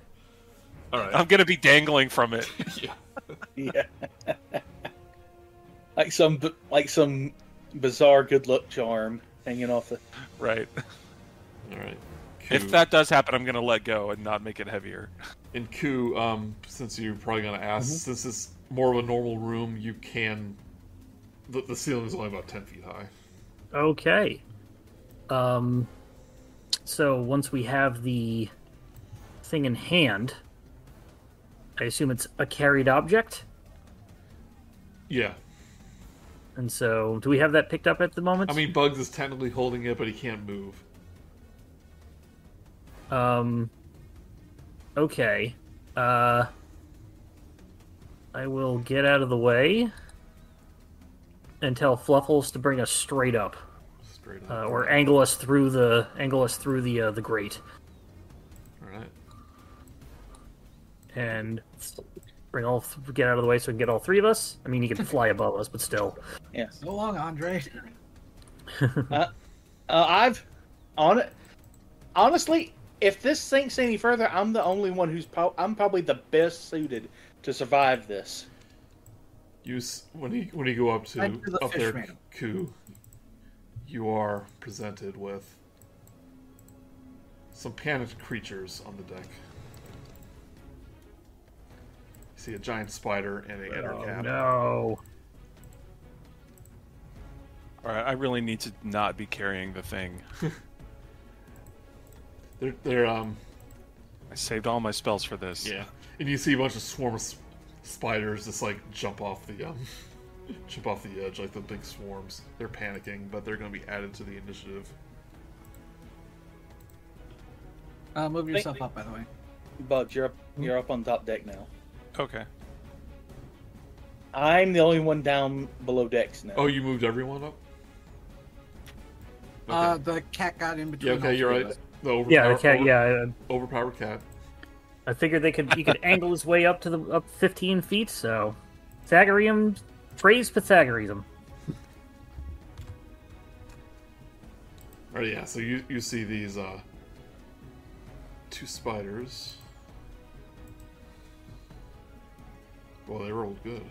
A: All right,
D: I'm gonna be dangling from it.
A: yeah,
C: Yeah. like some b- like some bizarre good luck charm hanging off the.
D: Right.
A: all right. Cool.
D: If that does happen, I'm gonna let go and not make it heavier.
A: And Ku, um, since you're probably gonna ask,
D: Mm-hmm.
A: since it's more of a normal room, you can. The, the ceiling is only about ten feet high.
B: Okay. Um. So once we have the thing in hand, I assume it's a carried object.
A: Yeah,
B: And so, do we have that picked up at the moment?
A: I mean Bugs is technically holding it, but he can't move.
B: Um. Okay. Uh. I will get out of the way and tell Fluffles to bring us straight up,
A: Straight up.
B: uh, or angle us through the angle us through the uh, the grate,
A: All right.
B: and bring all th- get out of the way so we can get all three of us. I mean, he can fly above us, but still.
C: Yeah.
E: So long, Andre.
C: Uh, I've on it. Honestly, if this sinks any further, I'm the only one who's prob I'm probably the best suited to survive this.
A: You s- when you when you go up to
E: I do the
A: up there,
E: fishman.
A: Ku, you are presented with some panicked creatures on the deck. You see a giant spider and a
B: Oh,
A: endercap.
B: no.
D: All right, I really need to not be carrying the thing.
A: They're they're um
D: I saved all my spells for this.
A: yeah, and you see a bunch of swarm of sp- spiders just like jump off the um jump off the edge like the big swarms. They're panicking, but they're going to be added to the initiative.
E: Uh, move yourself up, by the way.
C: Bugs, you're up. You're up on top deck now.
D: Okay.
C: I'm the only one down below decks now.
A: Oh, you moved everyone up. Okay.
E: Uh, the cat got in
A: yeah,
E: between. all
A: okay, you're
E: three of
A: right.
E: us.
A: The overpower,
B: Yeah, the cat.
A: over-
B: Yeah,
A: overpowered cat.
B: I figured they could. He could angle his way up to the up 15 feet. So, Pythagorean praise Pythagoreanism.
A: Oh yeah, so you you see these uh two spiders. Well, they rolled good.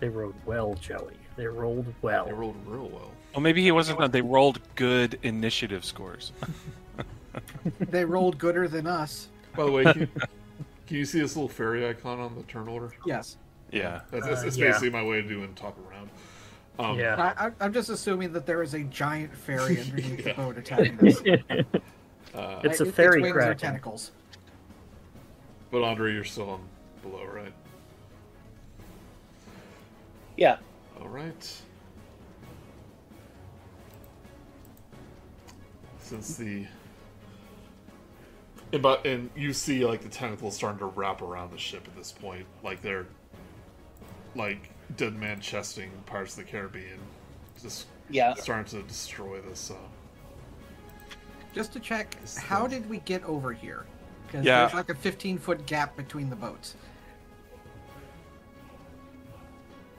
B: They rolled well, Joey. They rolled well.
A: They rolled real well.
D: Well, maybe he wasn't. They rolled good initiative scores.
E: They rolled gooder than us.
A: By the way, can you, can you see this little fairy icon on the turn order?
E: Yes.
D: Yeah.
A: That's, that's,
B: Uh,
A: that's
B: yeah.
A: basically my way of doing top of round. Um,
B: yeah.
E: I, I, I'm just assuming that there is a giant fairy underneath
A: Yeah.
E: the boat attacking us.
A: Uh,
B: It's a
E: It-
B: fairy
E: wings are
B: kraken.
E: tentacles.
A: but Andre, you're still on below, right?
C: Yeah.
A: All right. Since the and but and you see like the tentacles starting to wrap around the ship at this point, like they're like dead man chesting Pirates of the Caribbean, just
C: Yeah.
A: starting to destroy this. Uh,
E: Just to check,
A: It's
E: how
A: the-
E: did we get over here? Because
D: Yeah.
E: there's like a 15 foot gap between the boats.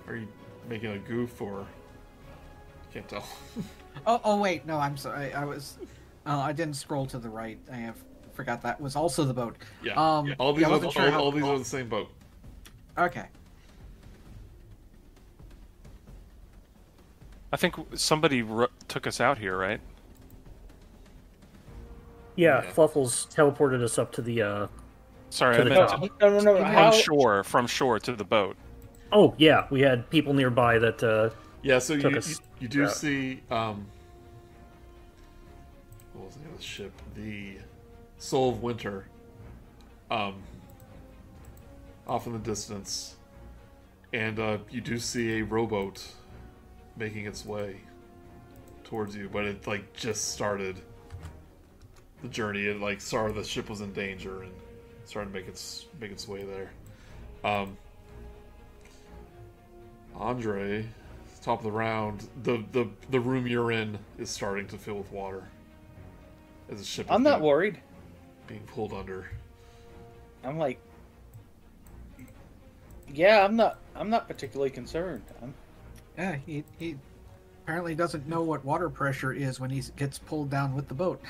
A: are you making a goof or can't tell?
E: Oh, oh wait, no, I'm sorry. I was, uh, I didn't scroll to the right. I have forgot that was also the boat.
A: yeah,
E: Um,
A: all these
E: yeah, I
A: are,
E: wasn't sure
A: all,
E: how-
A: all these are the same boat.
E: Okay.
D: I think somebody ru took us out here, right?
B: yeah,
A: yeah.
B: Fluffles teleported us up to the. uh
D: Sorry,
B: To
D: I
B: the
D: meant
B: top.
D: to,
C: No, no, no. How,
D: from shore, from shore to the boat.
B: Oh yeah, we had people nearby that. uh
A: Yeah, so you,
B: took
A: you,
B: us
A: you do
B: out.
A: see um what was the name of the ship? The Soul of Winter. Um off in the distance. And uh you do see a rowboat making its way towards you, but it like just started the journey. It like saw the ship was in danger and started to make its make its way there. Um Andre, top of the round, the, the the room you're in is starting to fill with water. As the ship is
C: I'm not
A: being,
C: worried.
A: being pulled under.
C: I'm like, yeah, I'm not. I'm not particularly concerned. I'm,
E: Yeah, he, he apparently doesn't know what water pressure is when he gets pulled down with the boat.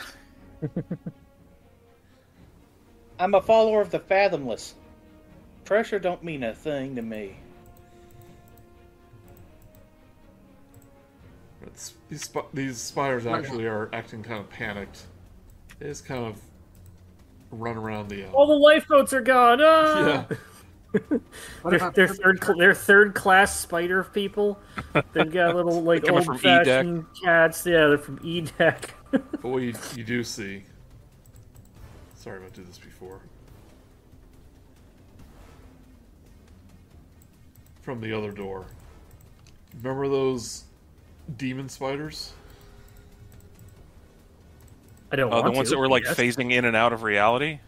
C: I'm a follower of the fathomless. Pressure don't mean a thing to me.
A: It's, these sp- these spiders actually are acting kind of panicked. They just kind of run around the.
B: All
A: Uh,
B: the lifeboats are gone. Ah!
A: yeah,
E: What
B: They're,
E: about
B: they're
E: the-
B: third cl- they're third class spider people. They've got little like
D: coming from
B: old
D: E deck.
B: fashioned cats. Yeah, they're from E deck.
A: but what you, you do see. Sorry if I did this before. From the other door. Remember those demon spiders?
B: I don't
D: Oh,
B: want
D: the ones
B: to,
D: that were like
B: yes.
D: phasing in and out of reality.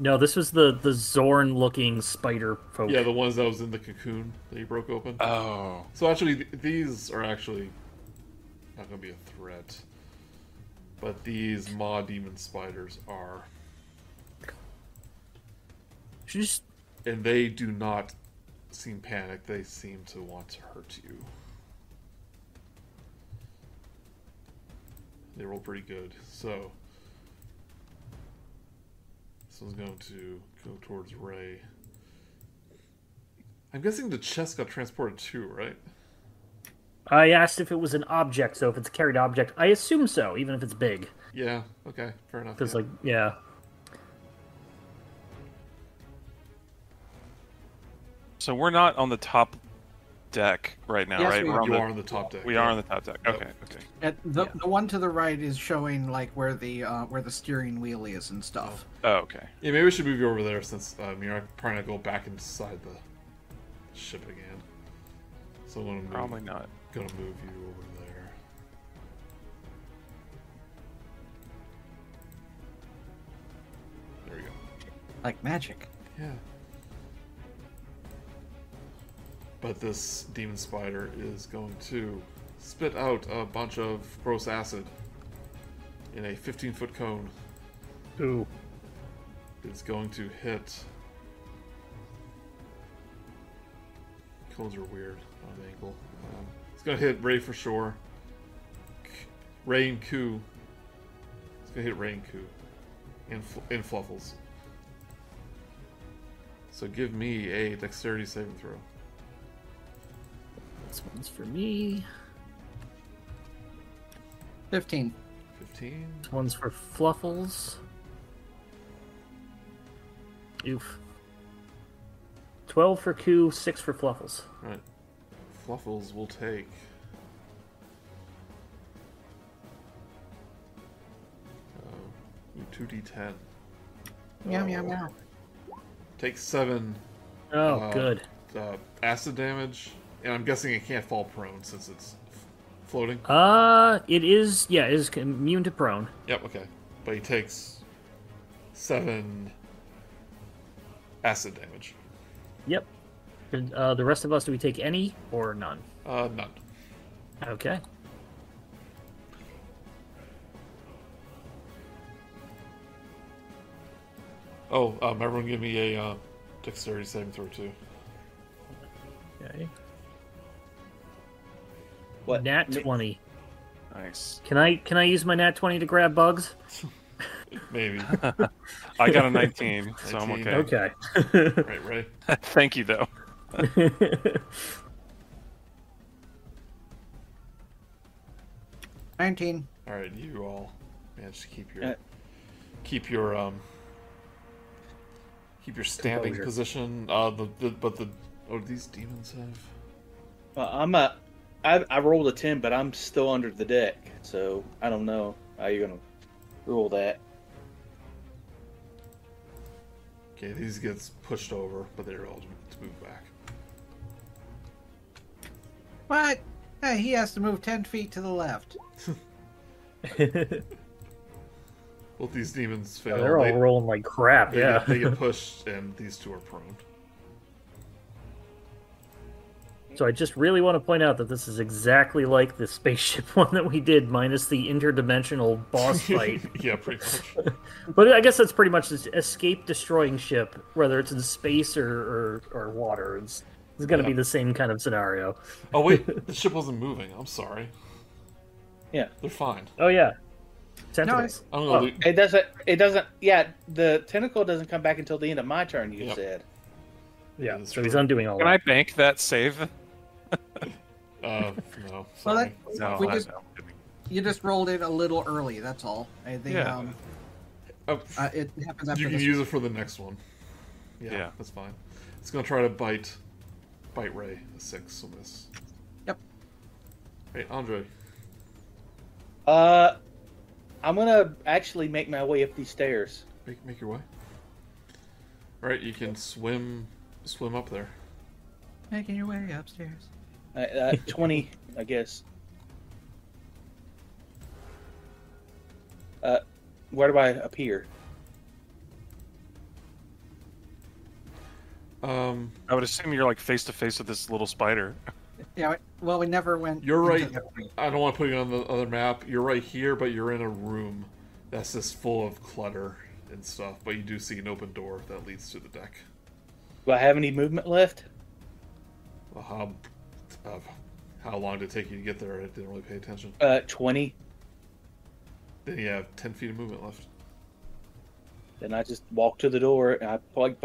B: No, this was the the Zorn looking spider folk.
A: Yeah, the ones that was in the cocoon that you broke open.
D: Oh,
A: So actually, th- these are actually not going to be a threat, but these maw demon spiders are,
B: Should just
A: and they do not seem panicked. They seem to want to hurt you. They roll pretty good, so this one's going to go towards Ray. I'm guessing the chest got transported too, right?
B: I asked if it was an object, so if it's a carried object, I assume so, even if it's big.
A: Yeah. Okay. Fair enough.
B: Because,
A: yeah.
B: like, yeah.
D: so we're not on the top deck right now,
E: Yes,
D: right?
E: we
D: We're
E: are.
D: on
A: you
D: the,
A: are on the top deck.
D: we
A: yeah.
D: are on the top deck. Okay, okay.
E: At the,
B: Yeah.
E: the one to the right is showing like where the uh, where the steering wheel is and stuff.
D: Oh, okay.
A: Yeah, maybe we should move you over there since um, you're not probably not go back inside the ship again. So I'm gonna move,
D: Probably not.
A: gonna move you over there. There we go.
E: Like magic.
A: Yeah. But this demon spider is going to spit out a bunch of gross acid in a 15 foot cone.
B: Ooh.
A: It's going to hit. Cones are weird on an angle. Um, it's going to hit Ray for sure. K- Ray and Koo. It's going to hit Ray and Koo. And, fl- and Fluffles. So give me a dexterity saving throw.
B: This one's for me.
E: 15.
A: 15.
B: This one's for Fluffles. Oof. 12 for Q, 6 for Fluffles.
A: Alright. Fluffles will take. Uh, 2d10.
E: Yum, yum, yum.
A: Take 7
B: Oh,
A: Uh,
B: good.
A: uh, acid damage, and I'm guessing it can't fall prone since it's f- floating.
B: Uh, it is, yeah, it is immune to prone.
A: Yep, okay. But he takes 7 acid damage.
B: Yep. And, uh, the rest of us, do we take any or none?
A: Uh, none.
B: Okay.
A: Oh, um, everyone give me a uh, dexterity saving throw, too.
B: Okay.
C: What?
B: Nat
C: Me-
B: 20.
D: Nice.
B: Can I can I use my nat 20 to grab bugs?
A: Maybe.
D: I got a 19, so I'm
A: 19.
D: okay.
B: Okay.
A: right, Ray?
D: Thank you, though.
B: okay.
E: 19.
A: Alright, you all managed to keep your
C: Uh,
A: keep your um keep your standing
B: Composure.
A: position. Uh the, the but the oh these demons have
C: Well, I'm a. I, I rolled a ten, but I'm still under the deck, so I don't know how you're gonna rule that.
A: Okay, these gets pushed over, but they're all to move back.
E: What? Hey, he has to move 10 feet to the left.
A: Both these demons fail.
B: They're all
A: They-
B: rolling like crap.
A: they
B: yeah.
A: get, they get pushed and these two are prone.
B: So I just really want to point out that this is exactly like the spaceship one that we did, minus the interdimensional boss fight.
A: yeah, pretty much.
B: but I guess that's pretty much this escape destroying ship, whether it's in space or or, or water. It's, it's going to be
A: Yeah.
B: the same kind of scenario.
A: Oh wait, the ship wasn't moving. I'm sorry.
C: Yeah.
A: They're fine.
B: Oh yeah, sentinels.
A: I don't know.
B: Oh,
A: Luke-
C: It doesn't. It doesn't. Yeah, the tentacle doesn't come back until the end of my turn. You
A: Yep.
C: said.
B: yeah,
A: that's
B: so he's
A: true.
B: undoing all
D: Can I
B: that.
D: bank that save?
A: Uh, no.
E: Well,
A: Sorry.
E: that,
D: No,
E: we
D: I
E: just,
D: know.
E: you just rolled it a little early, that's all. I think
D: Yeah.
E: um,
A: Oh,
E: uh, it happens after
A: you can
E: this.
A: use it for the next one. Yeah,
D: Yeah.
A: that's fine. It's gonna try to bite, bite Ray. A six will miss.
E: Yep.
A: Hey, Andre.
C: Uh, I'm gonna actually make my way up these stairs.
A: Make, make your way. All right, you can swim swim up there.
E: Making your way upstairs.
C: Uh, uh, Twenty, I guess. Uh, where do I appear?
A: Um,
D: I would assume you're like face to face with this little spider.
E: Yeah, we- well, we never went.
A: You're
E: into
A: right.
E: the-
A: I don't want to put you on the other map. You're right here, but you're in a room that's just full of clutter and stuff. But you do see an open door that leads to the deck.
C: Do I have any movement left?
A: Well, how uh, how long did it take you to get there? I didn't really pay attention.
C: Uh, twenty.
A: Then you have ten feet of movement left.
C: Then I just walk to the door and I plug.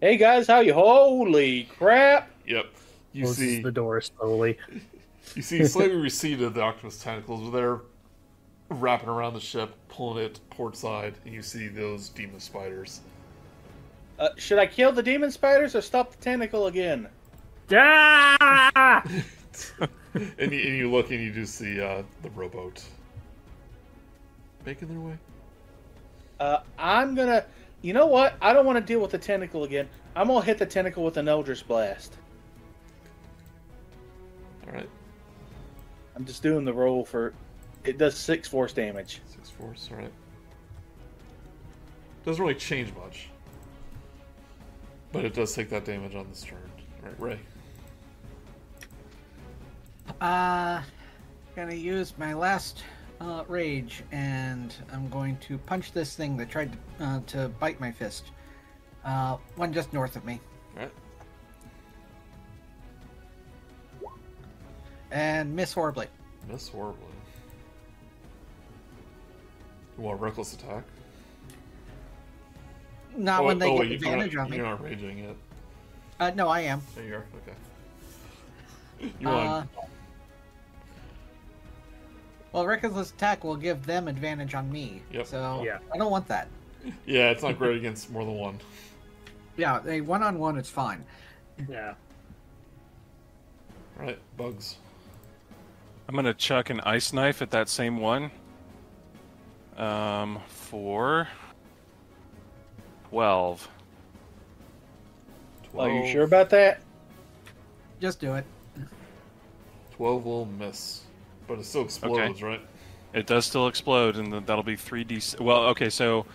C: Hey guys, how you? Holy crap!
A: Yep. You
B: Closes
A: see
B: the door slowly.
A: You see slightly receded the octopus tentacles, but they're wrapping around the ship, pulling it port side, and you see those demon spiders.
C: Uh, should I kill the demon spiders or stop the tentacle again?
B: Ah!
A: And you, and you look and you do see uh, the rowboat making their way.
C: Uh, I'm gonna. You know what? I don't want to deal with the tentacle again. I'm gonna hit the tentacle with an Eldritch Blast.
A: All right,
C: I'm just doing the roll for. It does six force damage.
A: six force. All right, doesn't really change much, but it does take that damage on this turn. All right, Ray.
E: Uh, gonna use my last uh, rage, and I'm going to punch this thing that tried to, uh, to bite my fist. Uh, one just north of me,
A: Alright.
E: and miss horribly.
A: Miss horribly. You want a reckless attack?
E: Not
A: oh,
E: when they
A: oh,
E: get
A: wait, you're
E: advantage
A: not,
E: on me.
A: You're not raging yet.
E: Uh, no, I am.
A: There you are. Okay. You
E: Uh,
A: won.
E: well, reckless attack will give them advantage on me.
A: Yep.
E: So
B: Yeah.
E: I don't want that.
A: Yeah, it's not great against more than one.
E: Yeah, they one on one, it's fine.
B: Yeah.
A: Alright, bugs.
C: Oh,
D: I'm gonna chuck an ice knife at that same one. Um, for twelve.
C: Are you
A: 12.
C: sure about that?
E: Just do it.
A: 12 will miss. But it still explodes, right?
D: It does still explode, and then that'll be three d. Well, okay, so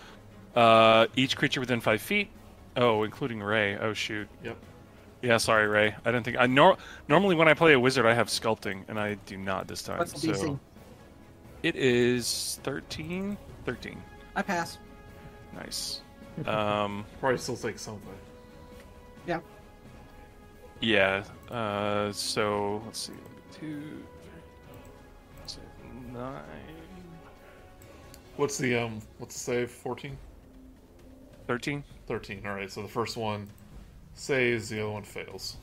D: uh, each creature within five feet. Oh, including Ray. Oh shoot.
A: Yep.
D: Yeah, sorry, Ray. I didn't think. I nor- normally when I play a wizard, I have sculpting, and I do not this time.
E: What's the
D: so
E: DC?
D: it is 13? 13.
E: I pass.
D: Nice. Um,
A: Probably still takes something.
E: Yeah.
D: yeah. Uh, so let's see. Two, three, six, nine.
A: What's the um? What's the save? 14?
D: 13.
A: 13. All right. So the first one saves, the other one fails.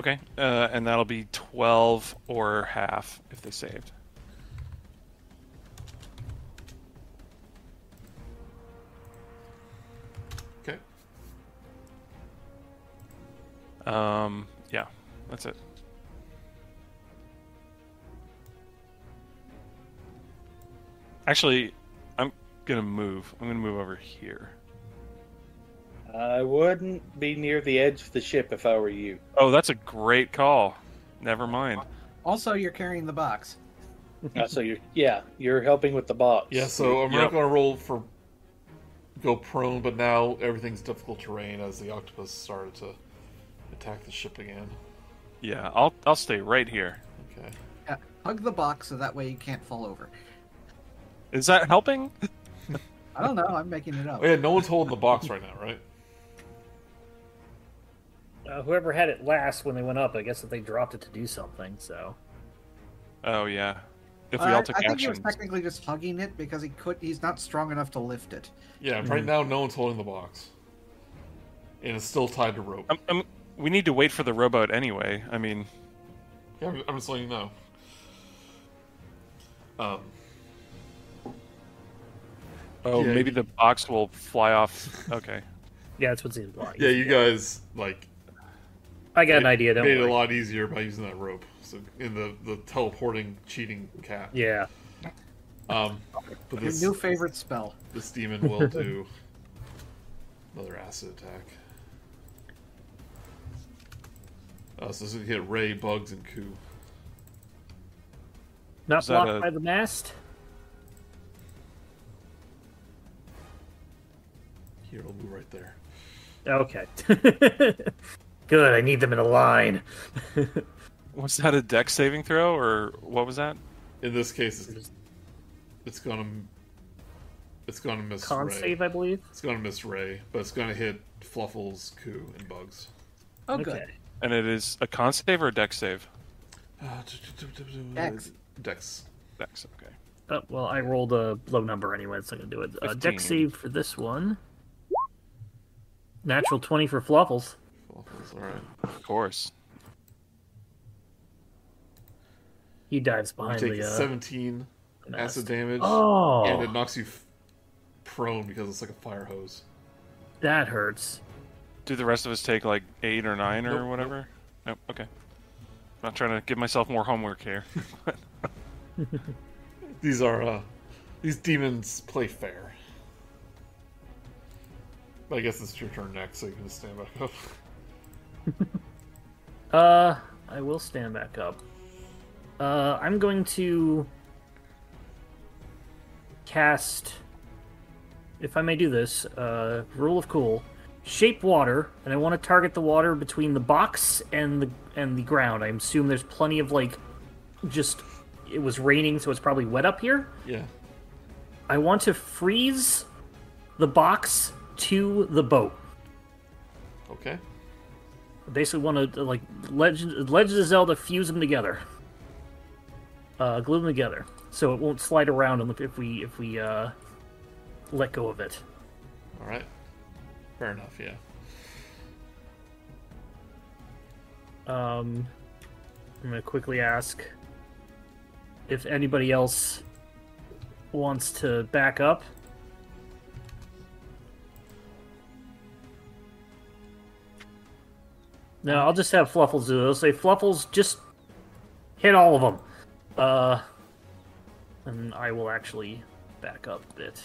D: Okay, uh, and that'll be 12 or half if they saved.
A: Okay.
D: Um, yeah, that's it. Actually, I'm gonna move. I'm gonna move over here.
C: I wouldn't be near the edge of the ship if I were you.
D: Oh, that's a great call. Never mind.
E: Also, you're carrying the box.
C: Uh, so you're, yeah, you're helping with the box.
A: Yeah. So I'm
D: Yep.
A: not gonna roll for go prone, but now everything's difficult terrain as the octopus started to attack the ship again.
D: Yeah, I'll I'll stay right here.
A: Okay.
E: Yeah. Hug the box so that way you can't fall over.
D: Is that helping?
E: I don't know. I'm making it up.
A: Oh yeah. No one's holding the box right now, right?
B: Uh, whoever had it last when they went up, I guess that they dropped it to do something. So
D: Oh yeah. If we all took
E: Uh, I think he
D: action.
E: was technically just hugging it because he could. He's not strong enough to lift it.
A: Yeah. Right now, no one's holding the box, and it's still tied to rope.
D: Um, um, we need to wait for the robot anyway. I mean,
A: Yeah, I'm, I'm just letting you know. Um.
D: oh,
A: Yeah,
D: maybe
A: you-
D: the box will fly off. Okay.
B: yeah, that's what's in like.
A: Yeah, you guys like
B: I got an idea. Don't
A: made it
B: worry.
A: a lot easier by using that rope. So in the the teleporting cheating cat.
B: Yeah.
A: Um, but
E: Your
A: this
E: new favorite spell.
A: this demon will do another acid attack. Uh, so this is gonna hit Ray, Bugs, and Koo.
B: Not
D: Is that
B: blocked
D: a-
B: by the mast.
A: Here, it'll move right there.
B: Okay. Good. I need them in a line.
D: Was that a deck saving throw or what was that?
A: In this case, it's, it's gonna it's gonna miss
B: Con
A: Ray.
B: save, I believe.
A: It's gonna miss Ray, but it's gonna hit Fluffles, Koo, and Bugs.
E: Oh, good.
D: And it is a con save or a deck save?
A: Uh, t- t- t- t-
E: Dex.
A: Dex.
D: Dex, okay.
B: Oh, well, I rolled a low number anyway. It's not gonna do it. Uh, deck
D: 15.
B: save for this one. Natural twenty for Flopples.
A: Fluffles, all right.
D: Of course.
B: He dives
A: You
B: behind
A: take
B: the uh,
A: 17
B: mast.
A: acid damage,
B: Oh,
A: and it knocks you f- prone because it's like a fire hose.
B: that hurts.
D: Do the rest of us take like eight or nine
A: Nope,
D: or
A: nope.
D: whatever? Nope. Okay. I'm not trying to give myself more homework here.
A: These are, uh, these demons play fair. But I guess it's your turn next, so you can just stand back up.
B: Uh, I will stand back up. Uh, I'm going to cast, if I may do this, uh, rule of cool, shape water, and I want to target the water between the box and the and the ground. I assume there's plenty of like just it was raining, so it's probably wet up here.
A: Yeah.
B: I want to freeze the box to the boat.
A: Okay.
B: basically want to like legend legend of zelda fuse them together uh glue them together so it won't slide around on the- if we if we uh let go of it
A: All right. Fair enough. Yeah.
B: um i'm gonna quickly ask if anybody else wants to back up No, I'll just have Fluffles do it. I'll say Fluffles, just hit all of them. Uh, and I will actually back up a bit.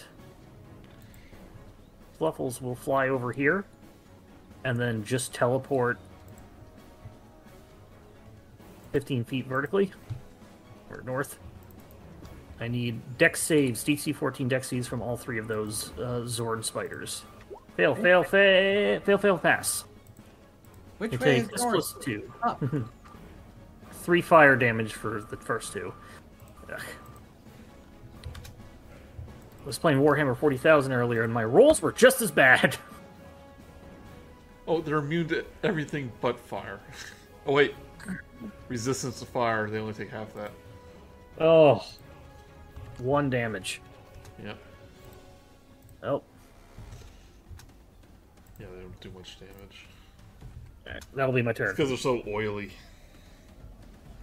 B: Fluffles will fly over here, and then just teleport 15 feet vertically or north. I need dex saves, DC 14 dex saves from all three of those uh, Zorn spiders. Fail, fail, fail, fail, fail, pass.
E: Which
B: It
E: way is
B: takes
E: north?
B: plus two.
E: Up.
B: Three fire damage for the first two. Ugh. I was playing Warhammer 40,000 earlier, and my rolls were just as bad.
A: Oh, they're immune to everything but fire. oh wait, resistance to fire. They only take half that.
B: Oh, one damage.
A: Yep.
B: Oh,
A: Yeah, they don't do much damage
B: that'll be my turn.
A: because they're so oily.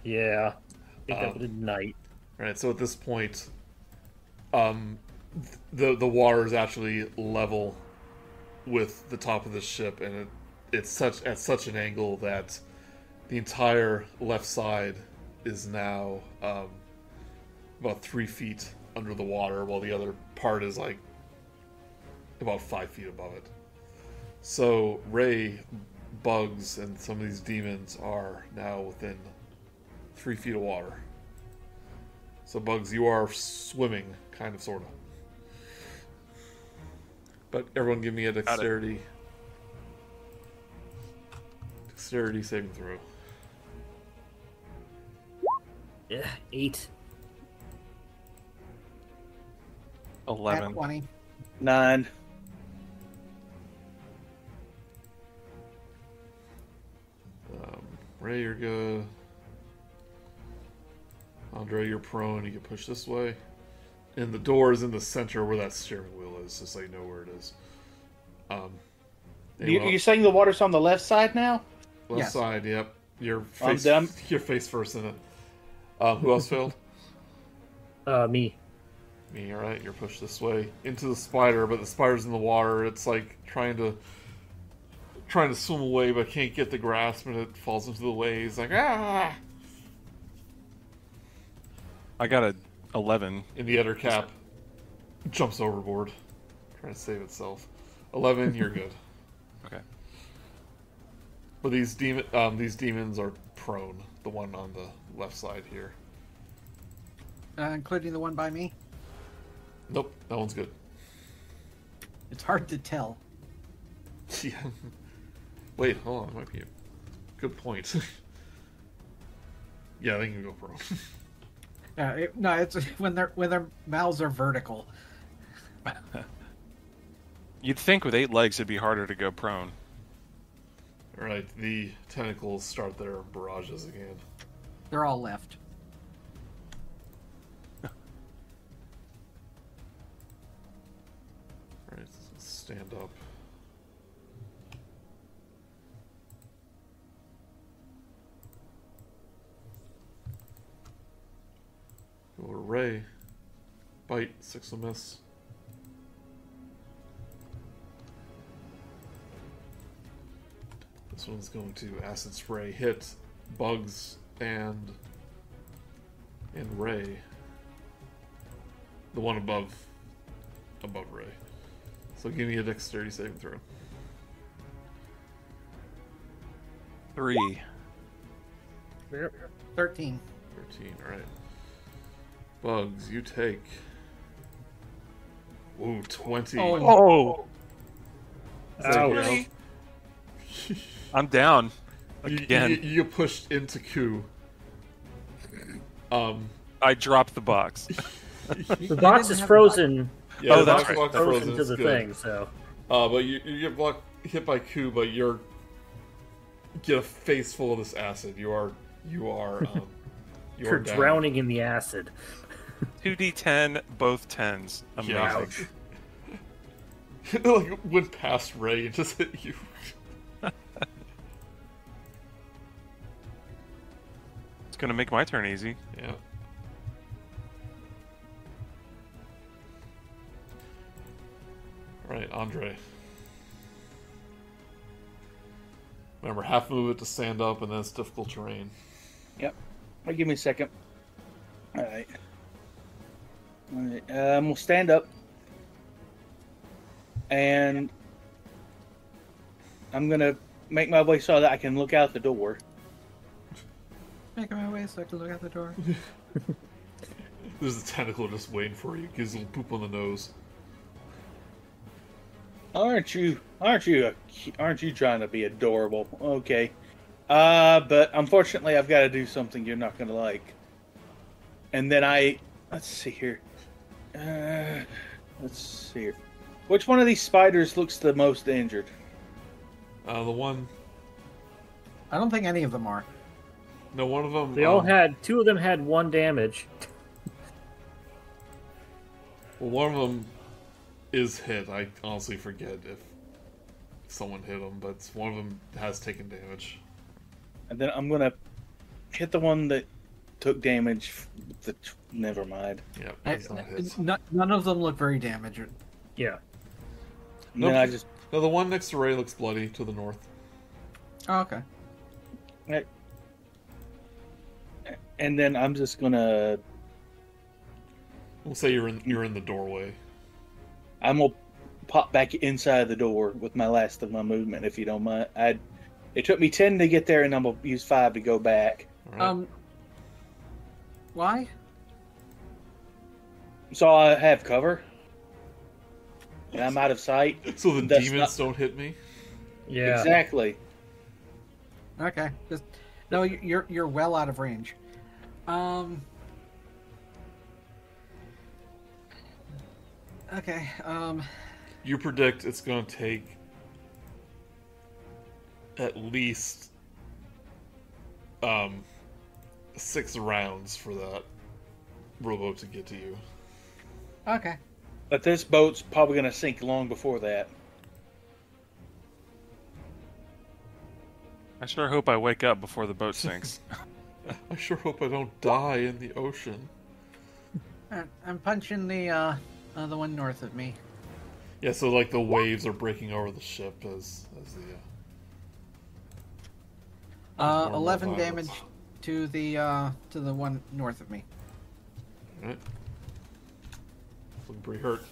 B: Yeah. I think
A: Um,
B: that would ignite.
A: Right. So at this point, um, th- the the water is actually level with the top of the ship, and it it's such at such an angle that the entire left side is now um, about three feet under the water, while the other part is like about five feet above it. So Ray, bugs, and some of these demons are now within three feet of water. So Bugs, you are swimming, kind of, sorta. But everyone, give me a dexterity. Dexterity saving throw.
B: Yeah, eight.
E: At
D: Eleven.
E: 20.
C: Nine.
A: Um, Ray, you're good. Andre, you're prone. You can push this way, and the door is in the center where that steering wheel is, just so you know where it is. Um,
C: You,
A: anyone
C: you're
A: else?
C: saying the water's on the left side now?
A: left
E: Yes.
A: side. Yep, your
C: I'm
A: face,
C: done.
A: your face first in it. Uh, who else failed?
B: Uh, me.
A: me, alright, you're pushed this way into the spider, but the spider's in the water. It's like trying to trying to swim away but can't get the grasp and it falls into the waves like ah
D: I got a eleven.
A: in the other cap jumps overboard trying to save itself 11 you're good
D: Okay.
A: but these demon um, these demons are prone the one on the left side here
E: Uh, including the one by me.
A: nope that one's good
E: It's hard to tell.
A: yeah. wait hold on it might be a good point yeah they can go prone
E: Uh, it, no, it's when their when their mouths are vertical.
D: You'd think with eight legs it'd be harder to go prone.
A: All right, the tentacles start their barrages again.
E: They're all left.
A: All right, so stand up. Your ray, bite, six will miss. This one's going to acid spray hit bugs and and ray. The one above above ray. So give me a dexterity saving throw.
D: Three.
A: 13,
E: Thirteen.
A: alright. Bugs, you take. Ooh, 20.
E: Oh, no.
D: Oh,
A: There you
B: Ouch.
A: go.
D: I'm down.
A: You,
D: Again.
A: you, you get pushed into Q. Um,
D: I dropped the box.
B: The box is
E: didn't have a
B: frozen,
A: yeah,
D: Oh,
A: the
D: that's
A: box
D: right.
A: block's
B: frozen, to
A: is
B: the
A: good.
B: thing. So
A: Uh, but you, you get blocked, hit by Q, but you're get a face full of this acid. You are you are um, you
B: you're
A: are down.
B: drowning in the acid.
D: 2d10, both 10s. Amazing.
A: Yeah. It, like went past Ray and just hit you.
D: It's going to make my turn easy.
A: Yeah. Right, Andre. Remember, half move it to stand up, and that's difficult terrain.
C: Yep. Well, give me a second. All right. All right. Um, we'll stand up. And I'm going to make my way so that I can look out the door.
E: Making my way so I can look out the door.
A: There's a tentacle just waiting for you. Gives a little poop on the nose.
C: Aren't you? Aren't you? A, aren't you trying to be adorable? Okay. Uh, but unfortunately, I've got to do something you're not going to like. And then I, let's see here. Uh, let's see here. Which one of these spiders looks the most injured?
A: Uh, the one,
E: I don't think any of them are.
A: no, one of them.
B: They all
A: um,
B: had two of them had one damage.
A: Well, one of them is hit. I honestly forget if someone hit him, but one of them has taken damage.
C: And then I'm going to hit the one that took damage. f- The t- never mind.
A: Yep,
E: I-
A: he's not hit.
E: n- none of them look very damaged.
B: Yeah,
C: And
A: Nope.
C: then I just
A: No, the one next to Ray looks bloody to the north.
E: Oh, okay.
C: and then I'm just gonna
A: We'll say you're in you're in the doorway.
C: I'm gonna pop back inside the door with my last of my movement, if you don't mind. I it took me ten to get there, and I'm gonna use five to go back.
A: All right.
E: Um. Why?
C: So I have cover, and I'm out of sight.
A: so the
C: that's
A: demons
C: not-
A: don't hit me.
B: yeah.
C: Exactly.
E: Okay. Just no. you- You're you're well out of range. Um. Okay. Um.
A: You predict it's going to take at least um six rounds for that rowboat to get to you.
E: Okay.
C: But this boat's probably gonna sink long before that.
D: I sure hope I wake up before the boat sinks.
A: I sure hope I don't die in the ocean.
E: Uh, I'm punching the uh, uh the one north of me.
A: Yeah, so like the waves are breaking over the ship as as the. Uh,
E: Uh,
A: That's normal
E: eleven
A: violence.
E: damage to the uh to the one north of me.
A: Alright. Looking pretty hurt.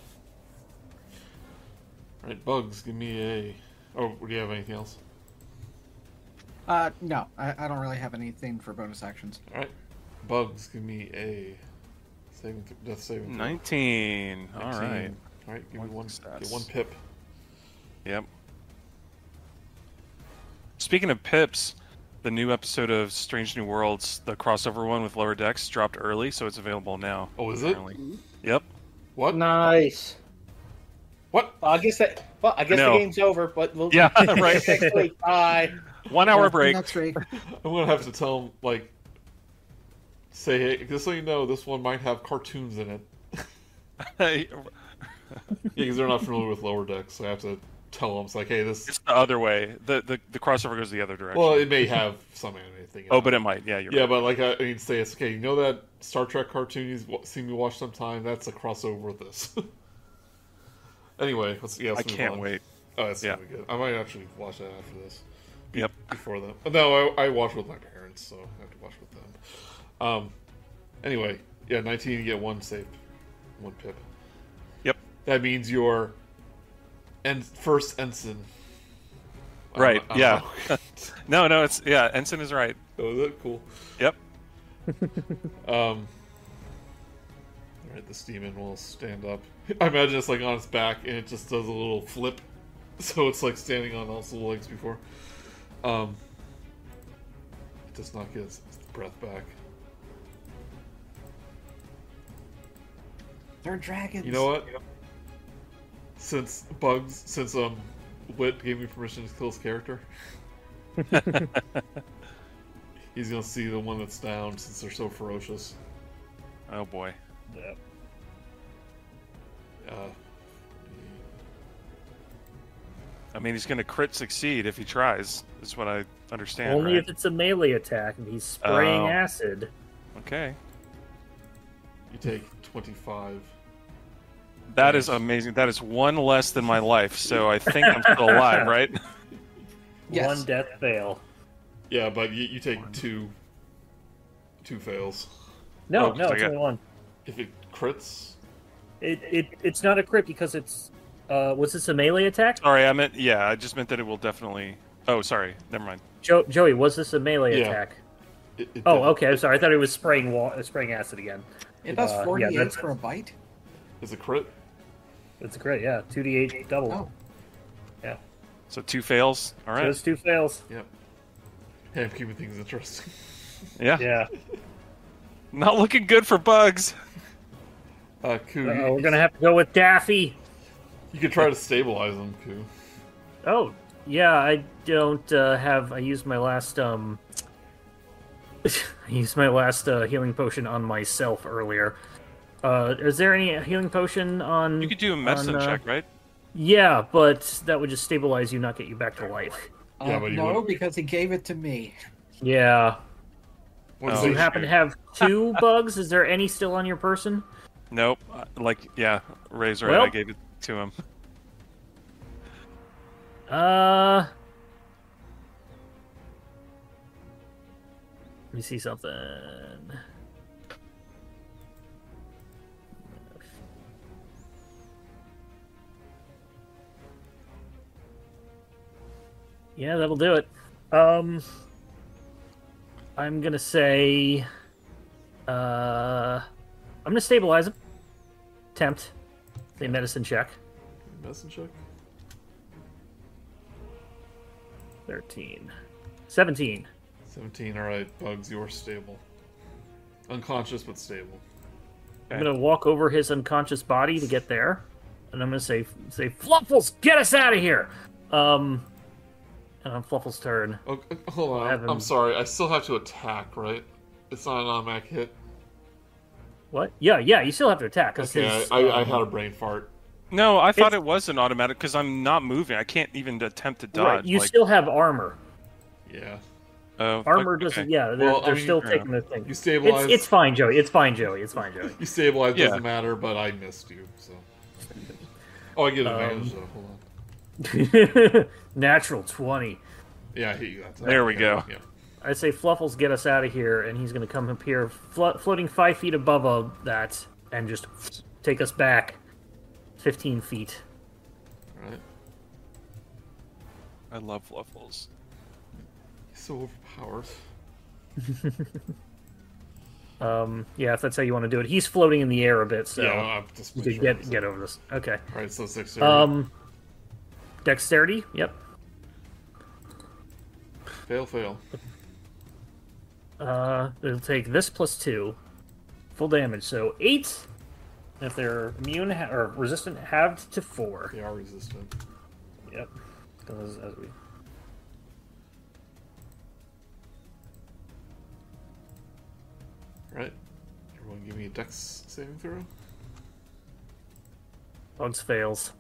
A: Alright, Bugs, give me a. Oh, do you have anything else?
E: Uh, no, I, I don't really have anything for bonus actions.
A: Alright. Bugs, give me a. Saving th- death saving. throw.
D: 19. All right.
A: Alright, give me
D: One
A: one,
D: success.
A: get one pip.
D: Yep. Speaking of pips, the new episode of Strange New Worlds, the crossover one with Lower Decks, dropped early, so it's available now.
A: Oh, is it?
B: Mm-hmm.
D: Apparently. Yep.
A: What?
C: Nice.
A: What?
C: Well, I guess that. Well, I guess
D: No.
C: the game's over. But we'll
D: Yeah, right.
C: next week. Bye.
D: One hour
E: Yeah,
D: break.
E: Next week.
A: I'm gonna have to tell him, like. Say, hey, just so you know, this one might have cartoons in it.
D: it's
A: Yeah, because they're not familiar with lower decks, so I have to tell them, it's like, hey, this.
D: the other way. The, the the crossover goes the other direction.
A: Well, it may have some anime thing. in
D: oh,
A: it.
D: but it might. Yeah, you're
A: Yeah,
D: right.
A: but like I, I mean, say it's okay. You know that Star Trek cartoon you've wa- seen me watch sometime? That's a crossover with this. anyway, let's yeah. Let's
D: I
A: move
D: can't
A: on.
D: wait.
A: Oh, that's
D: Yeah.
A: gonna be good. I might actually watch that after this. Be-
D: Yep.
A: Before that, no, I, I watch with my parents, so I have to watch with them. Um. Anyway, yeah, nineteen. You get one save, one pip.
D: Yep.
A: That means your and first ensign. I don't-
D: Right,
A: I don't
D: yeah.
A: know.
D: No, no, it's yeah. Ensign is right.
A: oh, is that cool?
D: Yep.
A: Um. Alright, this demon will stand up. I imagine it's like on its back and it just does a little flip. So it's like standing on all its little legs before. Um. It does not get its breath back.
E: They're dragons.
A: You know what? Since Bugs, since um, Wit gave me permission to kill his character, he's gonna see the one that's down since they're so ferocious.
D: Oh boy.
A: Uh,
D: I mean, he's gonna crit succeed if he tries. Is what I understand.
B: Only
D: right?
B: if it's a melee attack and he's spraying
D: Oh.
B: acid.
D: Okay.
A: you take twenty-five.
D: That is amazing. That is one less than my life, so I think I'm still alive, right?
E: Yes.
B: One death fail.
A: Yeah, but you, you take two. Two fails.
B: No,
D: Oh,
B: no,
D: so
B: it's
D: yeah.
B: only one.
A: If it crits,
B: It, it it's not a crit because it's uh was this a melee attack?
D: Sorry, I meant yeah. I just meant that it will definitely. Oh, sorry. Never mind.
B: Jo- Joey, was this a melee
A: Yeah.
B: attack?
A: it, it
B: Oh,
A: didn't.
B: okay. I'm sorry. I thought it was spraying wa- uh, spraying acid again.
E: It does
B: Uh, yeah,
E: 48
B: that's-
E: for a bite.
A: It's a crit.
B: It's a crit. Yeah, two d eight double.
E: Oh,
B: Yeah,
D: So two fails. All right.
B: those two fails.
A: Yep. Hey, I'm keeping things interesting.
D: yeah.
B: Yeah,
D: Not looking good for bugs.
A: Uh, Koo,
B: Uh-oh,
A: you,
B: we're gonna have to go with Daffy.
A: you could try to stabilize him, Koo.
B: Oh, yeah. I don't uh, have. I used my last um. I used my last uh, healing potion on myself earlier. Uh, is there any healing potion on?
D: You could do a medicine
B: uh,
D: check, right?
B: Yeah, but that would just stabilize you, not get you back to life.
A: Yeah,
E: uh,
A: but he
E: no,
A: wouldn't-
E: because he gave it to me.
B: Yeah.
A: What
D: Oh.
A: does
B: Do you
A: it
B: happen to
A: do?
B: have two bugs? Is there any still on your person?
D: Nope. Uh, Like yeah, Ray's right. I
B: Well-
D: gave it to him.
B: Uh. Let me see something. Yeah, that'll do it. Um, I'm gonna say, uh, I'm gonna stabilize him. Tempt, a medicine check.
A: Medicine check?
B: 13. 17.
A: 17, alright. Bugs, you're stable. Unconscious, but stable.
B: I'm going to walk over his unconscious body to get there. And I'm going to say, say, Fluffles, get us out of here! Um, and on Fluffles' turn.
A: Oh, oh, hold on.
B: I have
A: I'm,
B: him.
A: I'm sorry. I still have to attack, right? It's not an automatic hit.
B: What? Yeah, yeah, you still have to attack. 'cause
A: Okay,
B: his-
A: I, I, I had a brain fart.
D: No, I thought
B: It's-
D: it was an automatic because I'm not moving. I can't even attempt to dodge.
B: Right, you
D: like,
B: still have armor.
A: Yeah.
D: oh,
B: Armor
D: okay.
B: doesn't. Yeah, they're,
A: Well, I
B: they're
A: mean,
B: still
D: yeah.
B: taking the thing.
A: You stabilize.
B: It's, it's fine, Joey. It's fine, Joey. It's fine, Joey.
A: You stabilize,
D: Yeah.
A: doesn't matter, but I missed you, so. Oh, I
B: Um,
A: get advantage, though. Hold on.
B: Natural 20.
A: Yeah, I hit you that time.
D: There we
A: Yeah,
D: go.
A: Yeah.
B: I say Fluffles, get us out of here, and he's going to come up here, flo- floating five feet above of that, and just take us back fifteen feet.
A: Alright.
D: I love Fluffles.
A: He's so overpowered.
B: Um, yeah, if that's how you want to do it. He's floating in the air a bit, so
A: yeah, I'm just
B: you
A: making
B: could
A: sure.
B: get get over this. Okay.
A: Alright, so six.
B: Um, dexterity. Yep.
A: fail, fail.
B: Uh, it'll take this plus two, full damage. So eight. If they're immune ha- or resistant, halved to four.
A: They are resistant.
B: Yep. 'Cause as we-
A: Right. Everyone give me a dex saving throw.
B: Bugs fails.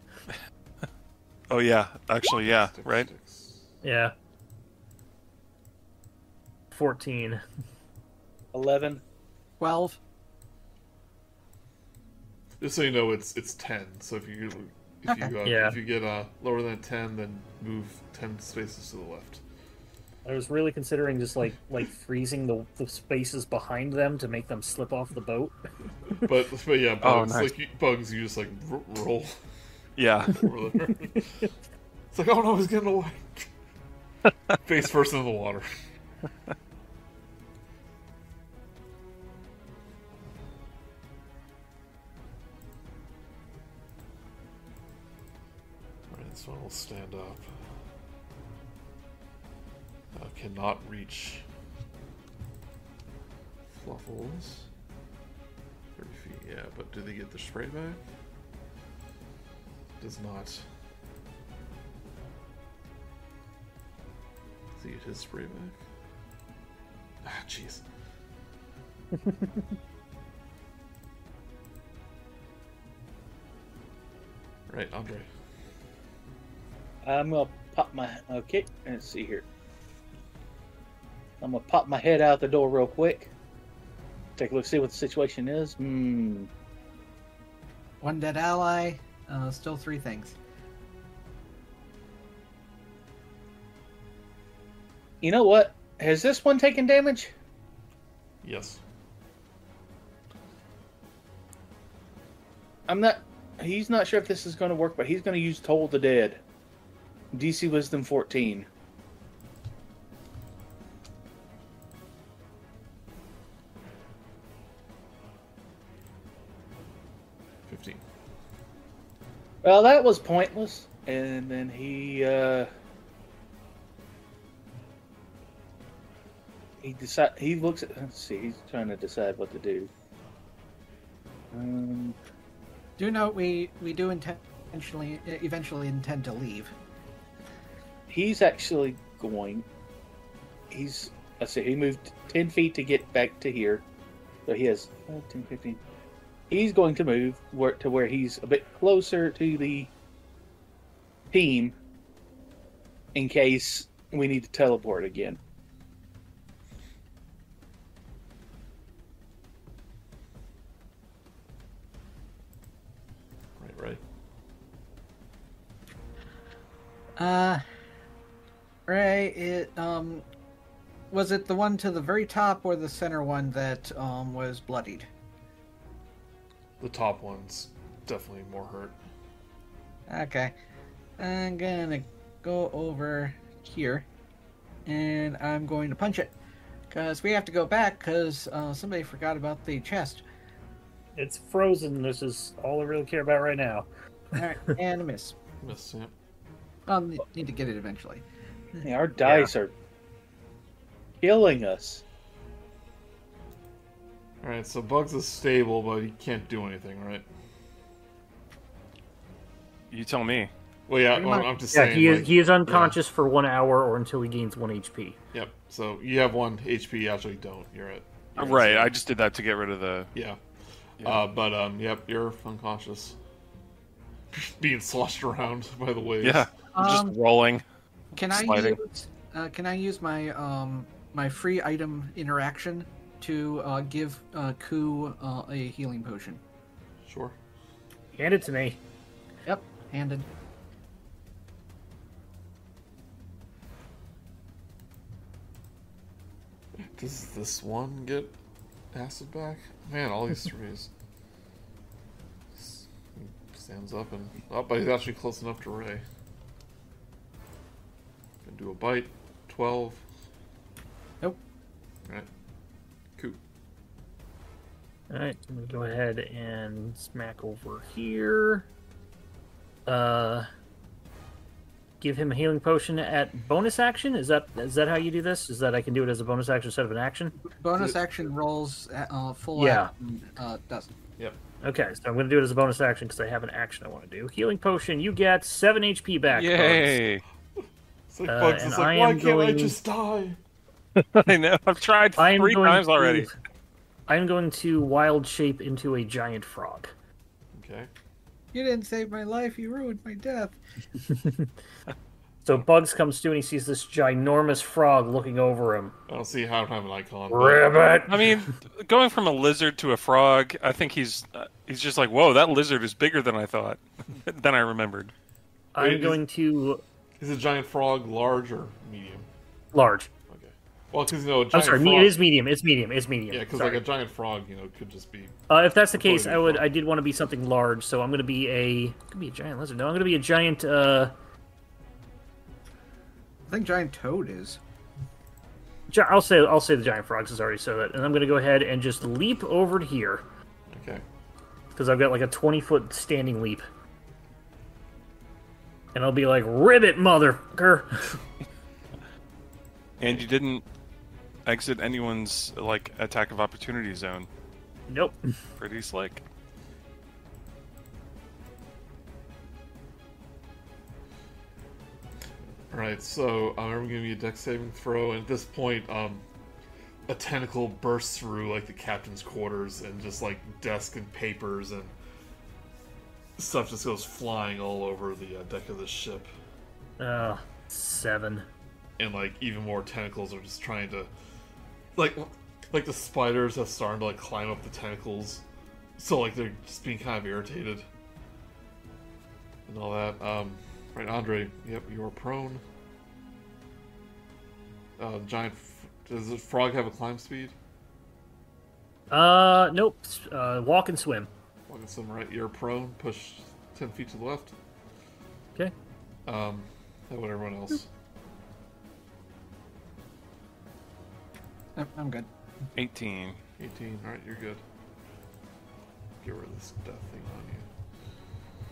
D: Oh yeah, actually yeah,
A: Dex,
D: right.
A: dex.
B: Yeah. Fourteen.
C: 11.
E: 12.
A: Just so you know, it's it's ten. So if you if you uh,
B: Yeah.
A: if you get uh, lower than ten, then move ten spaces to the left.
B: I was really considering just like like freezing the, the spaces behind them to make them slip off the boat.
A: But but yeah, bugs
D: Oh, nice.
A: like you, bugs, you just like r- roll
D: Yeah.
A: over there. it's like oh no, he's getting away. Face first into the water. Alright, this one will stand up. Uh, cannot reach Fluffles. 30 feet. Yeah, but do they get their spray back? Does not. Does he get his spray back? Ah, jeez. right, Andre.
C: I'm gonna pop my okay. Let's see here. I'm gonna pop my head out the door real quick. Take a look, see what the situation is. Hmm.
E: One dead ally. Uh, still three things.
C: You know what? Has this one taken damage?
A: Yes.
C: I'm not. He's not sure if this is going to work, but he's going to use Toll the Dead. DC Wisdom 14.
A: Fifteen.
C: Well, that was pointless. And then he uh, he decide he looks at. Let's see. He's trying to decide what to do. Um,
E: Do note we we do intentionally eventually intend to leave.
C: he's actually going. He's let's see. He moved ten feet to get back to here, so he has uh, 10, 15. He's going to move where, to where he's a bit closer to the team, in case we need to teleport again.
A: Right, right.
E: Uh, Ray, it um, was it the one to the very top or the center one that um was bloodied?
A: The top one's definitely more hurt.
E: Okay, I'm gonna go over here, and I'm going to punch it, cause we have to go back, cause uh, somebody forgot about the chest.
B: It's frozen. This is all I really care about right now.
E: All right, and a miss.
A: Miss Sam.
E: I'll ne- need to get it eventually.
C: Yeah, our dice are killing us.
A: All right, so Bugs is stable, but he can't do anything, right?
D: You tell me.
A: Well, yeah.
E: Pretty
A: Well,
E: much.
A: I'm just
B: Yeah,
A: saying.
B: he is
A: like-
B: he is unconscious for one hour or until he gains one HP.
A: Yep. So you have one HP. You actually don't. You're at. you're at
D: right,
A: zero.
D: I just did that to get rid of the.
A: Yeah.
D: Yeah.
A: Uh, but um, yep, you're unconscious, being sloshed around by the waves.
D: Yeah,
E: Um,
D: just rolling.
E: Can
D: Sliding.
E: I use uh, can I use my um my free item interaction to uh, give uh, Ku uh, a healing potion?
A: Sure.
B: Hand it to me.
E: Yep, handed.
A: Does this one get acid back? Man, all these threes. S- Stands up and oh, but he's actually close enough to Ray. Can do a bite. Twelve.
E: Nope.
A: All right. Cool.
B: All right, I'm gonna go ahead and smack over here. Uh, give him a healing potion at bonus action. Is that is that how you do this? Is that I can do it as a bonus action instead of an action?
E: Bonus action rolls uh, full.
B: Yeah.
E: action, uh, doesn't.
A: Yep.
B: Okay, so I'm gonna do it as a bonus action because I have an action I want to do. Healing potion. You get seven HP back. Bugs.
D: Yay!
A: It's like
B: Uh,
A: Bugs.
B: and
A: It's
B: I
A: like why
B: am
A: can't I
B: going-
A: just die?
D: I know. I've tried
B: I am
D: three
B: going
D: times
B: to-
D: already.
B: I am going to wild shape into a giant frog.
A: Okay.
E: You didn't save my life. You ruined my death.
B: So Bugs comes to and he sees this ginormous frog looking over him.
A: I don't see how I don't have an icon.
B: Ribbit!
D: I mean, going from a lizard to a frog, I think he's uh, he's just like, whoa, that lizard is bigger than I thought, than I remembered.
A: Wait,
B: I'm
A: is-
B: going to
A: Is a giant frog large or medium?
B: large.
A: Okay. Well, because you know, a giant
B: I'm sorry, me-
A: frog,
B: it is medium. It's medium. It's medium.
A: Yeah, because
B: Sorry.
A: like a giant frog, you know, could just be.
B: Uh, if that's the
A: Before
B: case,
A: they
B: I would.
A: fall.
B: I did want to be something large, so I'm going to be a. Could be a giant lizard. No, I'm going to be a giant. Uh,
E: I think giant toad is.
B: gi- I'll say. I'll say the giant frogs is already so that, and I'm going to go ahead and just leap over to here
A: Okay.
B: because I've got like a 20 foot standing leap, and I'll be like ribbit motherfucker.
D: And you didn't exit anyone's like attack of opportunity zone.
B: nope.
D: Pretty slick.
A: All right, so um, everyone give me a deck saving throw, and at this point, um, a tentacle bursts through like the captain's quarters, and just like desk and papers and stuff just goes flying all over the uh, deck of the ship,
B: Uh, seven.
A: and like even more tentacles are just trying to, like, like the spiders have started to like climb up the tentacles, so like they're just being kind of irritated, and all that. Um, right, Andre, yep, you're prone. Uh, giant, f- does the frog have a climb speed?
B: Uh, nope. Uh, walk and swim.
A: Walking some right, you're prone. Push ten feet to the left.
B: Okay.
A: Um, how about everyone else?
E: I'm, I'm good.
D: 18.
A: 18. Alright, you're good. Get rid of this death thing on you.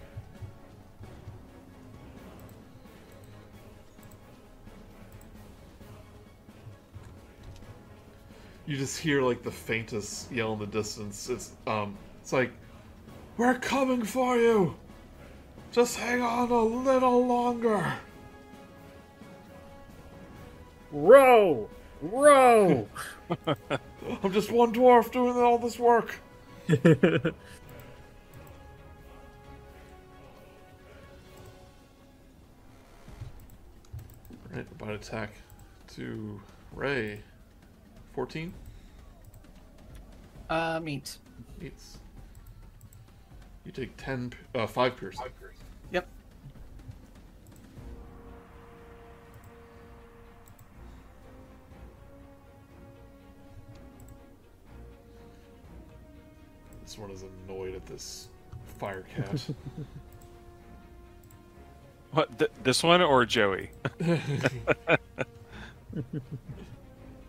A: You just hear like the faintest yell in the distance. It's um it's like We're coming for you! Just hang on a little longer.
B: Row, row.
A: I'm just one dwarf doing all this work. Right, about attack to Ray. 14?
E: Uh, meat.
A: Meets. You take 10, p- uh, 5 piercing.
E: Yep.
A: This one is annoyed at this fire cat.
D: What? Th- this one or Joey?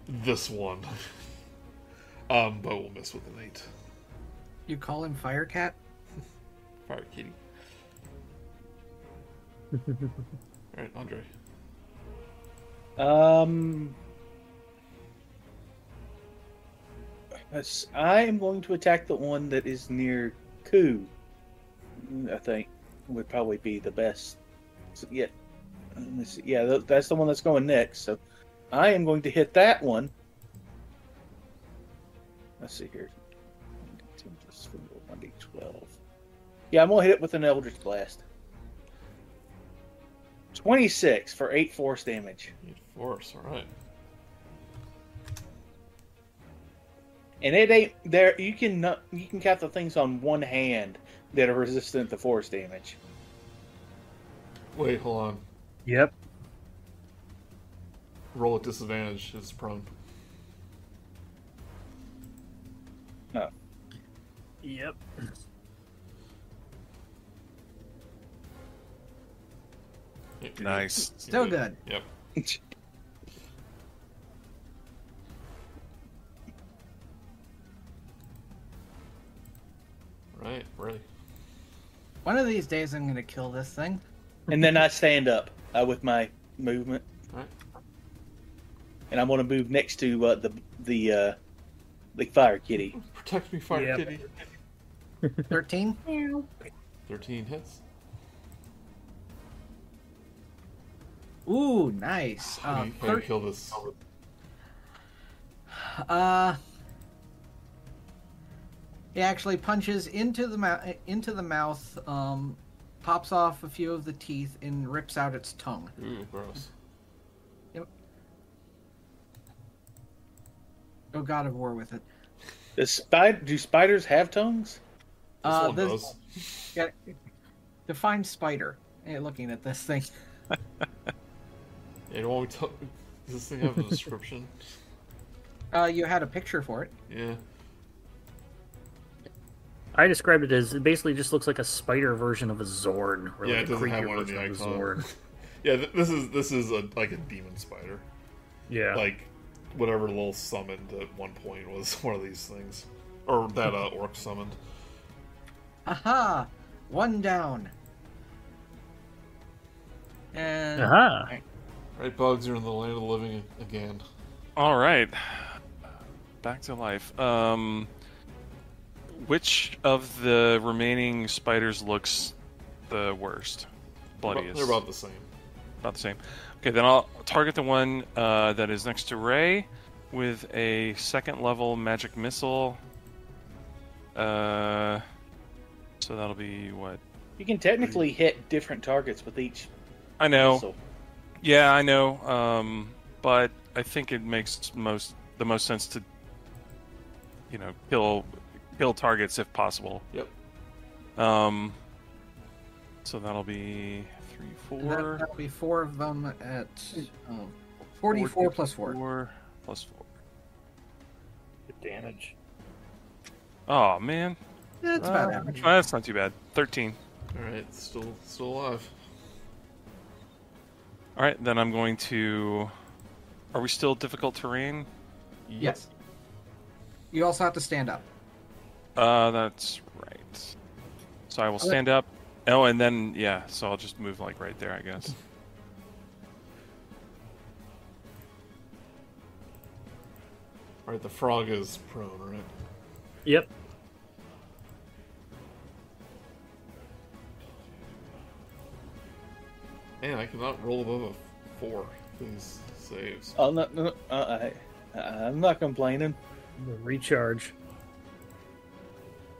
A: this one. Um, but we'll miss with an 8.
E: You call him Firecat?
A: Fire kitty. Alright, Andre.
C: Um, yes, I am going to attack the one that is near Ku. I think would probably be the best. So, yeah, Let me see. yeah, tha- that's the one that's going next. So I am going to hit that one. Let's see here. 10 plus 4, 1d12. Yeah, I'm gonna hit it with an Eldritch Blast. Twenty-six for eight force damage.
A: Need force, alright.
C: And it ain't there. You can nu- you can count the things on one hand that are resistant to force damage.
A: Wait, hold on.
B: yep.
A: Roll at disadvantage, it's prone.
B: Yep.
A: Yep, you're good.
D: Nice.
A: You're
E: Still good.
A: Yep. Right, right.
E: One of these days I'm gonna kill this thing.
C: and then I stand up uh, with my movement,
A: Alright.
C: and I'm going to move next to uh, the the uh, the fire kitty.
A: Protect me, Fire
B: Yep.
A: Kitty.
E: 13?
A: 13 hits.
E: Ooh, nice.
A: How
E: Uh,
A: do you, how do you
E: thir-
A: kill this?
B: Oh,
E: uh, he actually punches into the mouth, into the mouth, um, pops off a few of the teeth and rips out its tongue.
A: Ooh, gross.
E: Go Oh, God of War with it.
C: Does spider do spiders have tongues?
A: This
E: Uh,
A: one
E: this-
A: does.
E: Yeah, define spider. eh, looking at this thing.
A: Yeah, you want me to... Does this thing have a description?
E: Uh, you had a picture for it.
A: yeah.
B: I described it as it basically just looks like a spider version of a Zorn, or
A: Yeah, it
B: like a
A: doesn't have
B: creature
A: one in
B: version
A: the
B: of a
A: icon.
B: Zorn.
A: Yeah, th- this is this is a like a demon spider.
B: Yeah.
A: Like whatever Lil summoned at one point was one of these things. Or that uh, orc summoned.
E: Aha! One down. And
B: Aha.
A: Right, bugs are in the land of the living again.
D: All right. Back to life. Um, which of the remaining spiders looks the worst?
A: They're about-
D: Bloodiest.
A: They're about the same.
D: about the same. Okay, then I'll target the one uh, that is next to Ray with a second level magic missile. Uh, so that'll be what?
C: You can technically hit different targets with each
D: I know.
C: missile.
D: Yeah, I know. Um, but I think it makes most the most sense to, you know, kill kill targets if possible.
A: Yep.
D: Um, so that'll be three,
E: And that-
D: four,
E: That'll be four of them at um, 44 plus four.
D: four plus four.
F: Good damage.
D: Oh man,
E: That's
D: Uh,
E: about average.
D: that's not too bad. Thirteen.
A: All right, still still alive.
D: All right, then I'm going to. Are we still difficult terrain?
E: Yes. You also have to stand up.
D: Uh, that's right. So I will stand up. Oh, and then yeah, so I'll just move like right there, I guess.
A: All right, the frog is prone, right?
B: Yep.
A: Man, I cannot roll above a four. These saves.
C: Oh, no, no, no, uh, I, I'm not complaining.
B: I'm gonna Recharge.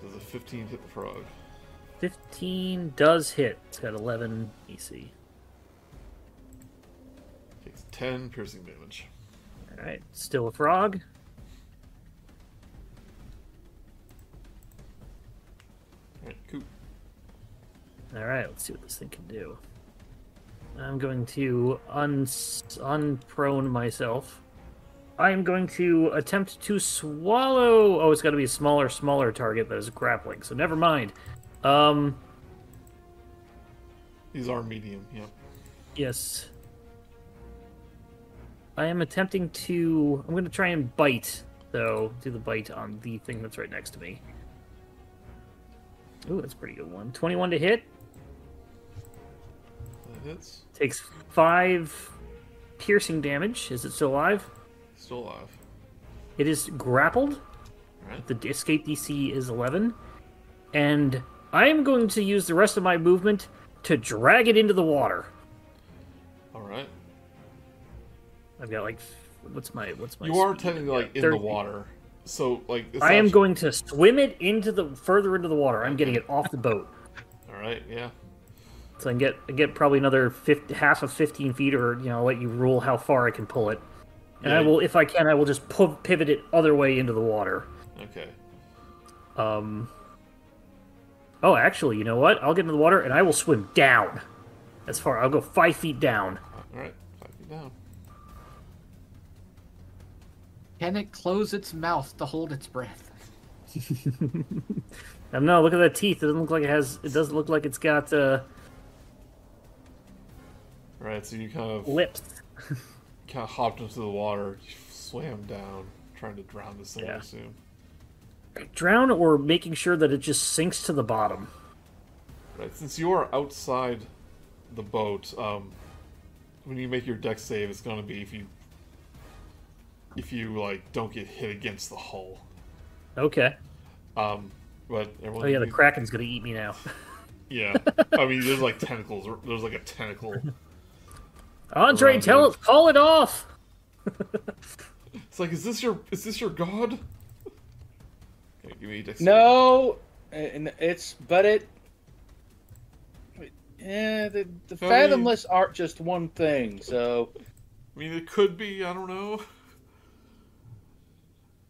A: Does a 15 hit the frog?
B: 15 does hit. It's got E 11 EC.
A: Takes 10 piercing damage.
B: Alright, still a frog.
A: All right, cool.
B: Alright, let's see what this thing can do. I'm going to un- unprone myself. I am going to attempt to swallow. Oh, it's got to be a smaller, smaller target that is grappling, so never mind. Um,
A: These are medium, yep.
B: yes. I am attempting to. I'm going to try and bite, though. Do the bite on the thing that's right next to me. Ooh, that's a pretty good one. 21 to hit.
A: That hits.
B: Takes five piercing damage. Is it still alive?
A: Still alive.
B: It is grappled.
A: Alright.
B: The escape DC is 11. And I am going to use the rest of my movement to drag it into the water.
A: Alright.
B: I've got like. f- What's my. What's my.
A: You are
B: speed?
A: technically like in the
B: 30.
A: water. So like it's
B: I am
A: actually-
B: going to swim it into the. further into the water. I'm getting it off the boat.
A: Alright, yeah.
B: So I can get I get probably another 50, half of 15 feet, or you know, let you rule how far I can pull it. And I
A: Yeah.
B: will, if I can, I will just pu- pivot it other way into the water.
A: Okay.
B: Um. Oh, actually, you know what? I'll get into the water and I will swim down. As far, I'll go five feet down.
A: Alright. Five feet down.
E: Can it close its mouth to hold its breath?
B: And no, look at that teeth. It doesn't look like it has. It doesn't look like it's got uh,
A: Alright, so you kind of
B: lips.
A: kind of hopped into the water, swam down, trying to drown this thing, I
B: Yeah.
A: assume.
B: Drown or making sure that it just sinks to the bottom.
A: Right, since you are outside the boat, um, when you make your deck save, it's gonna be if you if you like don't get hit against the hull.
B: Okay.
A: Um, but everyone,
B: Oh yeah, the kraken's gonna eat me now.
A: yeah. I mean, there's like tentacles. There's like a tentacle.
B: Andre,
A: Around
B: tell
A: you.
B: it, call it off.
A: It's like, is this your is this your god? Okay, give me a deck save.
C: No, and it's but it. Yeah, the, the
A: mean-
C: fathomless aren't just one thing. So
A: I mean, it could be. I don't know.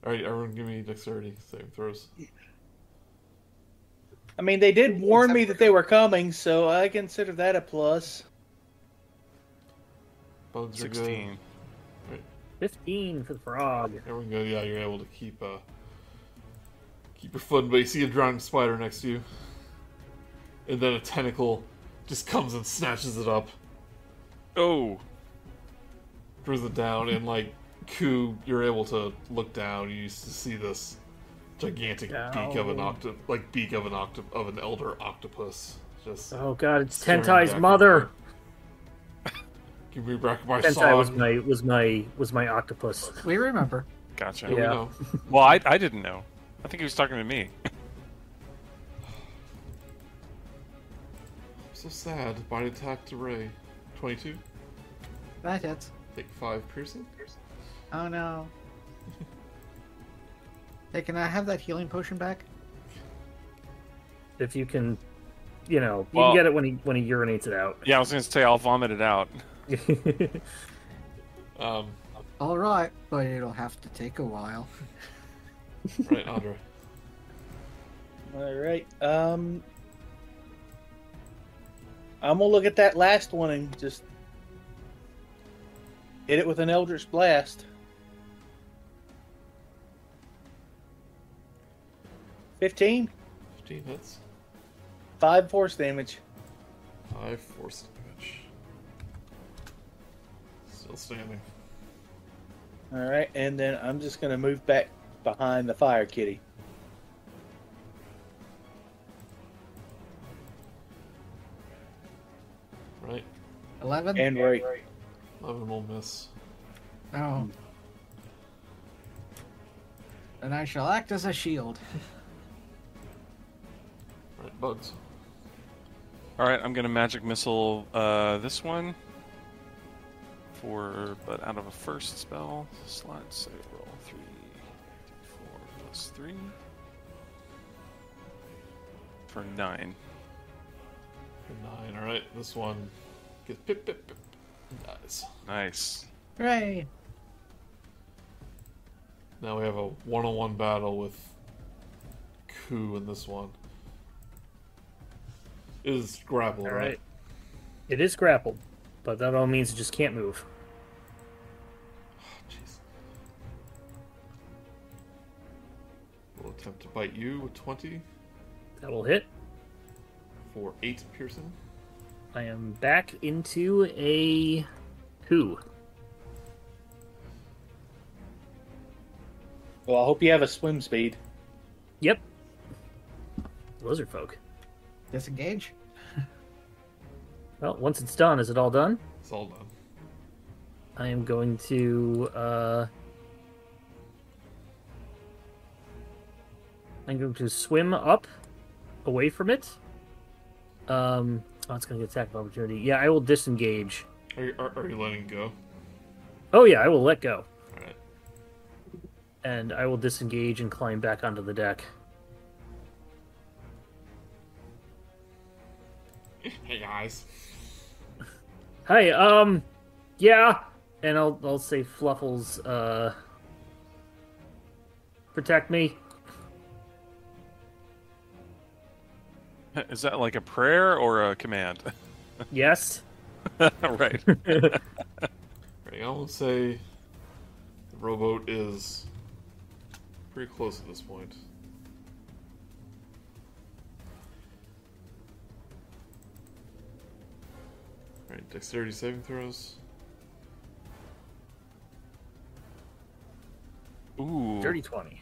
A: All right, everyone, give me dexterity saving throws.
C: I mean, they did warn me that they were coming, so I consider that a plus.
A: Bugs are good.
D: Sixteen.
B: Fifteen for the frog.
A: Everyone go. Yeah, you're able to keep uh keep your foot, but you see a drowning spider next to you, and then a tentacle just comes and snatches it up,
D: Oh,
A: throws it down, and like Koo, you're able to look down. You used to see this gigantic beak of an
B: Ow.
A: octo, like beak of an octo of an elder octopus. Just
B: Oh god, it's
A: Staring
B: Tentai's
A: back at
B: mother.
A: give me back my
B: Tentai
A: song.
B: was my was my was my octopus.
E: We remember.
D: gotcha.
A: Yeah, we
B: Yeah.
A: know.
D: Well, I, I didn't know. I think he was talking to me.
A: I'm so sad. Bite attack to Ray, twenty-two.
E: That hits.
A: Take five piercing.
E: Oh no. hey, can I have that healing potion back?
B: If you can, you know, you
D: Well-
B: can get it when he when he urinates it out.
D: Yeah, I was gonna say I'll vomit it out.
A: Um,
E: All right, but it'll have to take a while.
A: right, Andre.
C: All right. Um, I'm gonna look at that last one and just hit it with an Eldritch Blast. Fifteen.
A: Fifteen hits.
C: Five force damage.
A: Five force damage. Still standing.
C: All right, and then I'm just gonna move back behind the fire kitty.
A: Right.
E: Eleven.
C: And right.
A: Eleven will miss.
E: Oh. And I shall act as a shield.
A: Right, bugs.
D: All right, I'm gonna magic missile uh, this one for, but out of a first spell slot, so roll three, four plus three for nine.
A: For nine. All right, this one gets pip pip pip. and Dies.
D: Nice.
E: Hooray!
A: Now we have a one-on-one battle with Ku in this one. It is grapple,
B: All
A: right?
B: right. It is grappled, but that all means it just can't move.
A: Jeez. Will attempt to bite you with 20
B: That will hit.
A: for 8 piercing.
B: I am back into a who?
C: Well, I hope you have a swim speed.
B: Yep. Lizard folk.
E: Disengage.
B: Well, once it's done, is it all done?
A: It's all done.
B: I am going to uh I'm going to swim up away from it. Um oh it's gonna get attack of opportunity. Yeah, I will disengage.
A: Are you, are, are you letting go?
B: Oh yeah, I will let go.
A: Alright.
B: And I will disengage and climb back onto the deck.
A: Hey guys.
B: Hey, um yeah. And I'll I'll say Fluffles uh protect me.
D: Is that like a prayer or a command?
B: Yes.
D: right.
A: Right, I will say the rowboat is pretty close at this point. Alright, dexterity saving throws.
D: Ooh,
B: Dirty twenty.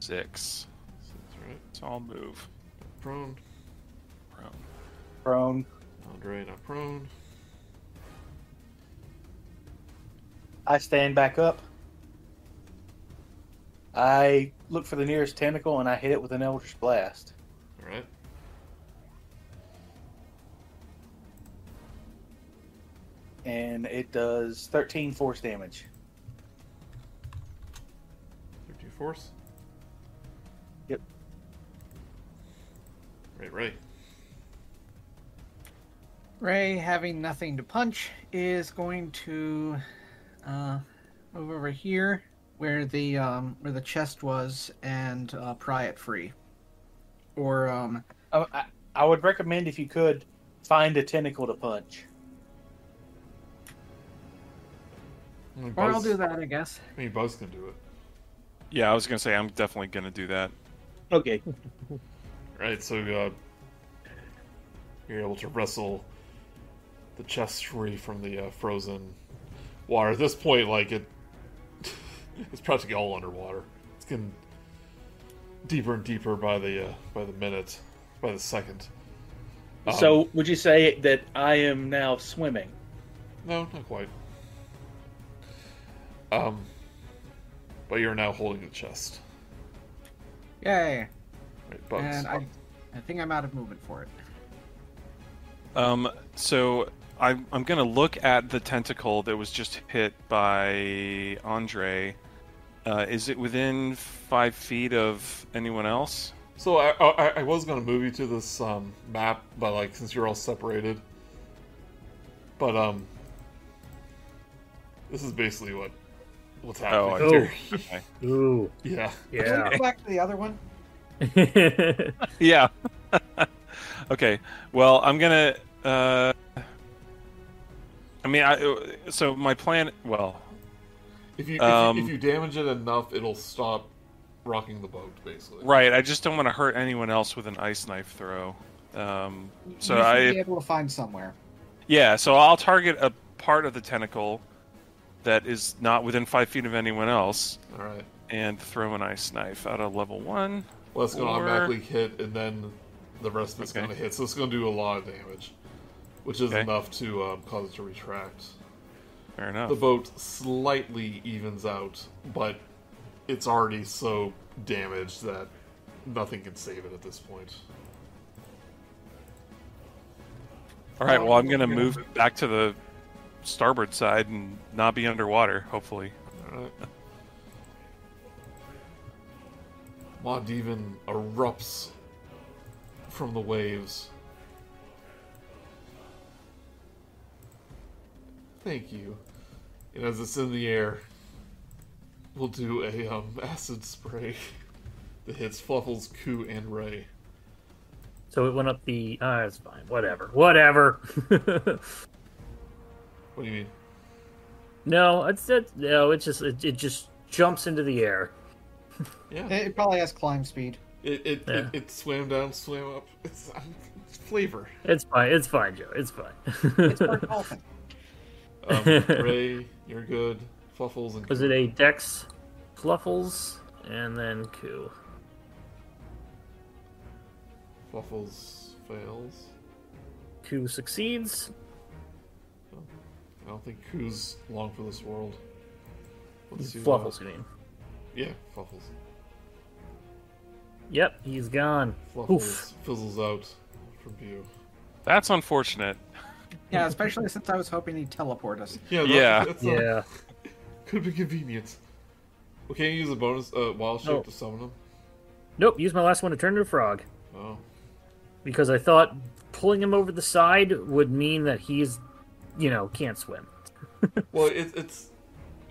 D: six.
A: So that's right.
D: So I'll move.
A: Prone.
D: Prone.
C: Prone.
A: Andre not prone.
C: I stand back up. I look for the nearest tentacle and I hit it with an Eldritch Blast.
A: Alright.
C: and it does 13 force damage.
A: 13 force.
C: Yep.
A: Right, right.
E: Ray, having nothing to punch, is going to uh, move over here where the um, where the chest was and uh, pry it free. Or um,
C: I, I, I would recommend if you could find a tentacle to punch.
A: I mean,
E: or I'll
A: Buzz-
E: do that, I guess.
A: I mean, Buzz can do it.
D: Yeah, I was gonna say I'm definitely gonna do that.
C: Okay.
A: Right, so uh, you're able to wrestle the chest free from the uh, frozen water. At this point, like it, it's practically all underwater. It's getting deeper and deeper by the uh, by the minute, by the second. Um,
C: so would you say that I am now swimming?
A: no, not quite. Um, but you're now holding the chest.
E: Yay!
A: Right, Bugs.
E: And I, I think I'm out of movement for it.
D: Um, so I'm, I'm gonna look at the tentacle that was just hit by Andre. Uh, is it within five feet of anyone else?
A: So I, I, I was gonna move you to this um, map, but like since you're all separated, but um, this is basically what what's
D: Oh, I
A: happening
B: Oh.
A: here.
D: Okay.
B: Ooh,
A: yeah,
E: Can
B: yeah.
E: we go back to the other one?
D: yeah. okay. Well, I'm gonna. Uh, I mean, I. So my plan. Well,
A: if you, if,
D: Um,
A: you if you damage it enough, it'll stop rocking the boat, basically.
D: right. I just don't want to hurt anyone else with an ice knife throw. Um, so
E: you should
D: I.
E: be able to find somewhere.
D: Yeah, so I'll target a part of the tentacle that is not within five feet of anyone else
A: All right.
D: and throw an ice knife out of level one.
A: Well, that's going to
D: Or-
A: automatically hit, and then the rest of it's
D: Okay.
A: going to hit. So it's going to do a lot of damage, which is
D: Okay.
A: enough to um, cause it to retract.
D: Fair enough.
A: The boat slightly evens out, but it's already so damaged that nothing can save it at this point.
D: All right, well, I'm going to move back to the starboard side and not be underwater, hopefully.
A: Alright. Maud Devon erupts from the waves. Thank you. And as it's in the air, we'll do a um, acid spray that hits Fluffles, Koo, and Ray.
B: so it went up the. Ah, it's fine. Whatever. Whatever.
A: What do you mean?
B: no, it's it, no. It just it, it just jumps into the air.
A: Yeah,
E: It probably has climb speed.
A: it it,
B: Yeah.
A: it, it swam down, swam up. It's, it's flavor.
B: It's fine. It's fine, Joe. It's
E: It's
B: fine.
E: Bert Dolphin.
A: Um, Ray, you're good. Fluffles and
B: Was
A: Koo.
B: it a Dex, Fluffles, and then Coup?
A: Fluffles fails.
B: Coup succeeds.
A: I don't think Koo's long for this world. Let's see what-
B: Fluffles, you mean?
A: Yeah, Fluffles.
B: Yep, he's gone.
A: Fluffles
B: Oof.
A: fizzles out from view.
D: That's unfortunate.
E: Yeah, especially since I was hoping he'd teleport us.
A: Yeah, that,
D: Yeah.
A: That's not-
B: Yeah.
A: could be convenient. Well, can you use a bonus uh, wild shape
B: No.
A: to summon him?
B: Nope. Used my last one to turn into a frog
A: Oh,
B: because I thought pulling him over the side would mean that he's, you know, can't swim.
A: well, it, it's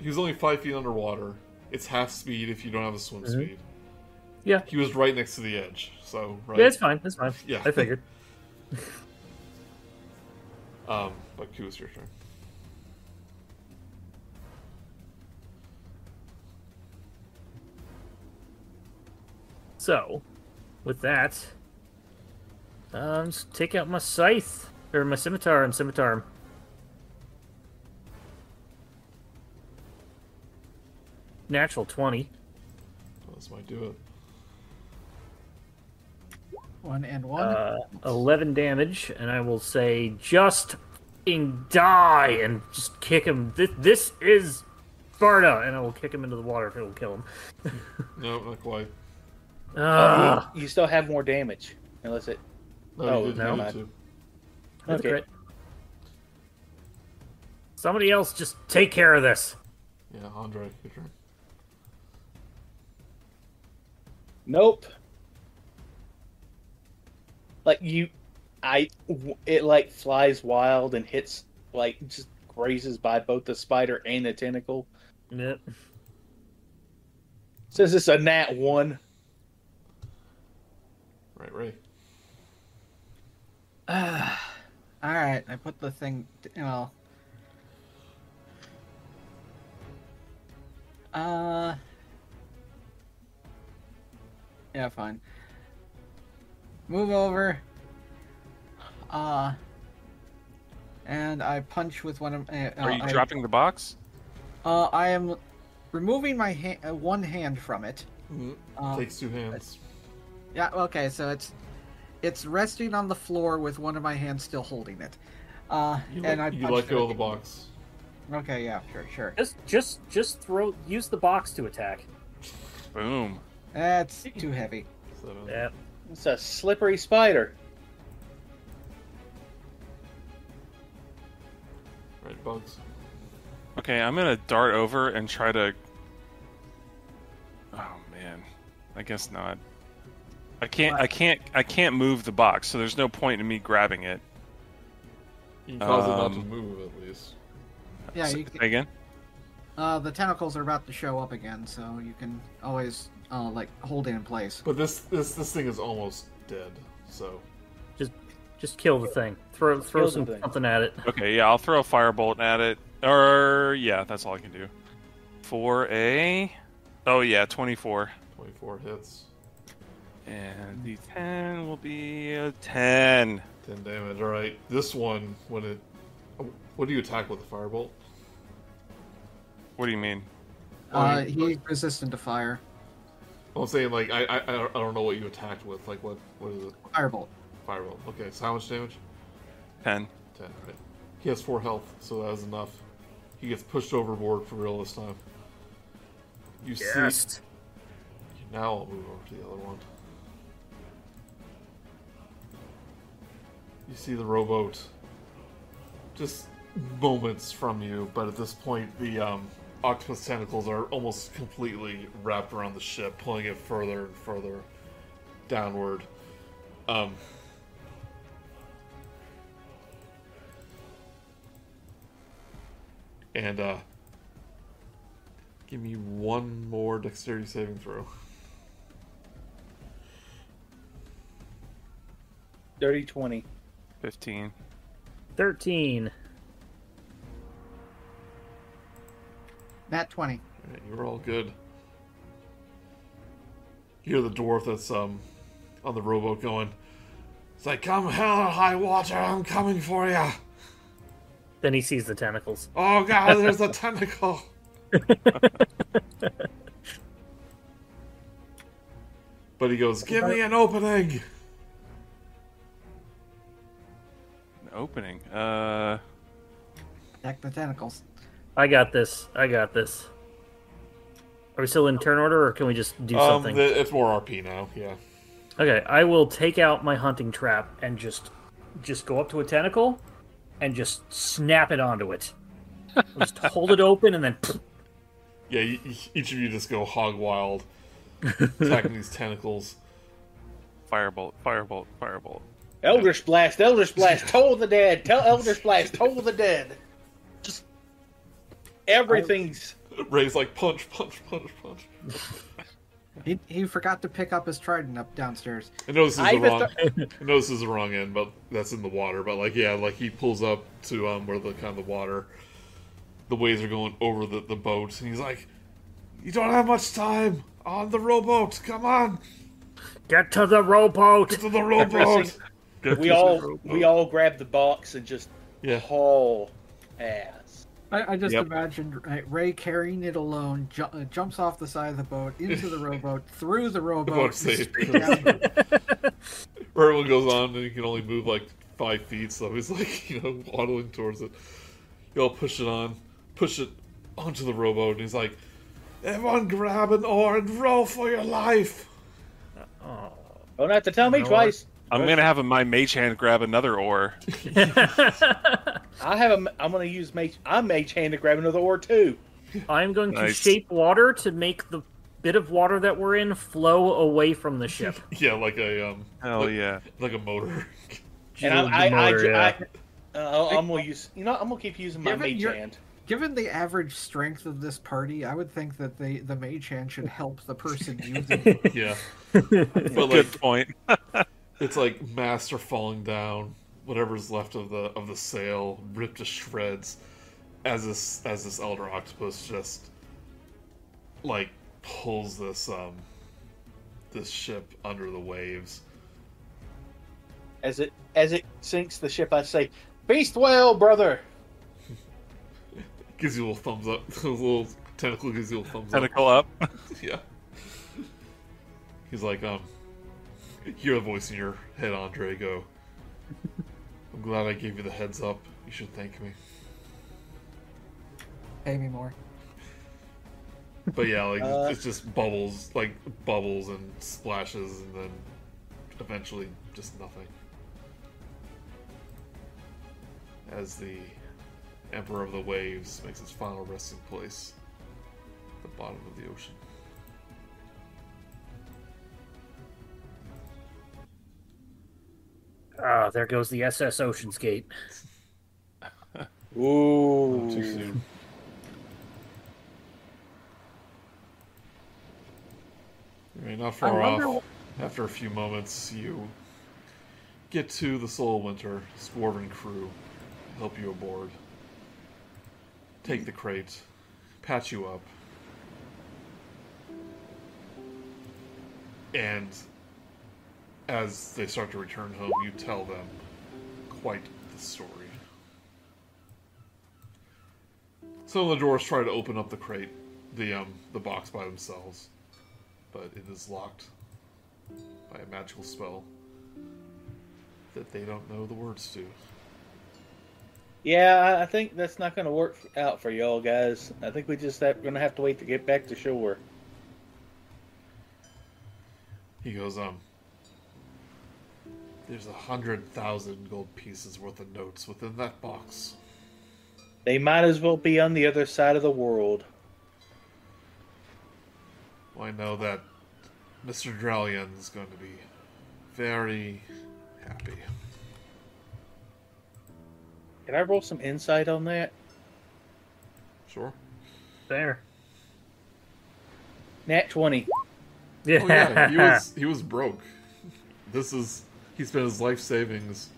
A: he was only five feet underwater. It's half speed if you don't have a swim speed.
B: Mm-hmm. Yeah.
A: He was right next to the edge, so right.
B: Yeah, it's fine. It's fine.
A: Yeah.
B: I figured.
A: Um, but Koo, it's your turn.
B: So, with that, um, just take out my scythe or my scimitar and scimitar. him. Natural twenty.
A: Oh, This might do it.
E: One and one.
B: Uh, 11 damage, and I will say, just fing die and just kick him. This, this is Sparta, and I will kick him into the water if it will kill him.
A: No, not quite.
B: Ugh.
C: You still have more damage unless it.
A: No,
C: Oh,
A: you didn't
C: no.
A: need to.
B: That's
C: Okay.
B: great. Somebody else just take care of this.
A: Yeah, Andre, your turn.
C: Nope. Like you, I w- it like flies wild and hits like just grazes by both the spider and the tentacle.
B: Yep.
C: Since it's a nat one,
A: Right, Ray.
E: All right, I put the thing. You know. Uh. Yeah, fine. Move over. Uh. And I punch with one of. Uh,
D: Are you
E: I,
D: dropping the box?
E: Uh, I am removing my hand, uh, one hand from it.
A: Mhm.
E: Uh,
A: Takes two hands.
E: Yeah, okay, so it's it's resting on the floor with one of my hands still holding it. Uh,
A: You
E: and I
A: let, you
E: punch
A: let
E: it
A: go of the
E: again.
A: box.
E: Okay, yeah, sure, sure.
B: Just, just, just throw. Use the box to attack.
D: Boom.
E: That's too heavy.
A: Seven.
B: Yeah.
C: it's a slippery spider.
A: bugs.
D: Okay, I'm gonna dart over and try to. Oh man, I guess not. I can't. I can't. I can't move the box, so there's no point in me grabbing it.
A: You can cause it not to
D: Um,
A: move at least.
E: Yeah,
D: Say-
E: you can,
D: say again.
E: uh, the tentacles are about to show up again, so you can always uh, like hold it in place.
A: But this this this thing is almost dead. So
B: Just kill the thing. Throw throw
C: Kill the
B: some
C: thing.
B: something at it.
D: Okay, yeah, I'll throw a firebolt at it. Or yeah, that's all I can do. For a. Oh yeah, 24.
A: 24 hits,
D: And the 10 will be a 10.
A: 10 damage. All right, this one when it, what do you attack with the firebolt?
D: What do you mean?
E: Uh, he's resistant to fire.
A: I'm saying like I I, I don't- I don't know what you attacked with. Like what what is it?
E: Firebolt.
A: Firebolt. Okay, so how much damage?
D: 10.
A: 10. Right. He has four health, so that is enough. He gets pushed overboard for real this time. You see.
B: Yes.
A: Now I'll move over to the other one. You see the rowboat just moments from you, but at this point, the um, octopus tentacles are almost completely wrapped around the ship, pulling it further and further downward. Um, and uh, give me one more dexterity saving throw.
C: Dirty 20.
D: 15.
B: Thirteen.
E: Nat 20.
A: Alright, you're all good. You're the dwarf that's um on the rowboat going. It's like, come hell or high water, I'm coming for you.
B: Then he sees the tentacles.
A: Oh god, there's a tentacle. but he goes, give me an opening.
D: An opening. Uh.
E: Attack the tentacles.
B: I got this. I got this. Are we still in turn order, or can we just do
A: Um,
B: something?
A: th- it's more RP now. Yeah.
B: Okay, I will take out my hunting trap and just just go up to a tentacle and just snap it onto it. I'll just hold it open and then
A: Yeah, y- y- each of you just go hog wild, attacking these tentacles.
D: Firebolt, firebolt, firebolt.
C: Eldritch Blast, Eldritch Blast, toll the dead. Tell Eldritch Blast, toll the dead. Just everything's.
A: Ray's like, punch, punch, punch, punch.
E: He, he forgot to pick up his trident up downstairs.
A: I know this is
C: I
A: the
C: even
A: wrong.
B: thought-
A: I know this is the wrong end, but that's in the water. But like, yeah, like he pulls up to um where the kind of the water, the waves are going over the the boats, and he's like, "You don't have much time on the rowboat. Come on,
B: get to the rowboat.
A: get to the rowboat."
C: We all we all grab the box and just
A: Yeah,
C: haul ass.
E: I, I just
A: Yep.
E: imagined uh, Ray carrying it alone, ju- uh, jumps off the side of the boat, into the rowboat, through the rowboat.
A: Boat safe.
E: down.
A: where everyone goes on, and he can only move like five feet, so he's like, you know, waddling towards it. You all push it on, push it onto the rowboat, and he's like, "Everyone, grab an oar and row for your life."
C: Don't have to tell me
B: You know
C: twice.
D: I'm gonna have my mage hand grab another ore.
C: I have a. I'm gonna use mage. I'm mage hand to grab another or two.
B: I'm going to
D: Nice.
B: shape water to make the bit of water that we're in flow away from the ship.
A: Yeah, like a um,
D: Hell yeah.
A: like a motor.
C: And
B: Jeweled
C: I, I, I,
B: motor,
C: I,
B: yeah.
C: uh, I'm gonna use. You know, I'm gonna keep using my
E: Given
C: mage
E: your-
C: hand.
E: Given the average strength of this party, I would think that the, the mage hand should help the person using it.
A: yeah, but like
D: Good point.
A: it's like masts are falling down, whatever's left of the of the sail ripped to shreds, as this as this elder octopus just like pulls this um this ship under the waves.
C: As it as it sinks the ship, I say, "Beast well, brother."
A: Gives you a little thumbs up. a little tentacle gives you a little thumbs
D: Tentacle up.
A: up. Yeah. He's like um. Hear the voice in your head, Andre. Go. I'm glad I gave you the heads up. You should thank me.
E: Pay me more.
A: But yeah, like
C: Uh,
A: it's just bubbles, like bubbles and splashes, and then eventually just nothing. As the Emperor of the Waves makes its final resting place at the bottom of the ocean.
B: Ah, there goes the SS Ocean's Gate.
C: Ooh.
A: Too soon. I mean, not far
B: wonder
A: off. After a few moments, you get to the Soul Winter Squadron crew, help you aboard, take the crate, patch you up, and as they start to return home, you tell them quite the story. Some of the dwarves try to open up the crate, the um, the box by themselves, but it is locked by a magical spell that they don't know the words to.
C: Yeah, I- I think that's not going to work out for y'all guys. I think we just have, going to have to wait to get back to shore.
A: He goes, um, there's a hundred thousand gold pieces worth of notes within that box.
C: They might as well be on the other side of the world.
A: Well, I know that Mr. Drellion's going to be very happy.
C: Can I roll some insight on that?
A: Sure.
B: There.
C: Nat 20.
B: Yeah.
A: Oh yeah, he was he was broke. This is he spent his life savings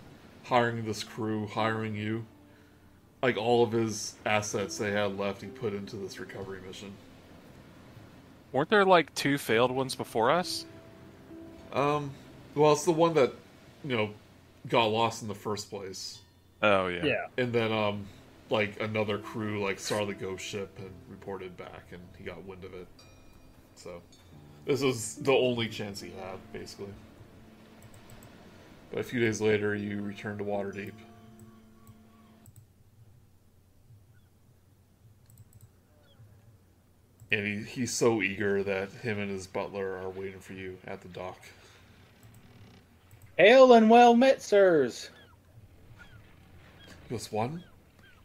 A: hiring this crew, hiring you. Like all of his assets they had left, he put into this recovery mission.
D: Weren't there like two failed ones before us?
A: Um, well, it's the one that you know got lost in the first place,
D: Oh yeah.
B: Yeah.
A: and then um, like another crew like saw the ghost ship and reported back, and he got wind of it. So, this was the only chance he had, basically. But a few days later, you return to Waterdeep. And he, he's so eager that him and his butler are waiting for you at the dock.
C: Hail and well met, sirs.
A: It was one,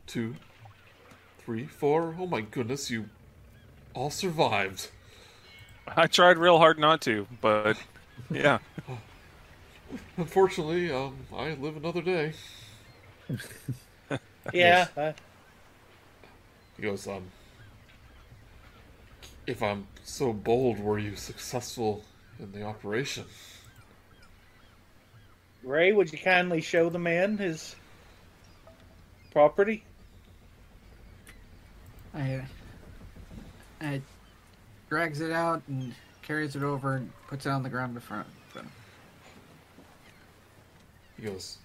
A: two, three, four. Oh my goodness, you all survived.
D: I tried real hard not to, but yeah.
A: Unfortunately, um, I live another day.
C: Yeah. I-
A: He goes, um, if I'm so bold, were you successful in the operation?
C: Ray, would you kindly show the man his property?
E: I, I drags it out and carries it over and puts it on the ground in front. front.
A: He goes,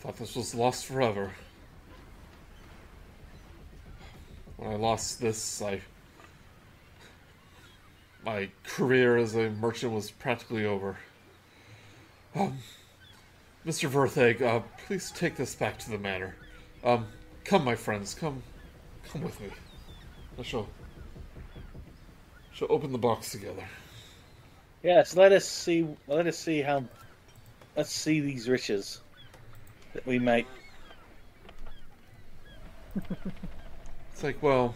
A: thought this was lost forever. When I lost this, I. My career as a merchant was practically over. Um, Mr. Vertheg, uh, please take this back to the manor. Um, come, my friends, come. Come with me. I shall. shall open the box together.
C: Yes, let us see. Let us see how. Let's see these riches that we make.
A: It's like, well,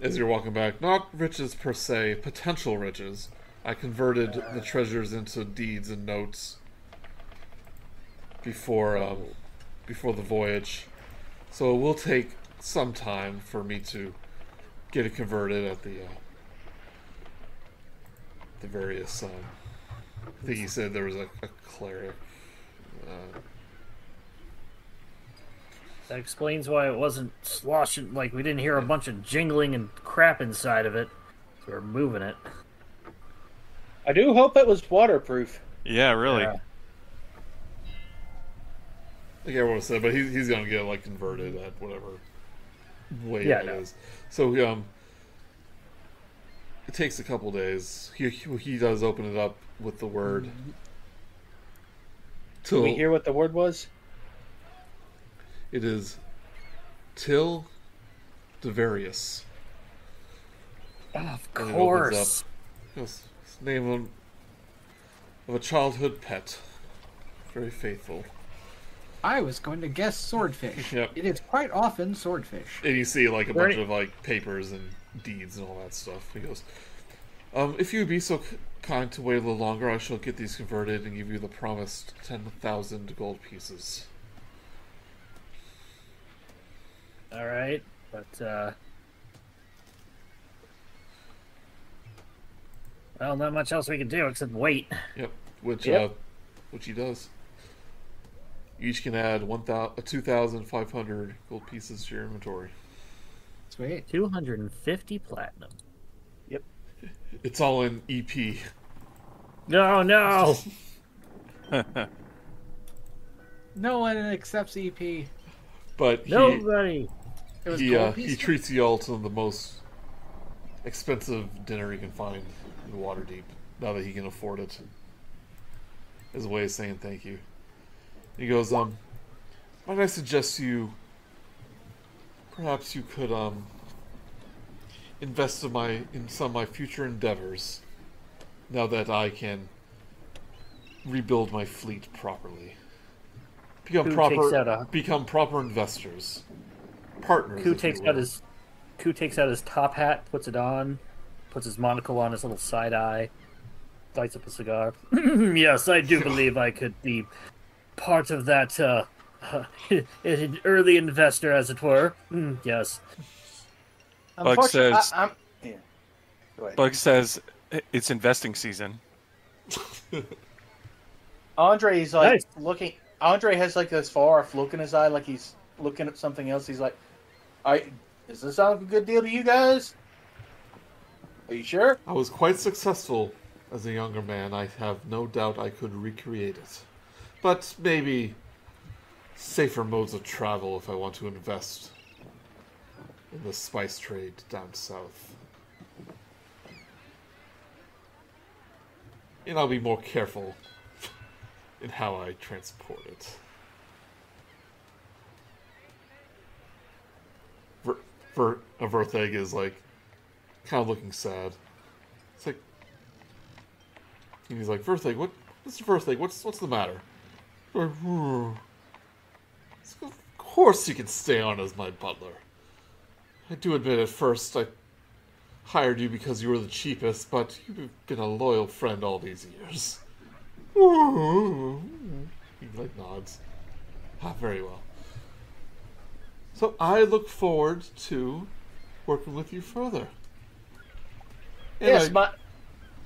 A: as you're walking back, not riches per se, potential riches. I converted the treasures into deeds and notes before um, before the voyage, so it will take some time for me to get it converted at the uh, the various. Um, I think you said there was a, a cleric. Uh,
B: That explains why it wasn't sloshing. Like we didn't hear a bunch of jingling and crap inside of it. So we're moving it.
C: I do hope it was waterproof.
D: Yeah, really.
B: Yeah.
A: like everyone said, but he's, he's gonna get like converted at whatever way
B: Yeah,
A: that is.
B: no.
A: So um, it takes a couple days. He, he he does open it up with the word.
C: Did
A: Till
C: Mm-hmm. we hear what the word was?
A: it is till Devarius.
B: Ah, Of
A: And it opens
B: course.
A: Yes, it's the name of, of a childhood pet. Very faithful.
E: I was going to guess swordfish.
A: Yep.
E: It is quite often swordfish.
A: And you see like a
B: Where-
A: bunch of like papers and deeds and all that stuff. He goes, um, "If you would be so k- kind to wait a little longer, I shall get these converted and give you the promised ten thousand gold pieces."
B: All right, but uh, well, not much else we can do except wait.
A: Yep, which
C: Yep.
A: uh, which he does. You each can add one thousand, two thousand five hundred gold pieces to your inventory.
E: Sweet.
B: Two hundred and fifty platinum.
A: It's all in E EP.
B: No, no.
E: No one accepts EP. It
A: But he
B: Nobody.
E: was
A: he,
E: gold
A: uh, he
E: pieces?
A: treats you all to the most expensive dinner he can find in Waterdeep. Now that he can afford it, as a way of saying thank you. He goes, um, might I suggest you, perhaps you could um, invest in my in some of my future endeavors. Now that I can rebuild my fleet properly, become
B: Who
A: proper
B: takes out a-
A: become proper investors, partners.
B: Ku
A: if you
B: takes out
A: will."
B: his Ku takes out his top hat, puts it on, puts his monocle on, his little side eye, lights up a cigar. yes, I do believe I could be part of that uh, an early investor, as it were. Mm, yes.
D: Bug
C: Unfortunately,
D: says-
C: I, am yeah. Go ahead.
D: Bug says "I- it's investing season.
C: Andre is like
B: Nice.
C: looking. Andre has like this far off look in his eye, like he's looking at something else. He's like, "I does this sound like a good deal to you guys? Are you sure?"
A: I was quite successful as a younger man. I have no doubt I could recreate it. But maybe safer modes of travel if I want to invest in the spice trade down south. And I'll be more careful in how I transport it. Ver, Ver, uh, Vertheg is like kind of looking sad. It's like, and he's like, Verthig, what, Mr. Verthig, what's what's the matter? Like, "Hmm." It's like, Of course you can stay on as my butler. I do admit at first I hired you because you were the cheapest, but you've been a loyal friend all these years. he like nods. Ah, very well. So I look forward to working with you further. And
C: yes,
A: I-
C: my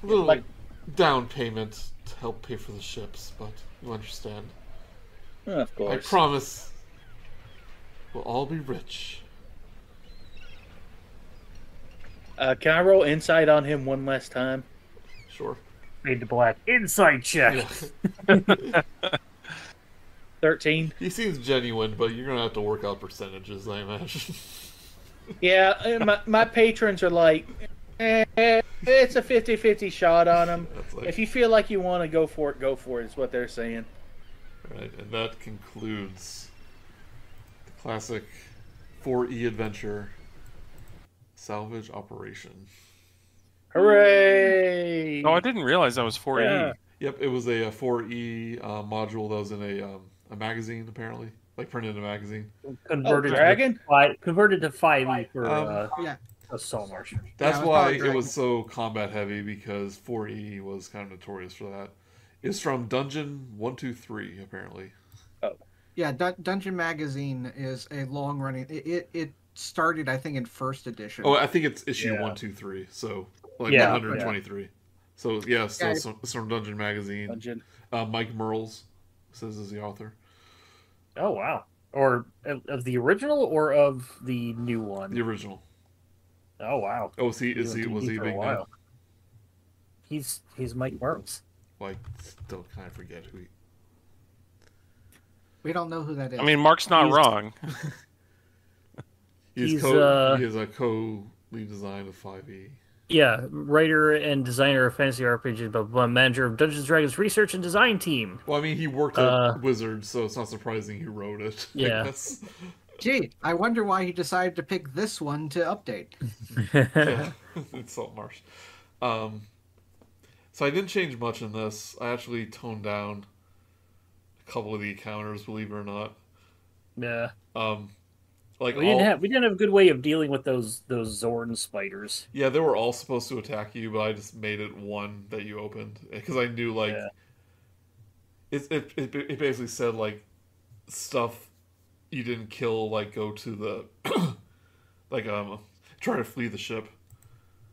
A: a little
C: Like-
A: down payment to help pay for the ships, but you understand.
C: of
A: I promise we'll all be rich.
C: Uh, can I roll insight on him one last time?
A: Sure.
B: Made to black. Inside check.
A: Yeah.
C: Thirteen.
A: he seems genuine, but you're gonna have to work out percentages, I imagine.
C: Yeah, uh, my my patrons are like, eh, eh, it's a 50-50 shot on him.
A: That's like,
C: If you feel like you want to go for it, go for it. Is what they're saying.
A: Alright, and that concludes the classic 4E adventure salvage operation.
C: Hooray!
D: Oh, I didn't realize that was E. 4E.
C: Yeah.
A: Yep, it was a, uh 4E uh, module that was in a, um, a magazine, apparently. Like printed in a magazine.
B: Converted
C: Oh,
B: to
C: dragon?
B: Five, converted to five E for
A: Um,
B: uh,
E: Yeah.
B: a saw marsh.
A: That's
E: Yeah, it was
A: why
E: probably
A: it
E: Dragon.
A: was so combat heavy because 4E was kind of notorious for that. It's from Dungeon 123, apparently.
E: Yeah, Dun- Dungeon Magazine is a long running. It, it it started, I think, in first edition.
A: Oh, I think it's issue
B: Yeah.
A: 123, so like
B: Yeah,
A: 123. So, yeah, so
E: Yeah,
A: it's from- it's from Dungeon Magazine.
C: Dungeon.
A: Uh, Mike Merles says is the author.
B: Oh wow! Or of of the original or of the new one?
A: The original.
B: Oh wow!
A: Oh, is he, is he,
B: on
A: was
B: TV
A: he a
B: for a
A: big now?
B: while. He's he's Mike Mertz.
A: Like, still kind of forget who he...
E: we don't know who that is.
D: I mean, Mark's not
B: He's-
D: wrong.
A: He's,
B: He's,
A: co-
B: uh,
A: he is a co-lead design of E. 5E.
B: Yeah, writer and designer of fantasy RPGs, but but manager of Dungeons and Dragons research and design team.
A: Well, I mean, he worked at
B: Uh,
A: Wizards, so it's not surprising he wrote it. I
B: Yeah.
A: guess.
E: Gee, I wonder why he decided to pick this one to update.
A: Yeah, it's salt marsh. Um, so I didn't change much in this. I actually toned down a couple of the encounters, believe it or not.
B: Yeah.
A: Um, like
B: We
A: all,
B: didn't have we didn't have a good way of dealing with those those Zorn spiders.
A: yeah, they were all supposed to attack you, but I just made it one that you opened because I knew like
B: Yeah.
A: it, it it it basically said like stuff you didn't kill like go to the like um try to flee the ship.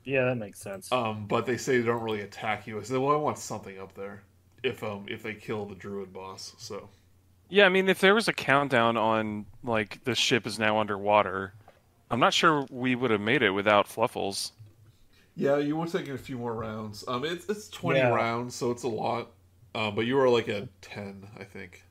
B: Yeah, that makes sense.
A: Um, but they say they don't really attack you. I said, well, I want something up there if um if they kill the druid boss. So
D: Yeah, I mean, if there was a countdown on like the ship is now underwater, I'm not sure we would have made it without Fluffles.
A: yeah, you were taking a few more rounds. Um, it's it's twenty
B: Yeah.
A: rounds, so it's a lot. Um, but you were like at ten, I think.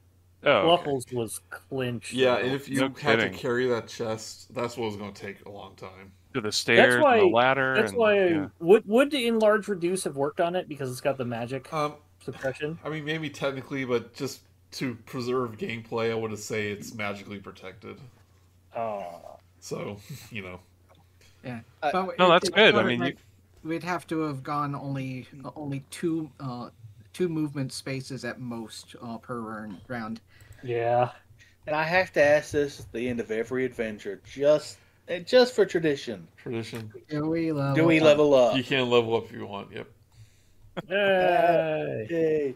D: Oh, okay.
B: Fluffles was clinched.
A: Yeah,
B: though.
A: and if you
D: No
A: had to
D: kidding.
A: carry that chest, that's what was going to take a long time.
D: to the stairs, and
B: why-
D: the ladder.
B: that's
D: and-
B: why
D: yeah.
B: I, would would enlarge reduce have worked on it because it's got the magic
A: Um,
B: suppression.
A: I mean, maybe technically, but just to preserve gameplay, I would say it's magically protected.
B: Oh,
A: So you know,
E: Yeah.
C: Uh,
E: But
D: No,
E: it-
D: that's
E: it
D: good. I
E: would've,
D: mean, you-
E: like, we'd have to have gone only only two uh, two movement spaces at most uh, per round- round.
B: yeah.
C: And I have to ask this at the end of every adventure, just eh, just for tradition.
A: tradition.
E: Do we level?
C: Do
B: Oh,
C: we
E: up?
C: level up?
A: You can level up if you want. Yep.
B: Yay.
C: Yay.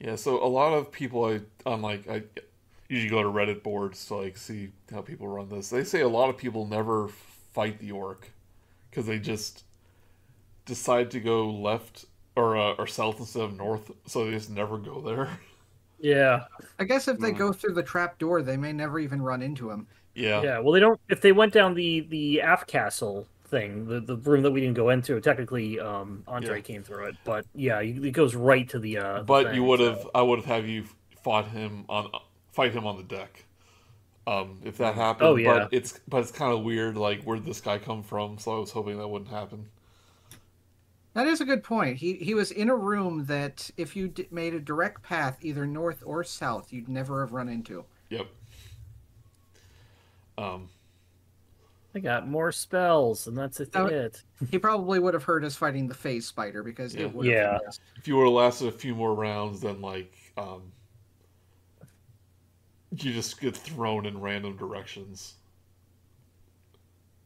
A: Yeah, so a lot of people I on like I usually go to Reddit boards to like see how people run this. They say a lot of people never fight the orc because they just decide to go left or uh, or south instead of north, so they just never go there.
B: Yeah.
E: I guess if they
D: Hmm.
E: go through the trap door, they may never even run into him.
A: Yeah,
B: Yeah. Well, they don't. If they went down the the aft castle thing, the, the room that we didn't go into, technically, um, Andre
A: Yeah.
B: came through it, but yeah, it goes right to the. Uh, the
A: but you
B: thing,
A: would
B: so-
A: have I would have you fought him on fight him on the deck. Um, if that happened,
B: Oh, yeah.
A: but it's but it's kind of weird. Like, where would this guy come from? So I was hoping that wouldn't happen.
E: That is a good point. He he was in a room that if you d- made a direct path either north or south, you'd never have run into.
A: Yep. Um,
B: I got more spells, and that's
E: Oh,
B: it.
E: He probably would have heard us fighting the phase spider because
A: Yeah.
E: it would.
B: Yeah.
A: if you would have lasted a few more rounds, then like um, you just get thrown in random directions.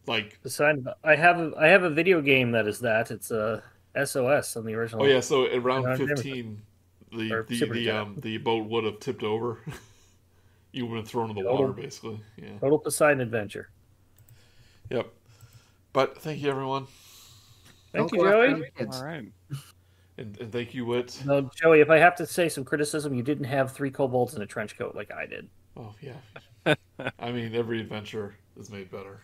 A: Like
B: Besides, I have a, I have a video game that is that. It's uh, a SOS on the original.
A: oh yeah, so at round
B: Round
A: fifteen, the
B: Or
A: the
B: Super
A: the,
B: Nintendo.
A: um, the boat would have tipped over. you would have thrown in the water, basically. Yeah.
B: Total Poseidon Adventure.
A: Yep. But thank you, everyone,
B: Thank
E: Don't
B: you,
E: go after
B: Joey.
E: the kids.
D: all right.
A: and, and thank you, Wit.
B: No, Joey, if I have to say some criticism, you didn't have three kobolds in a trench coat like I did.
A: Oh yeah. I mean, every adventure is made better.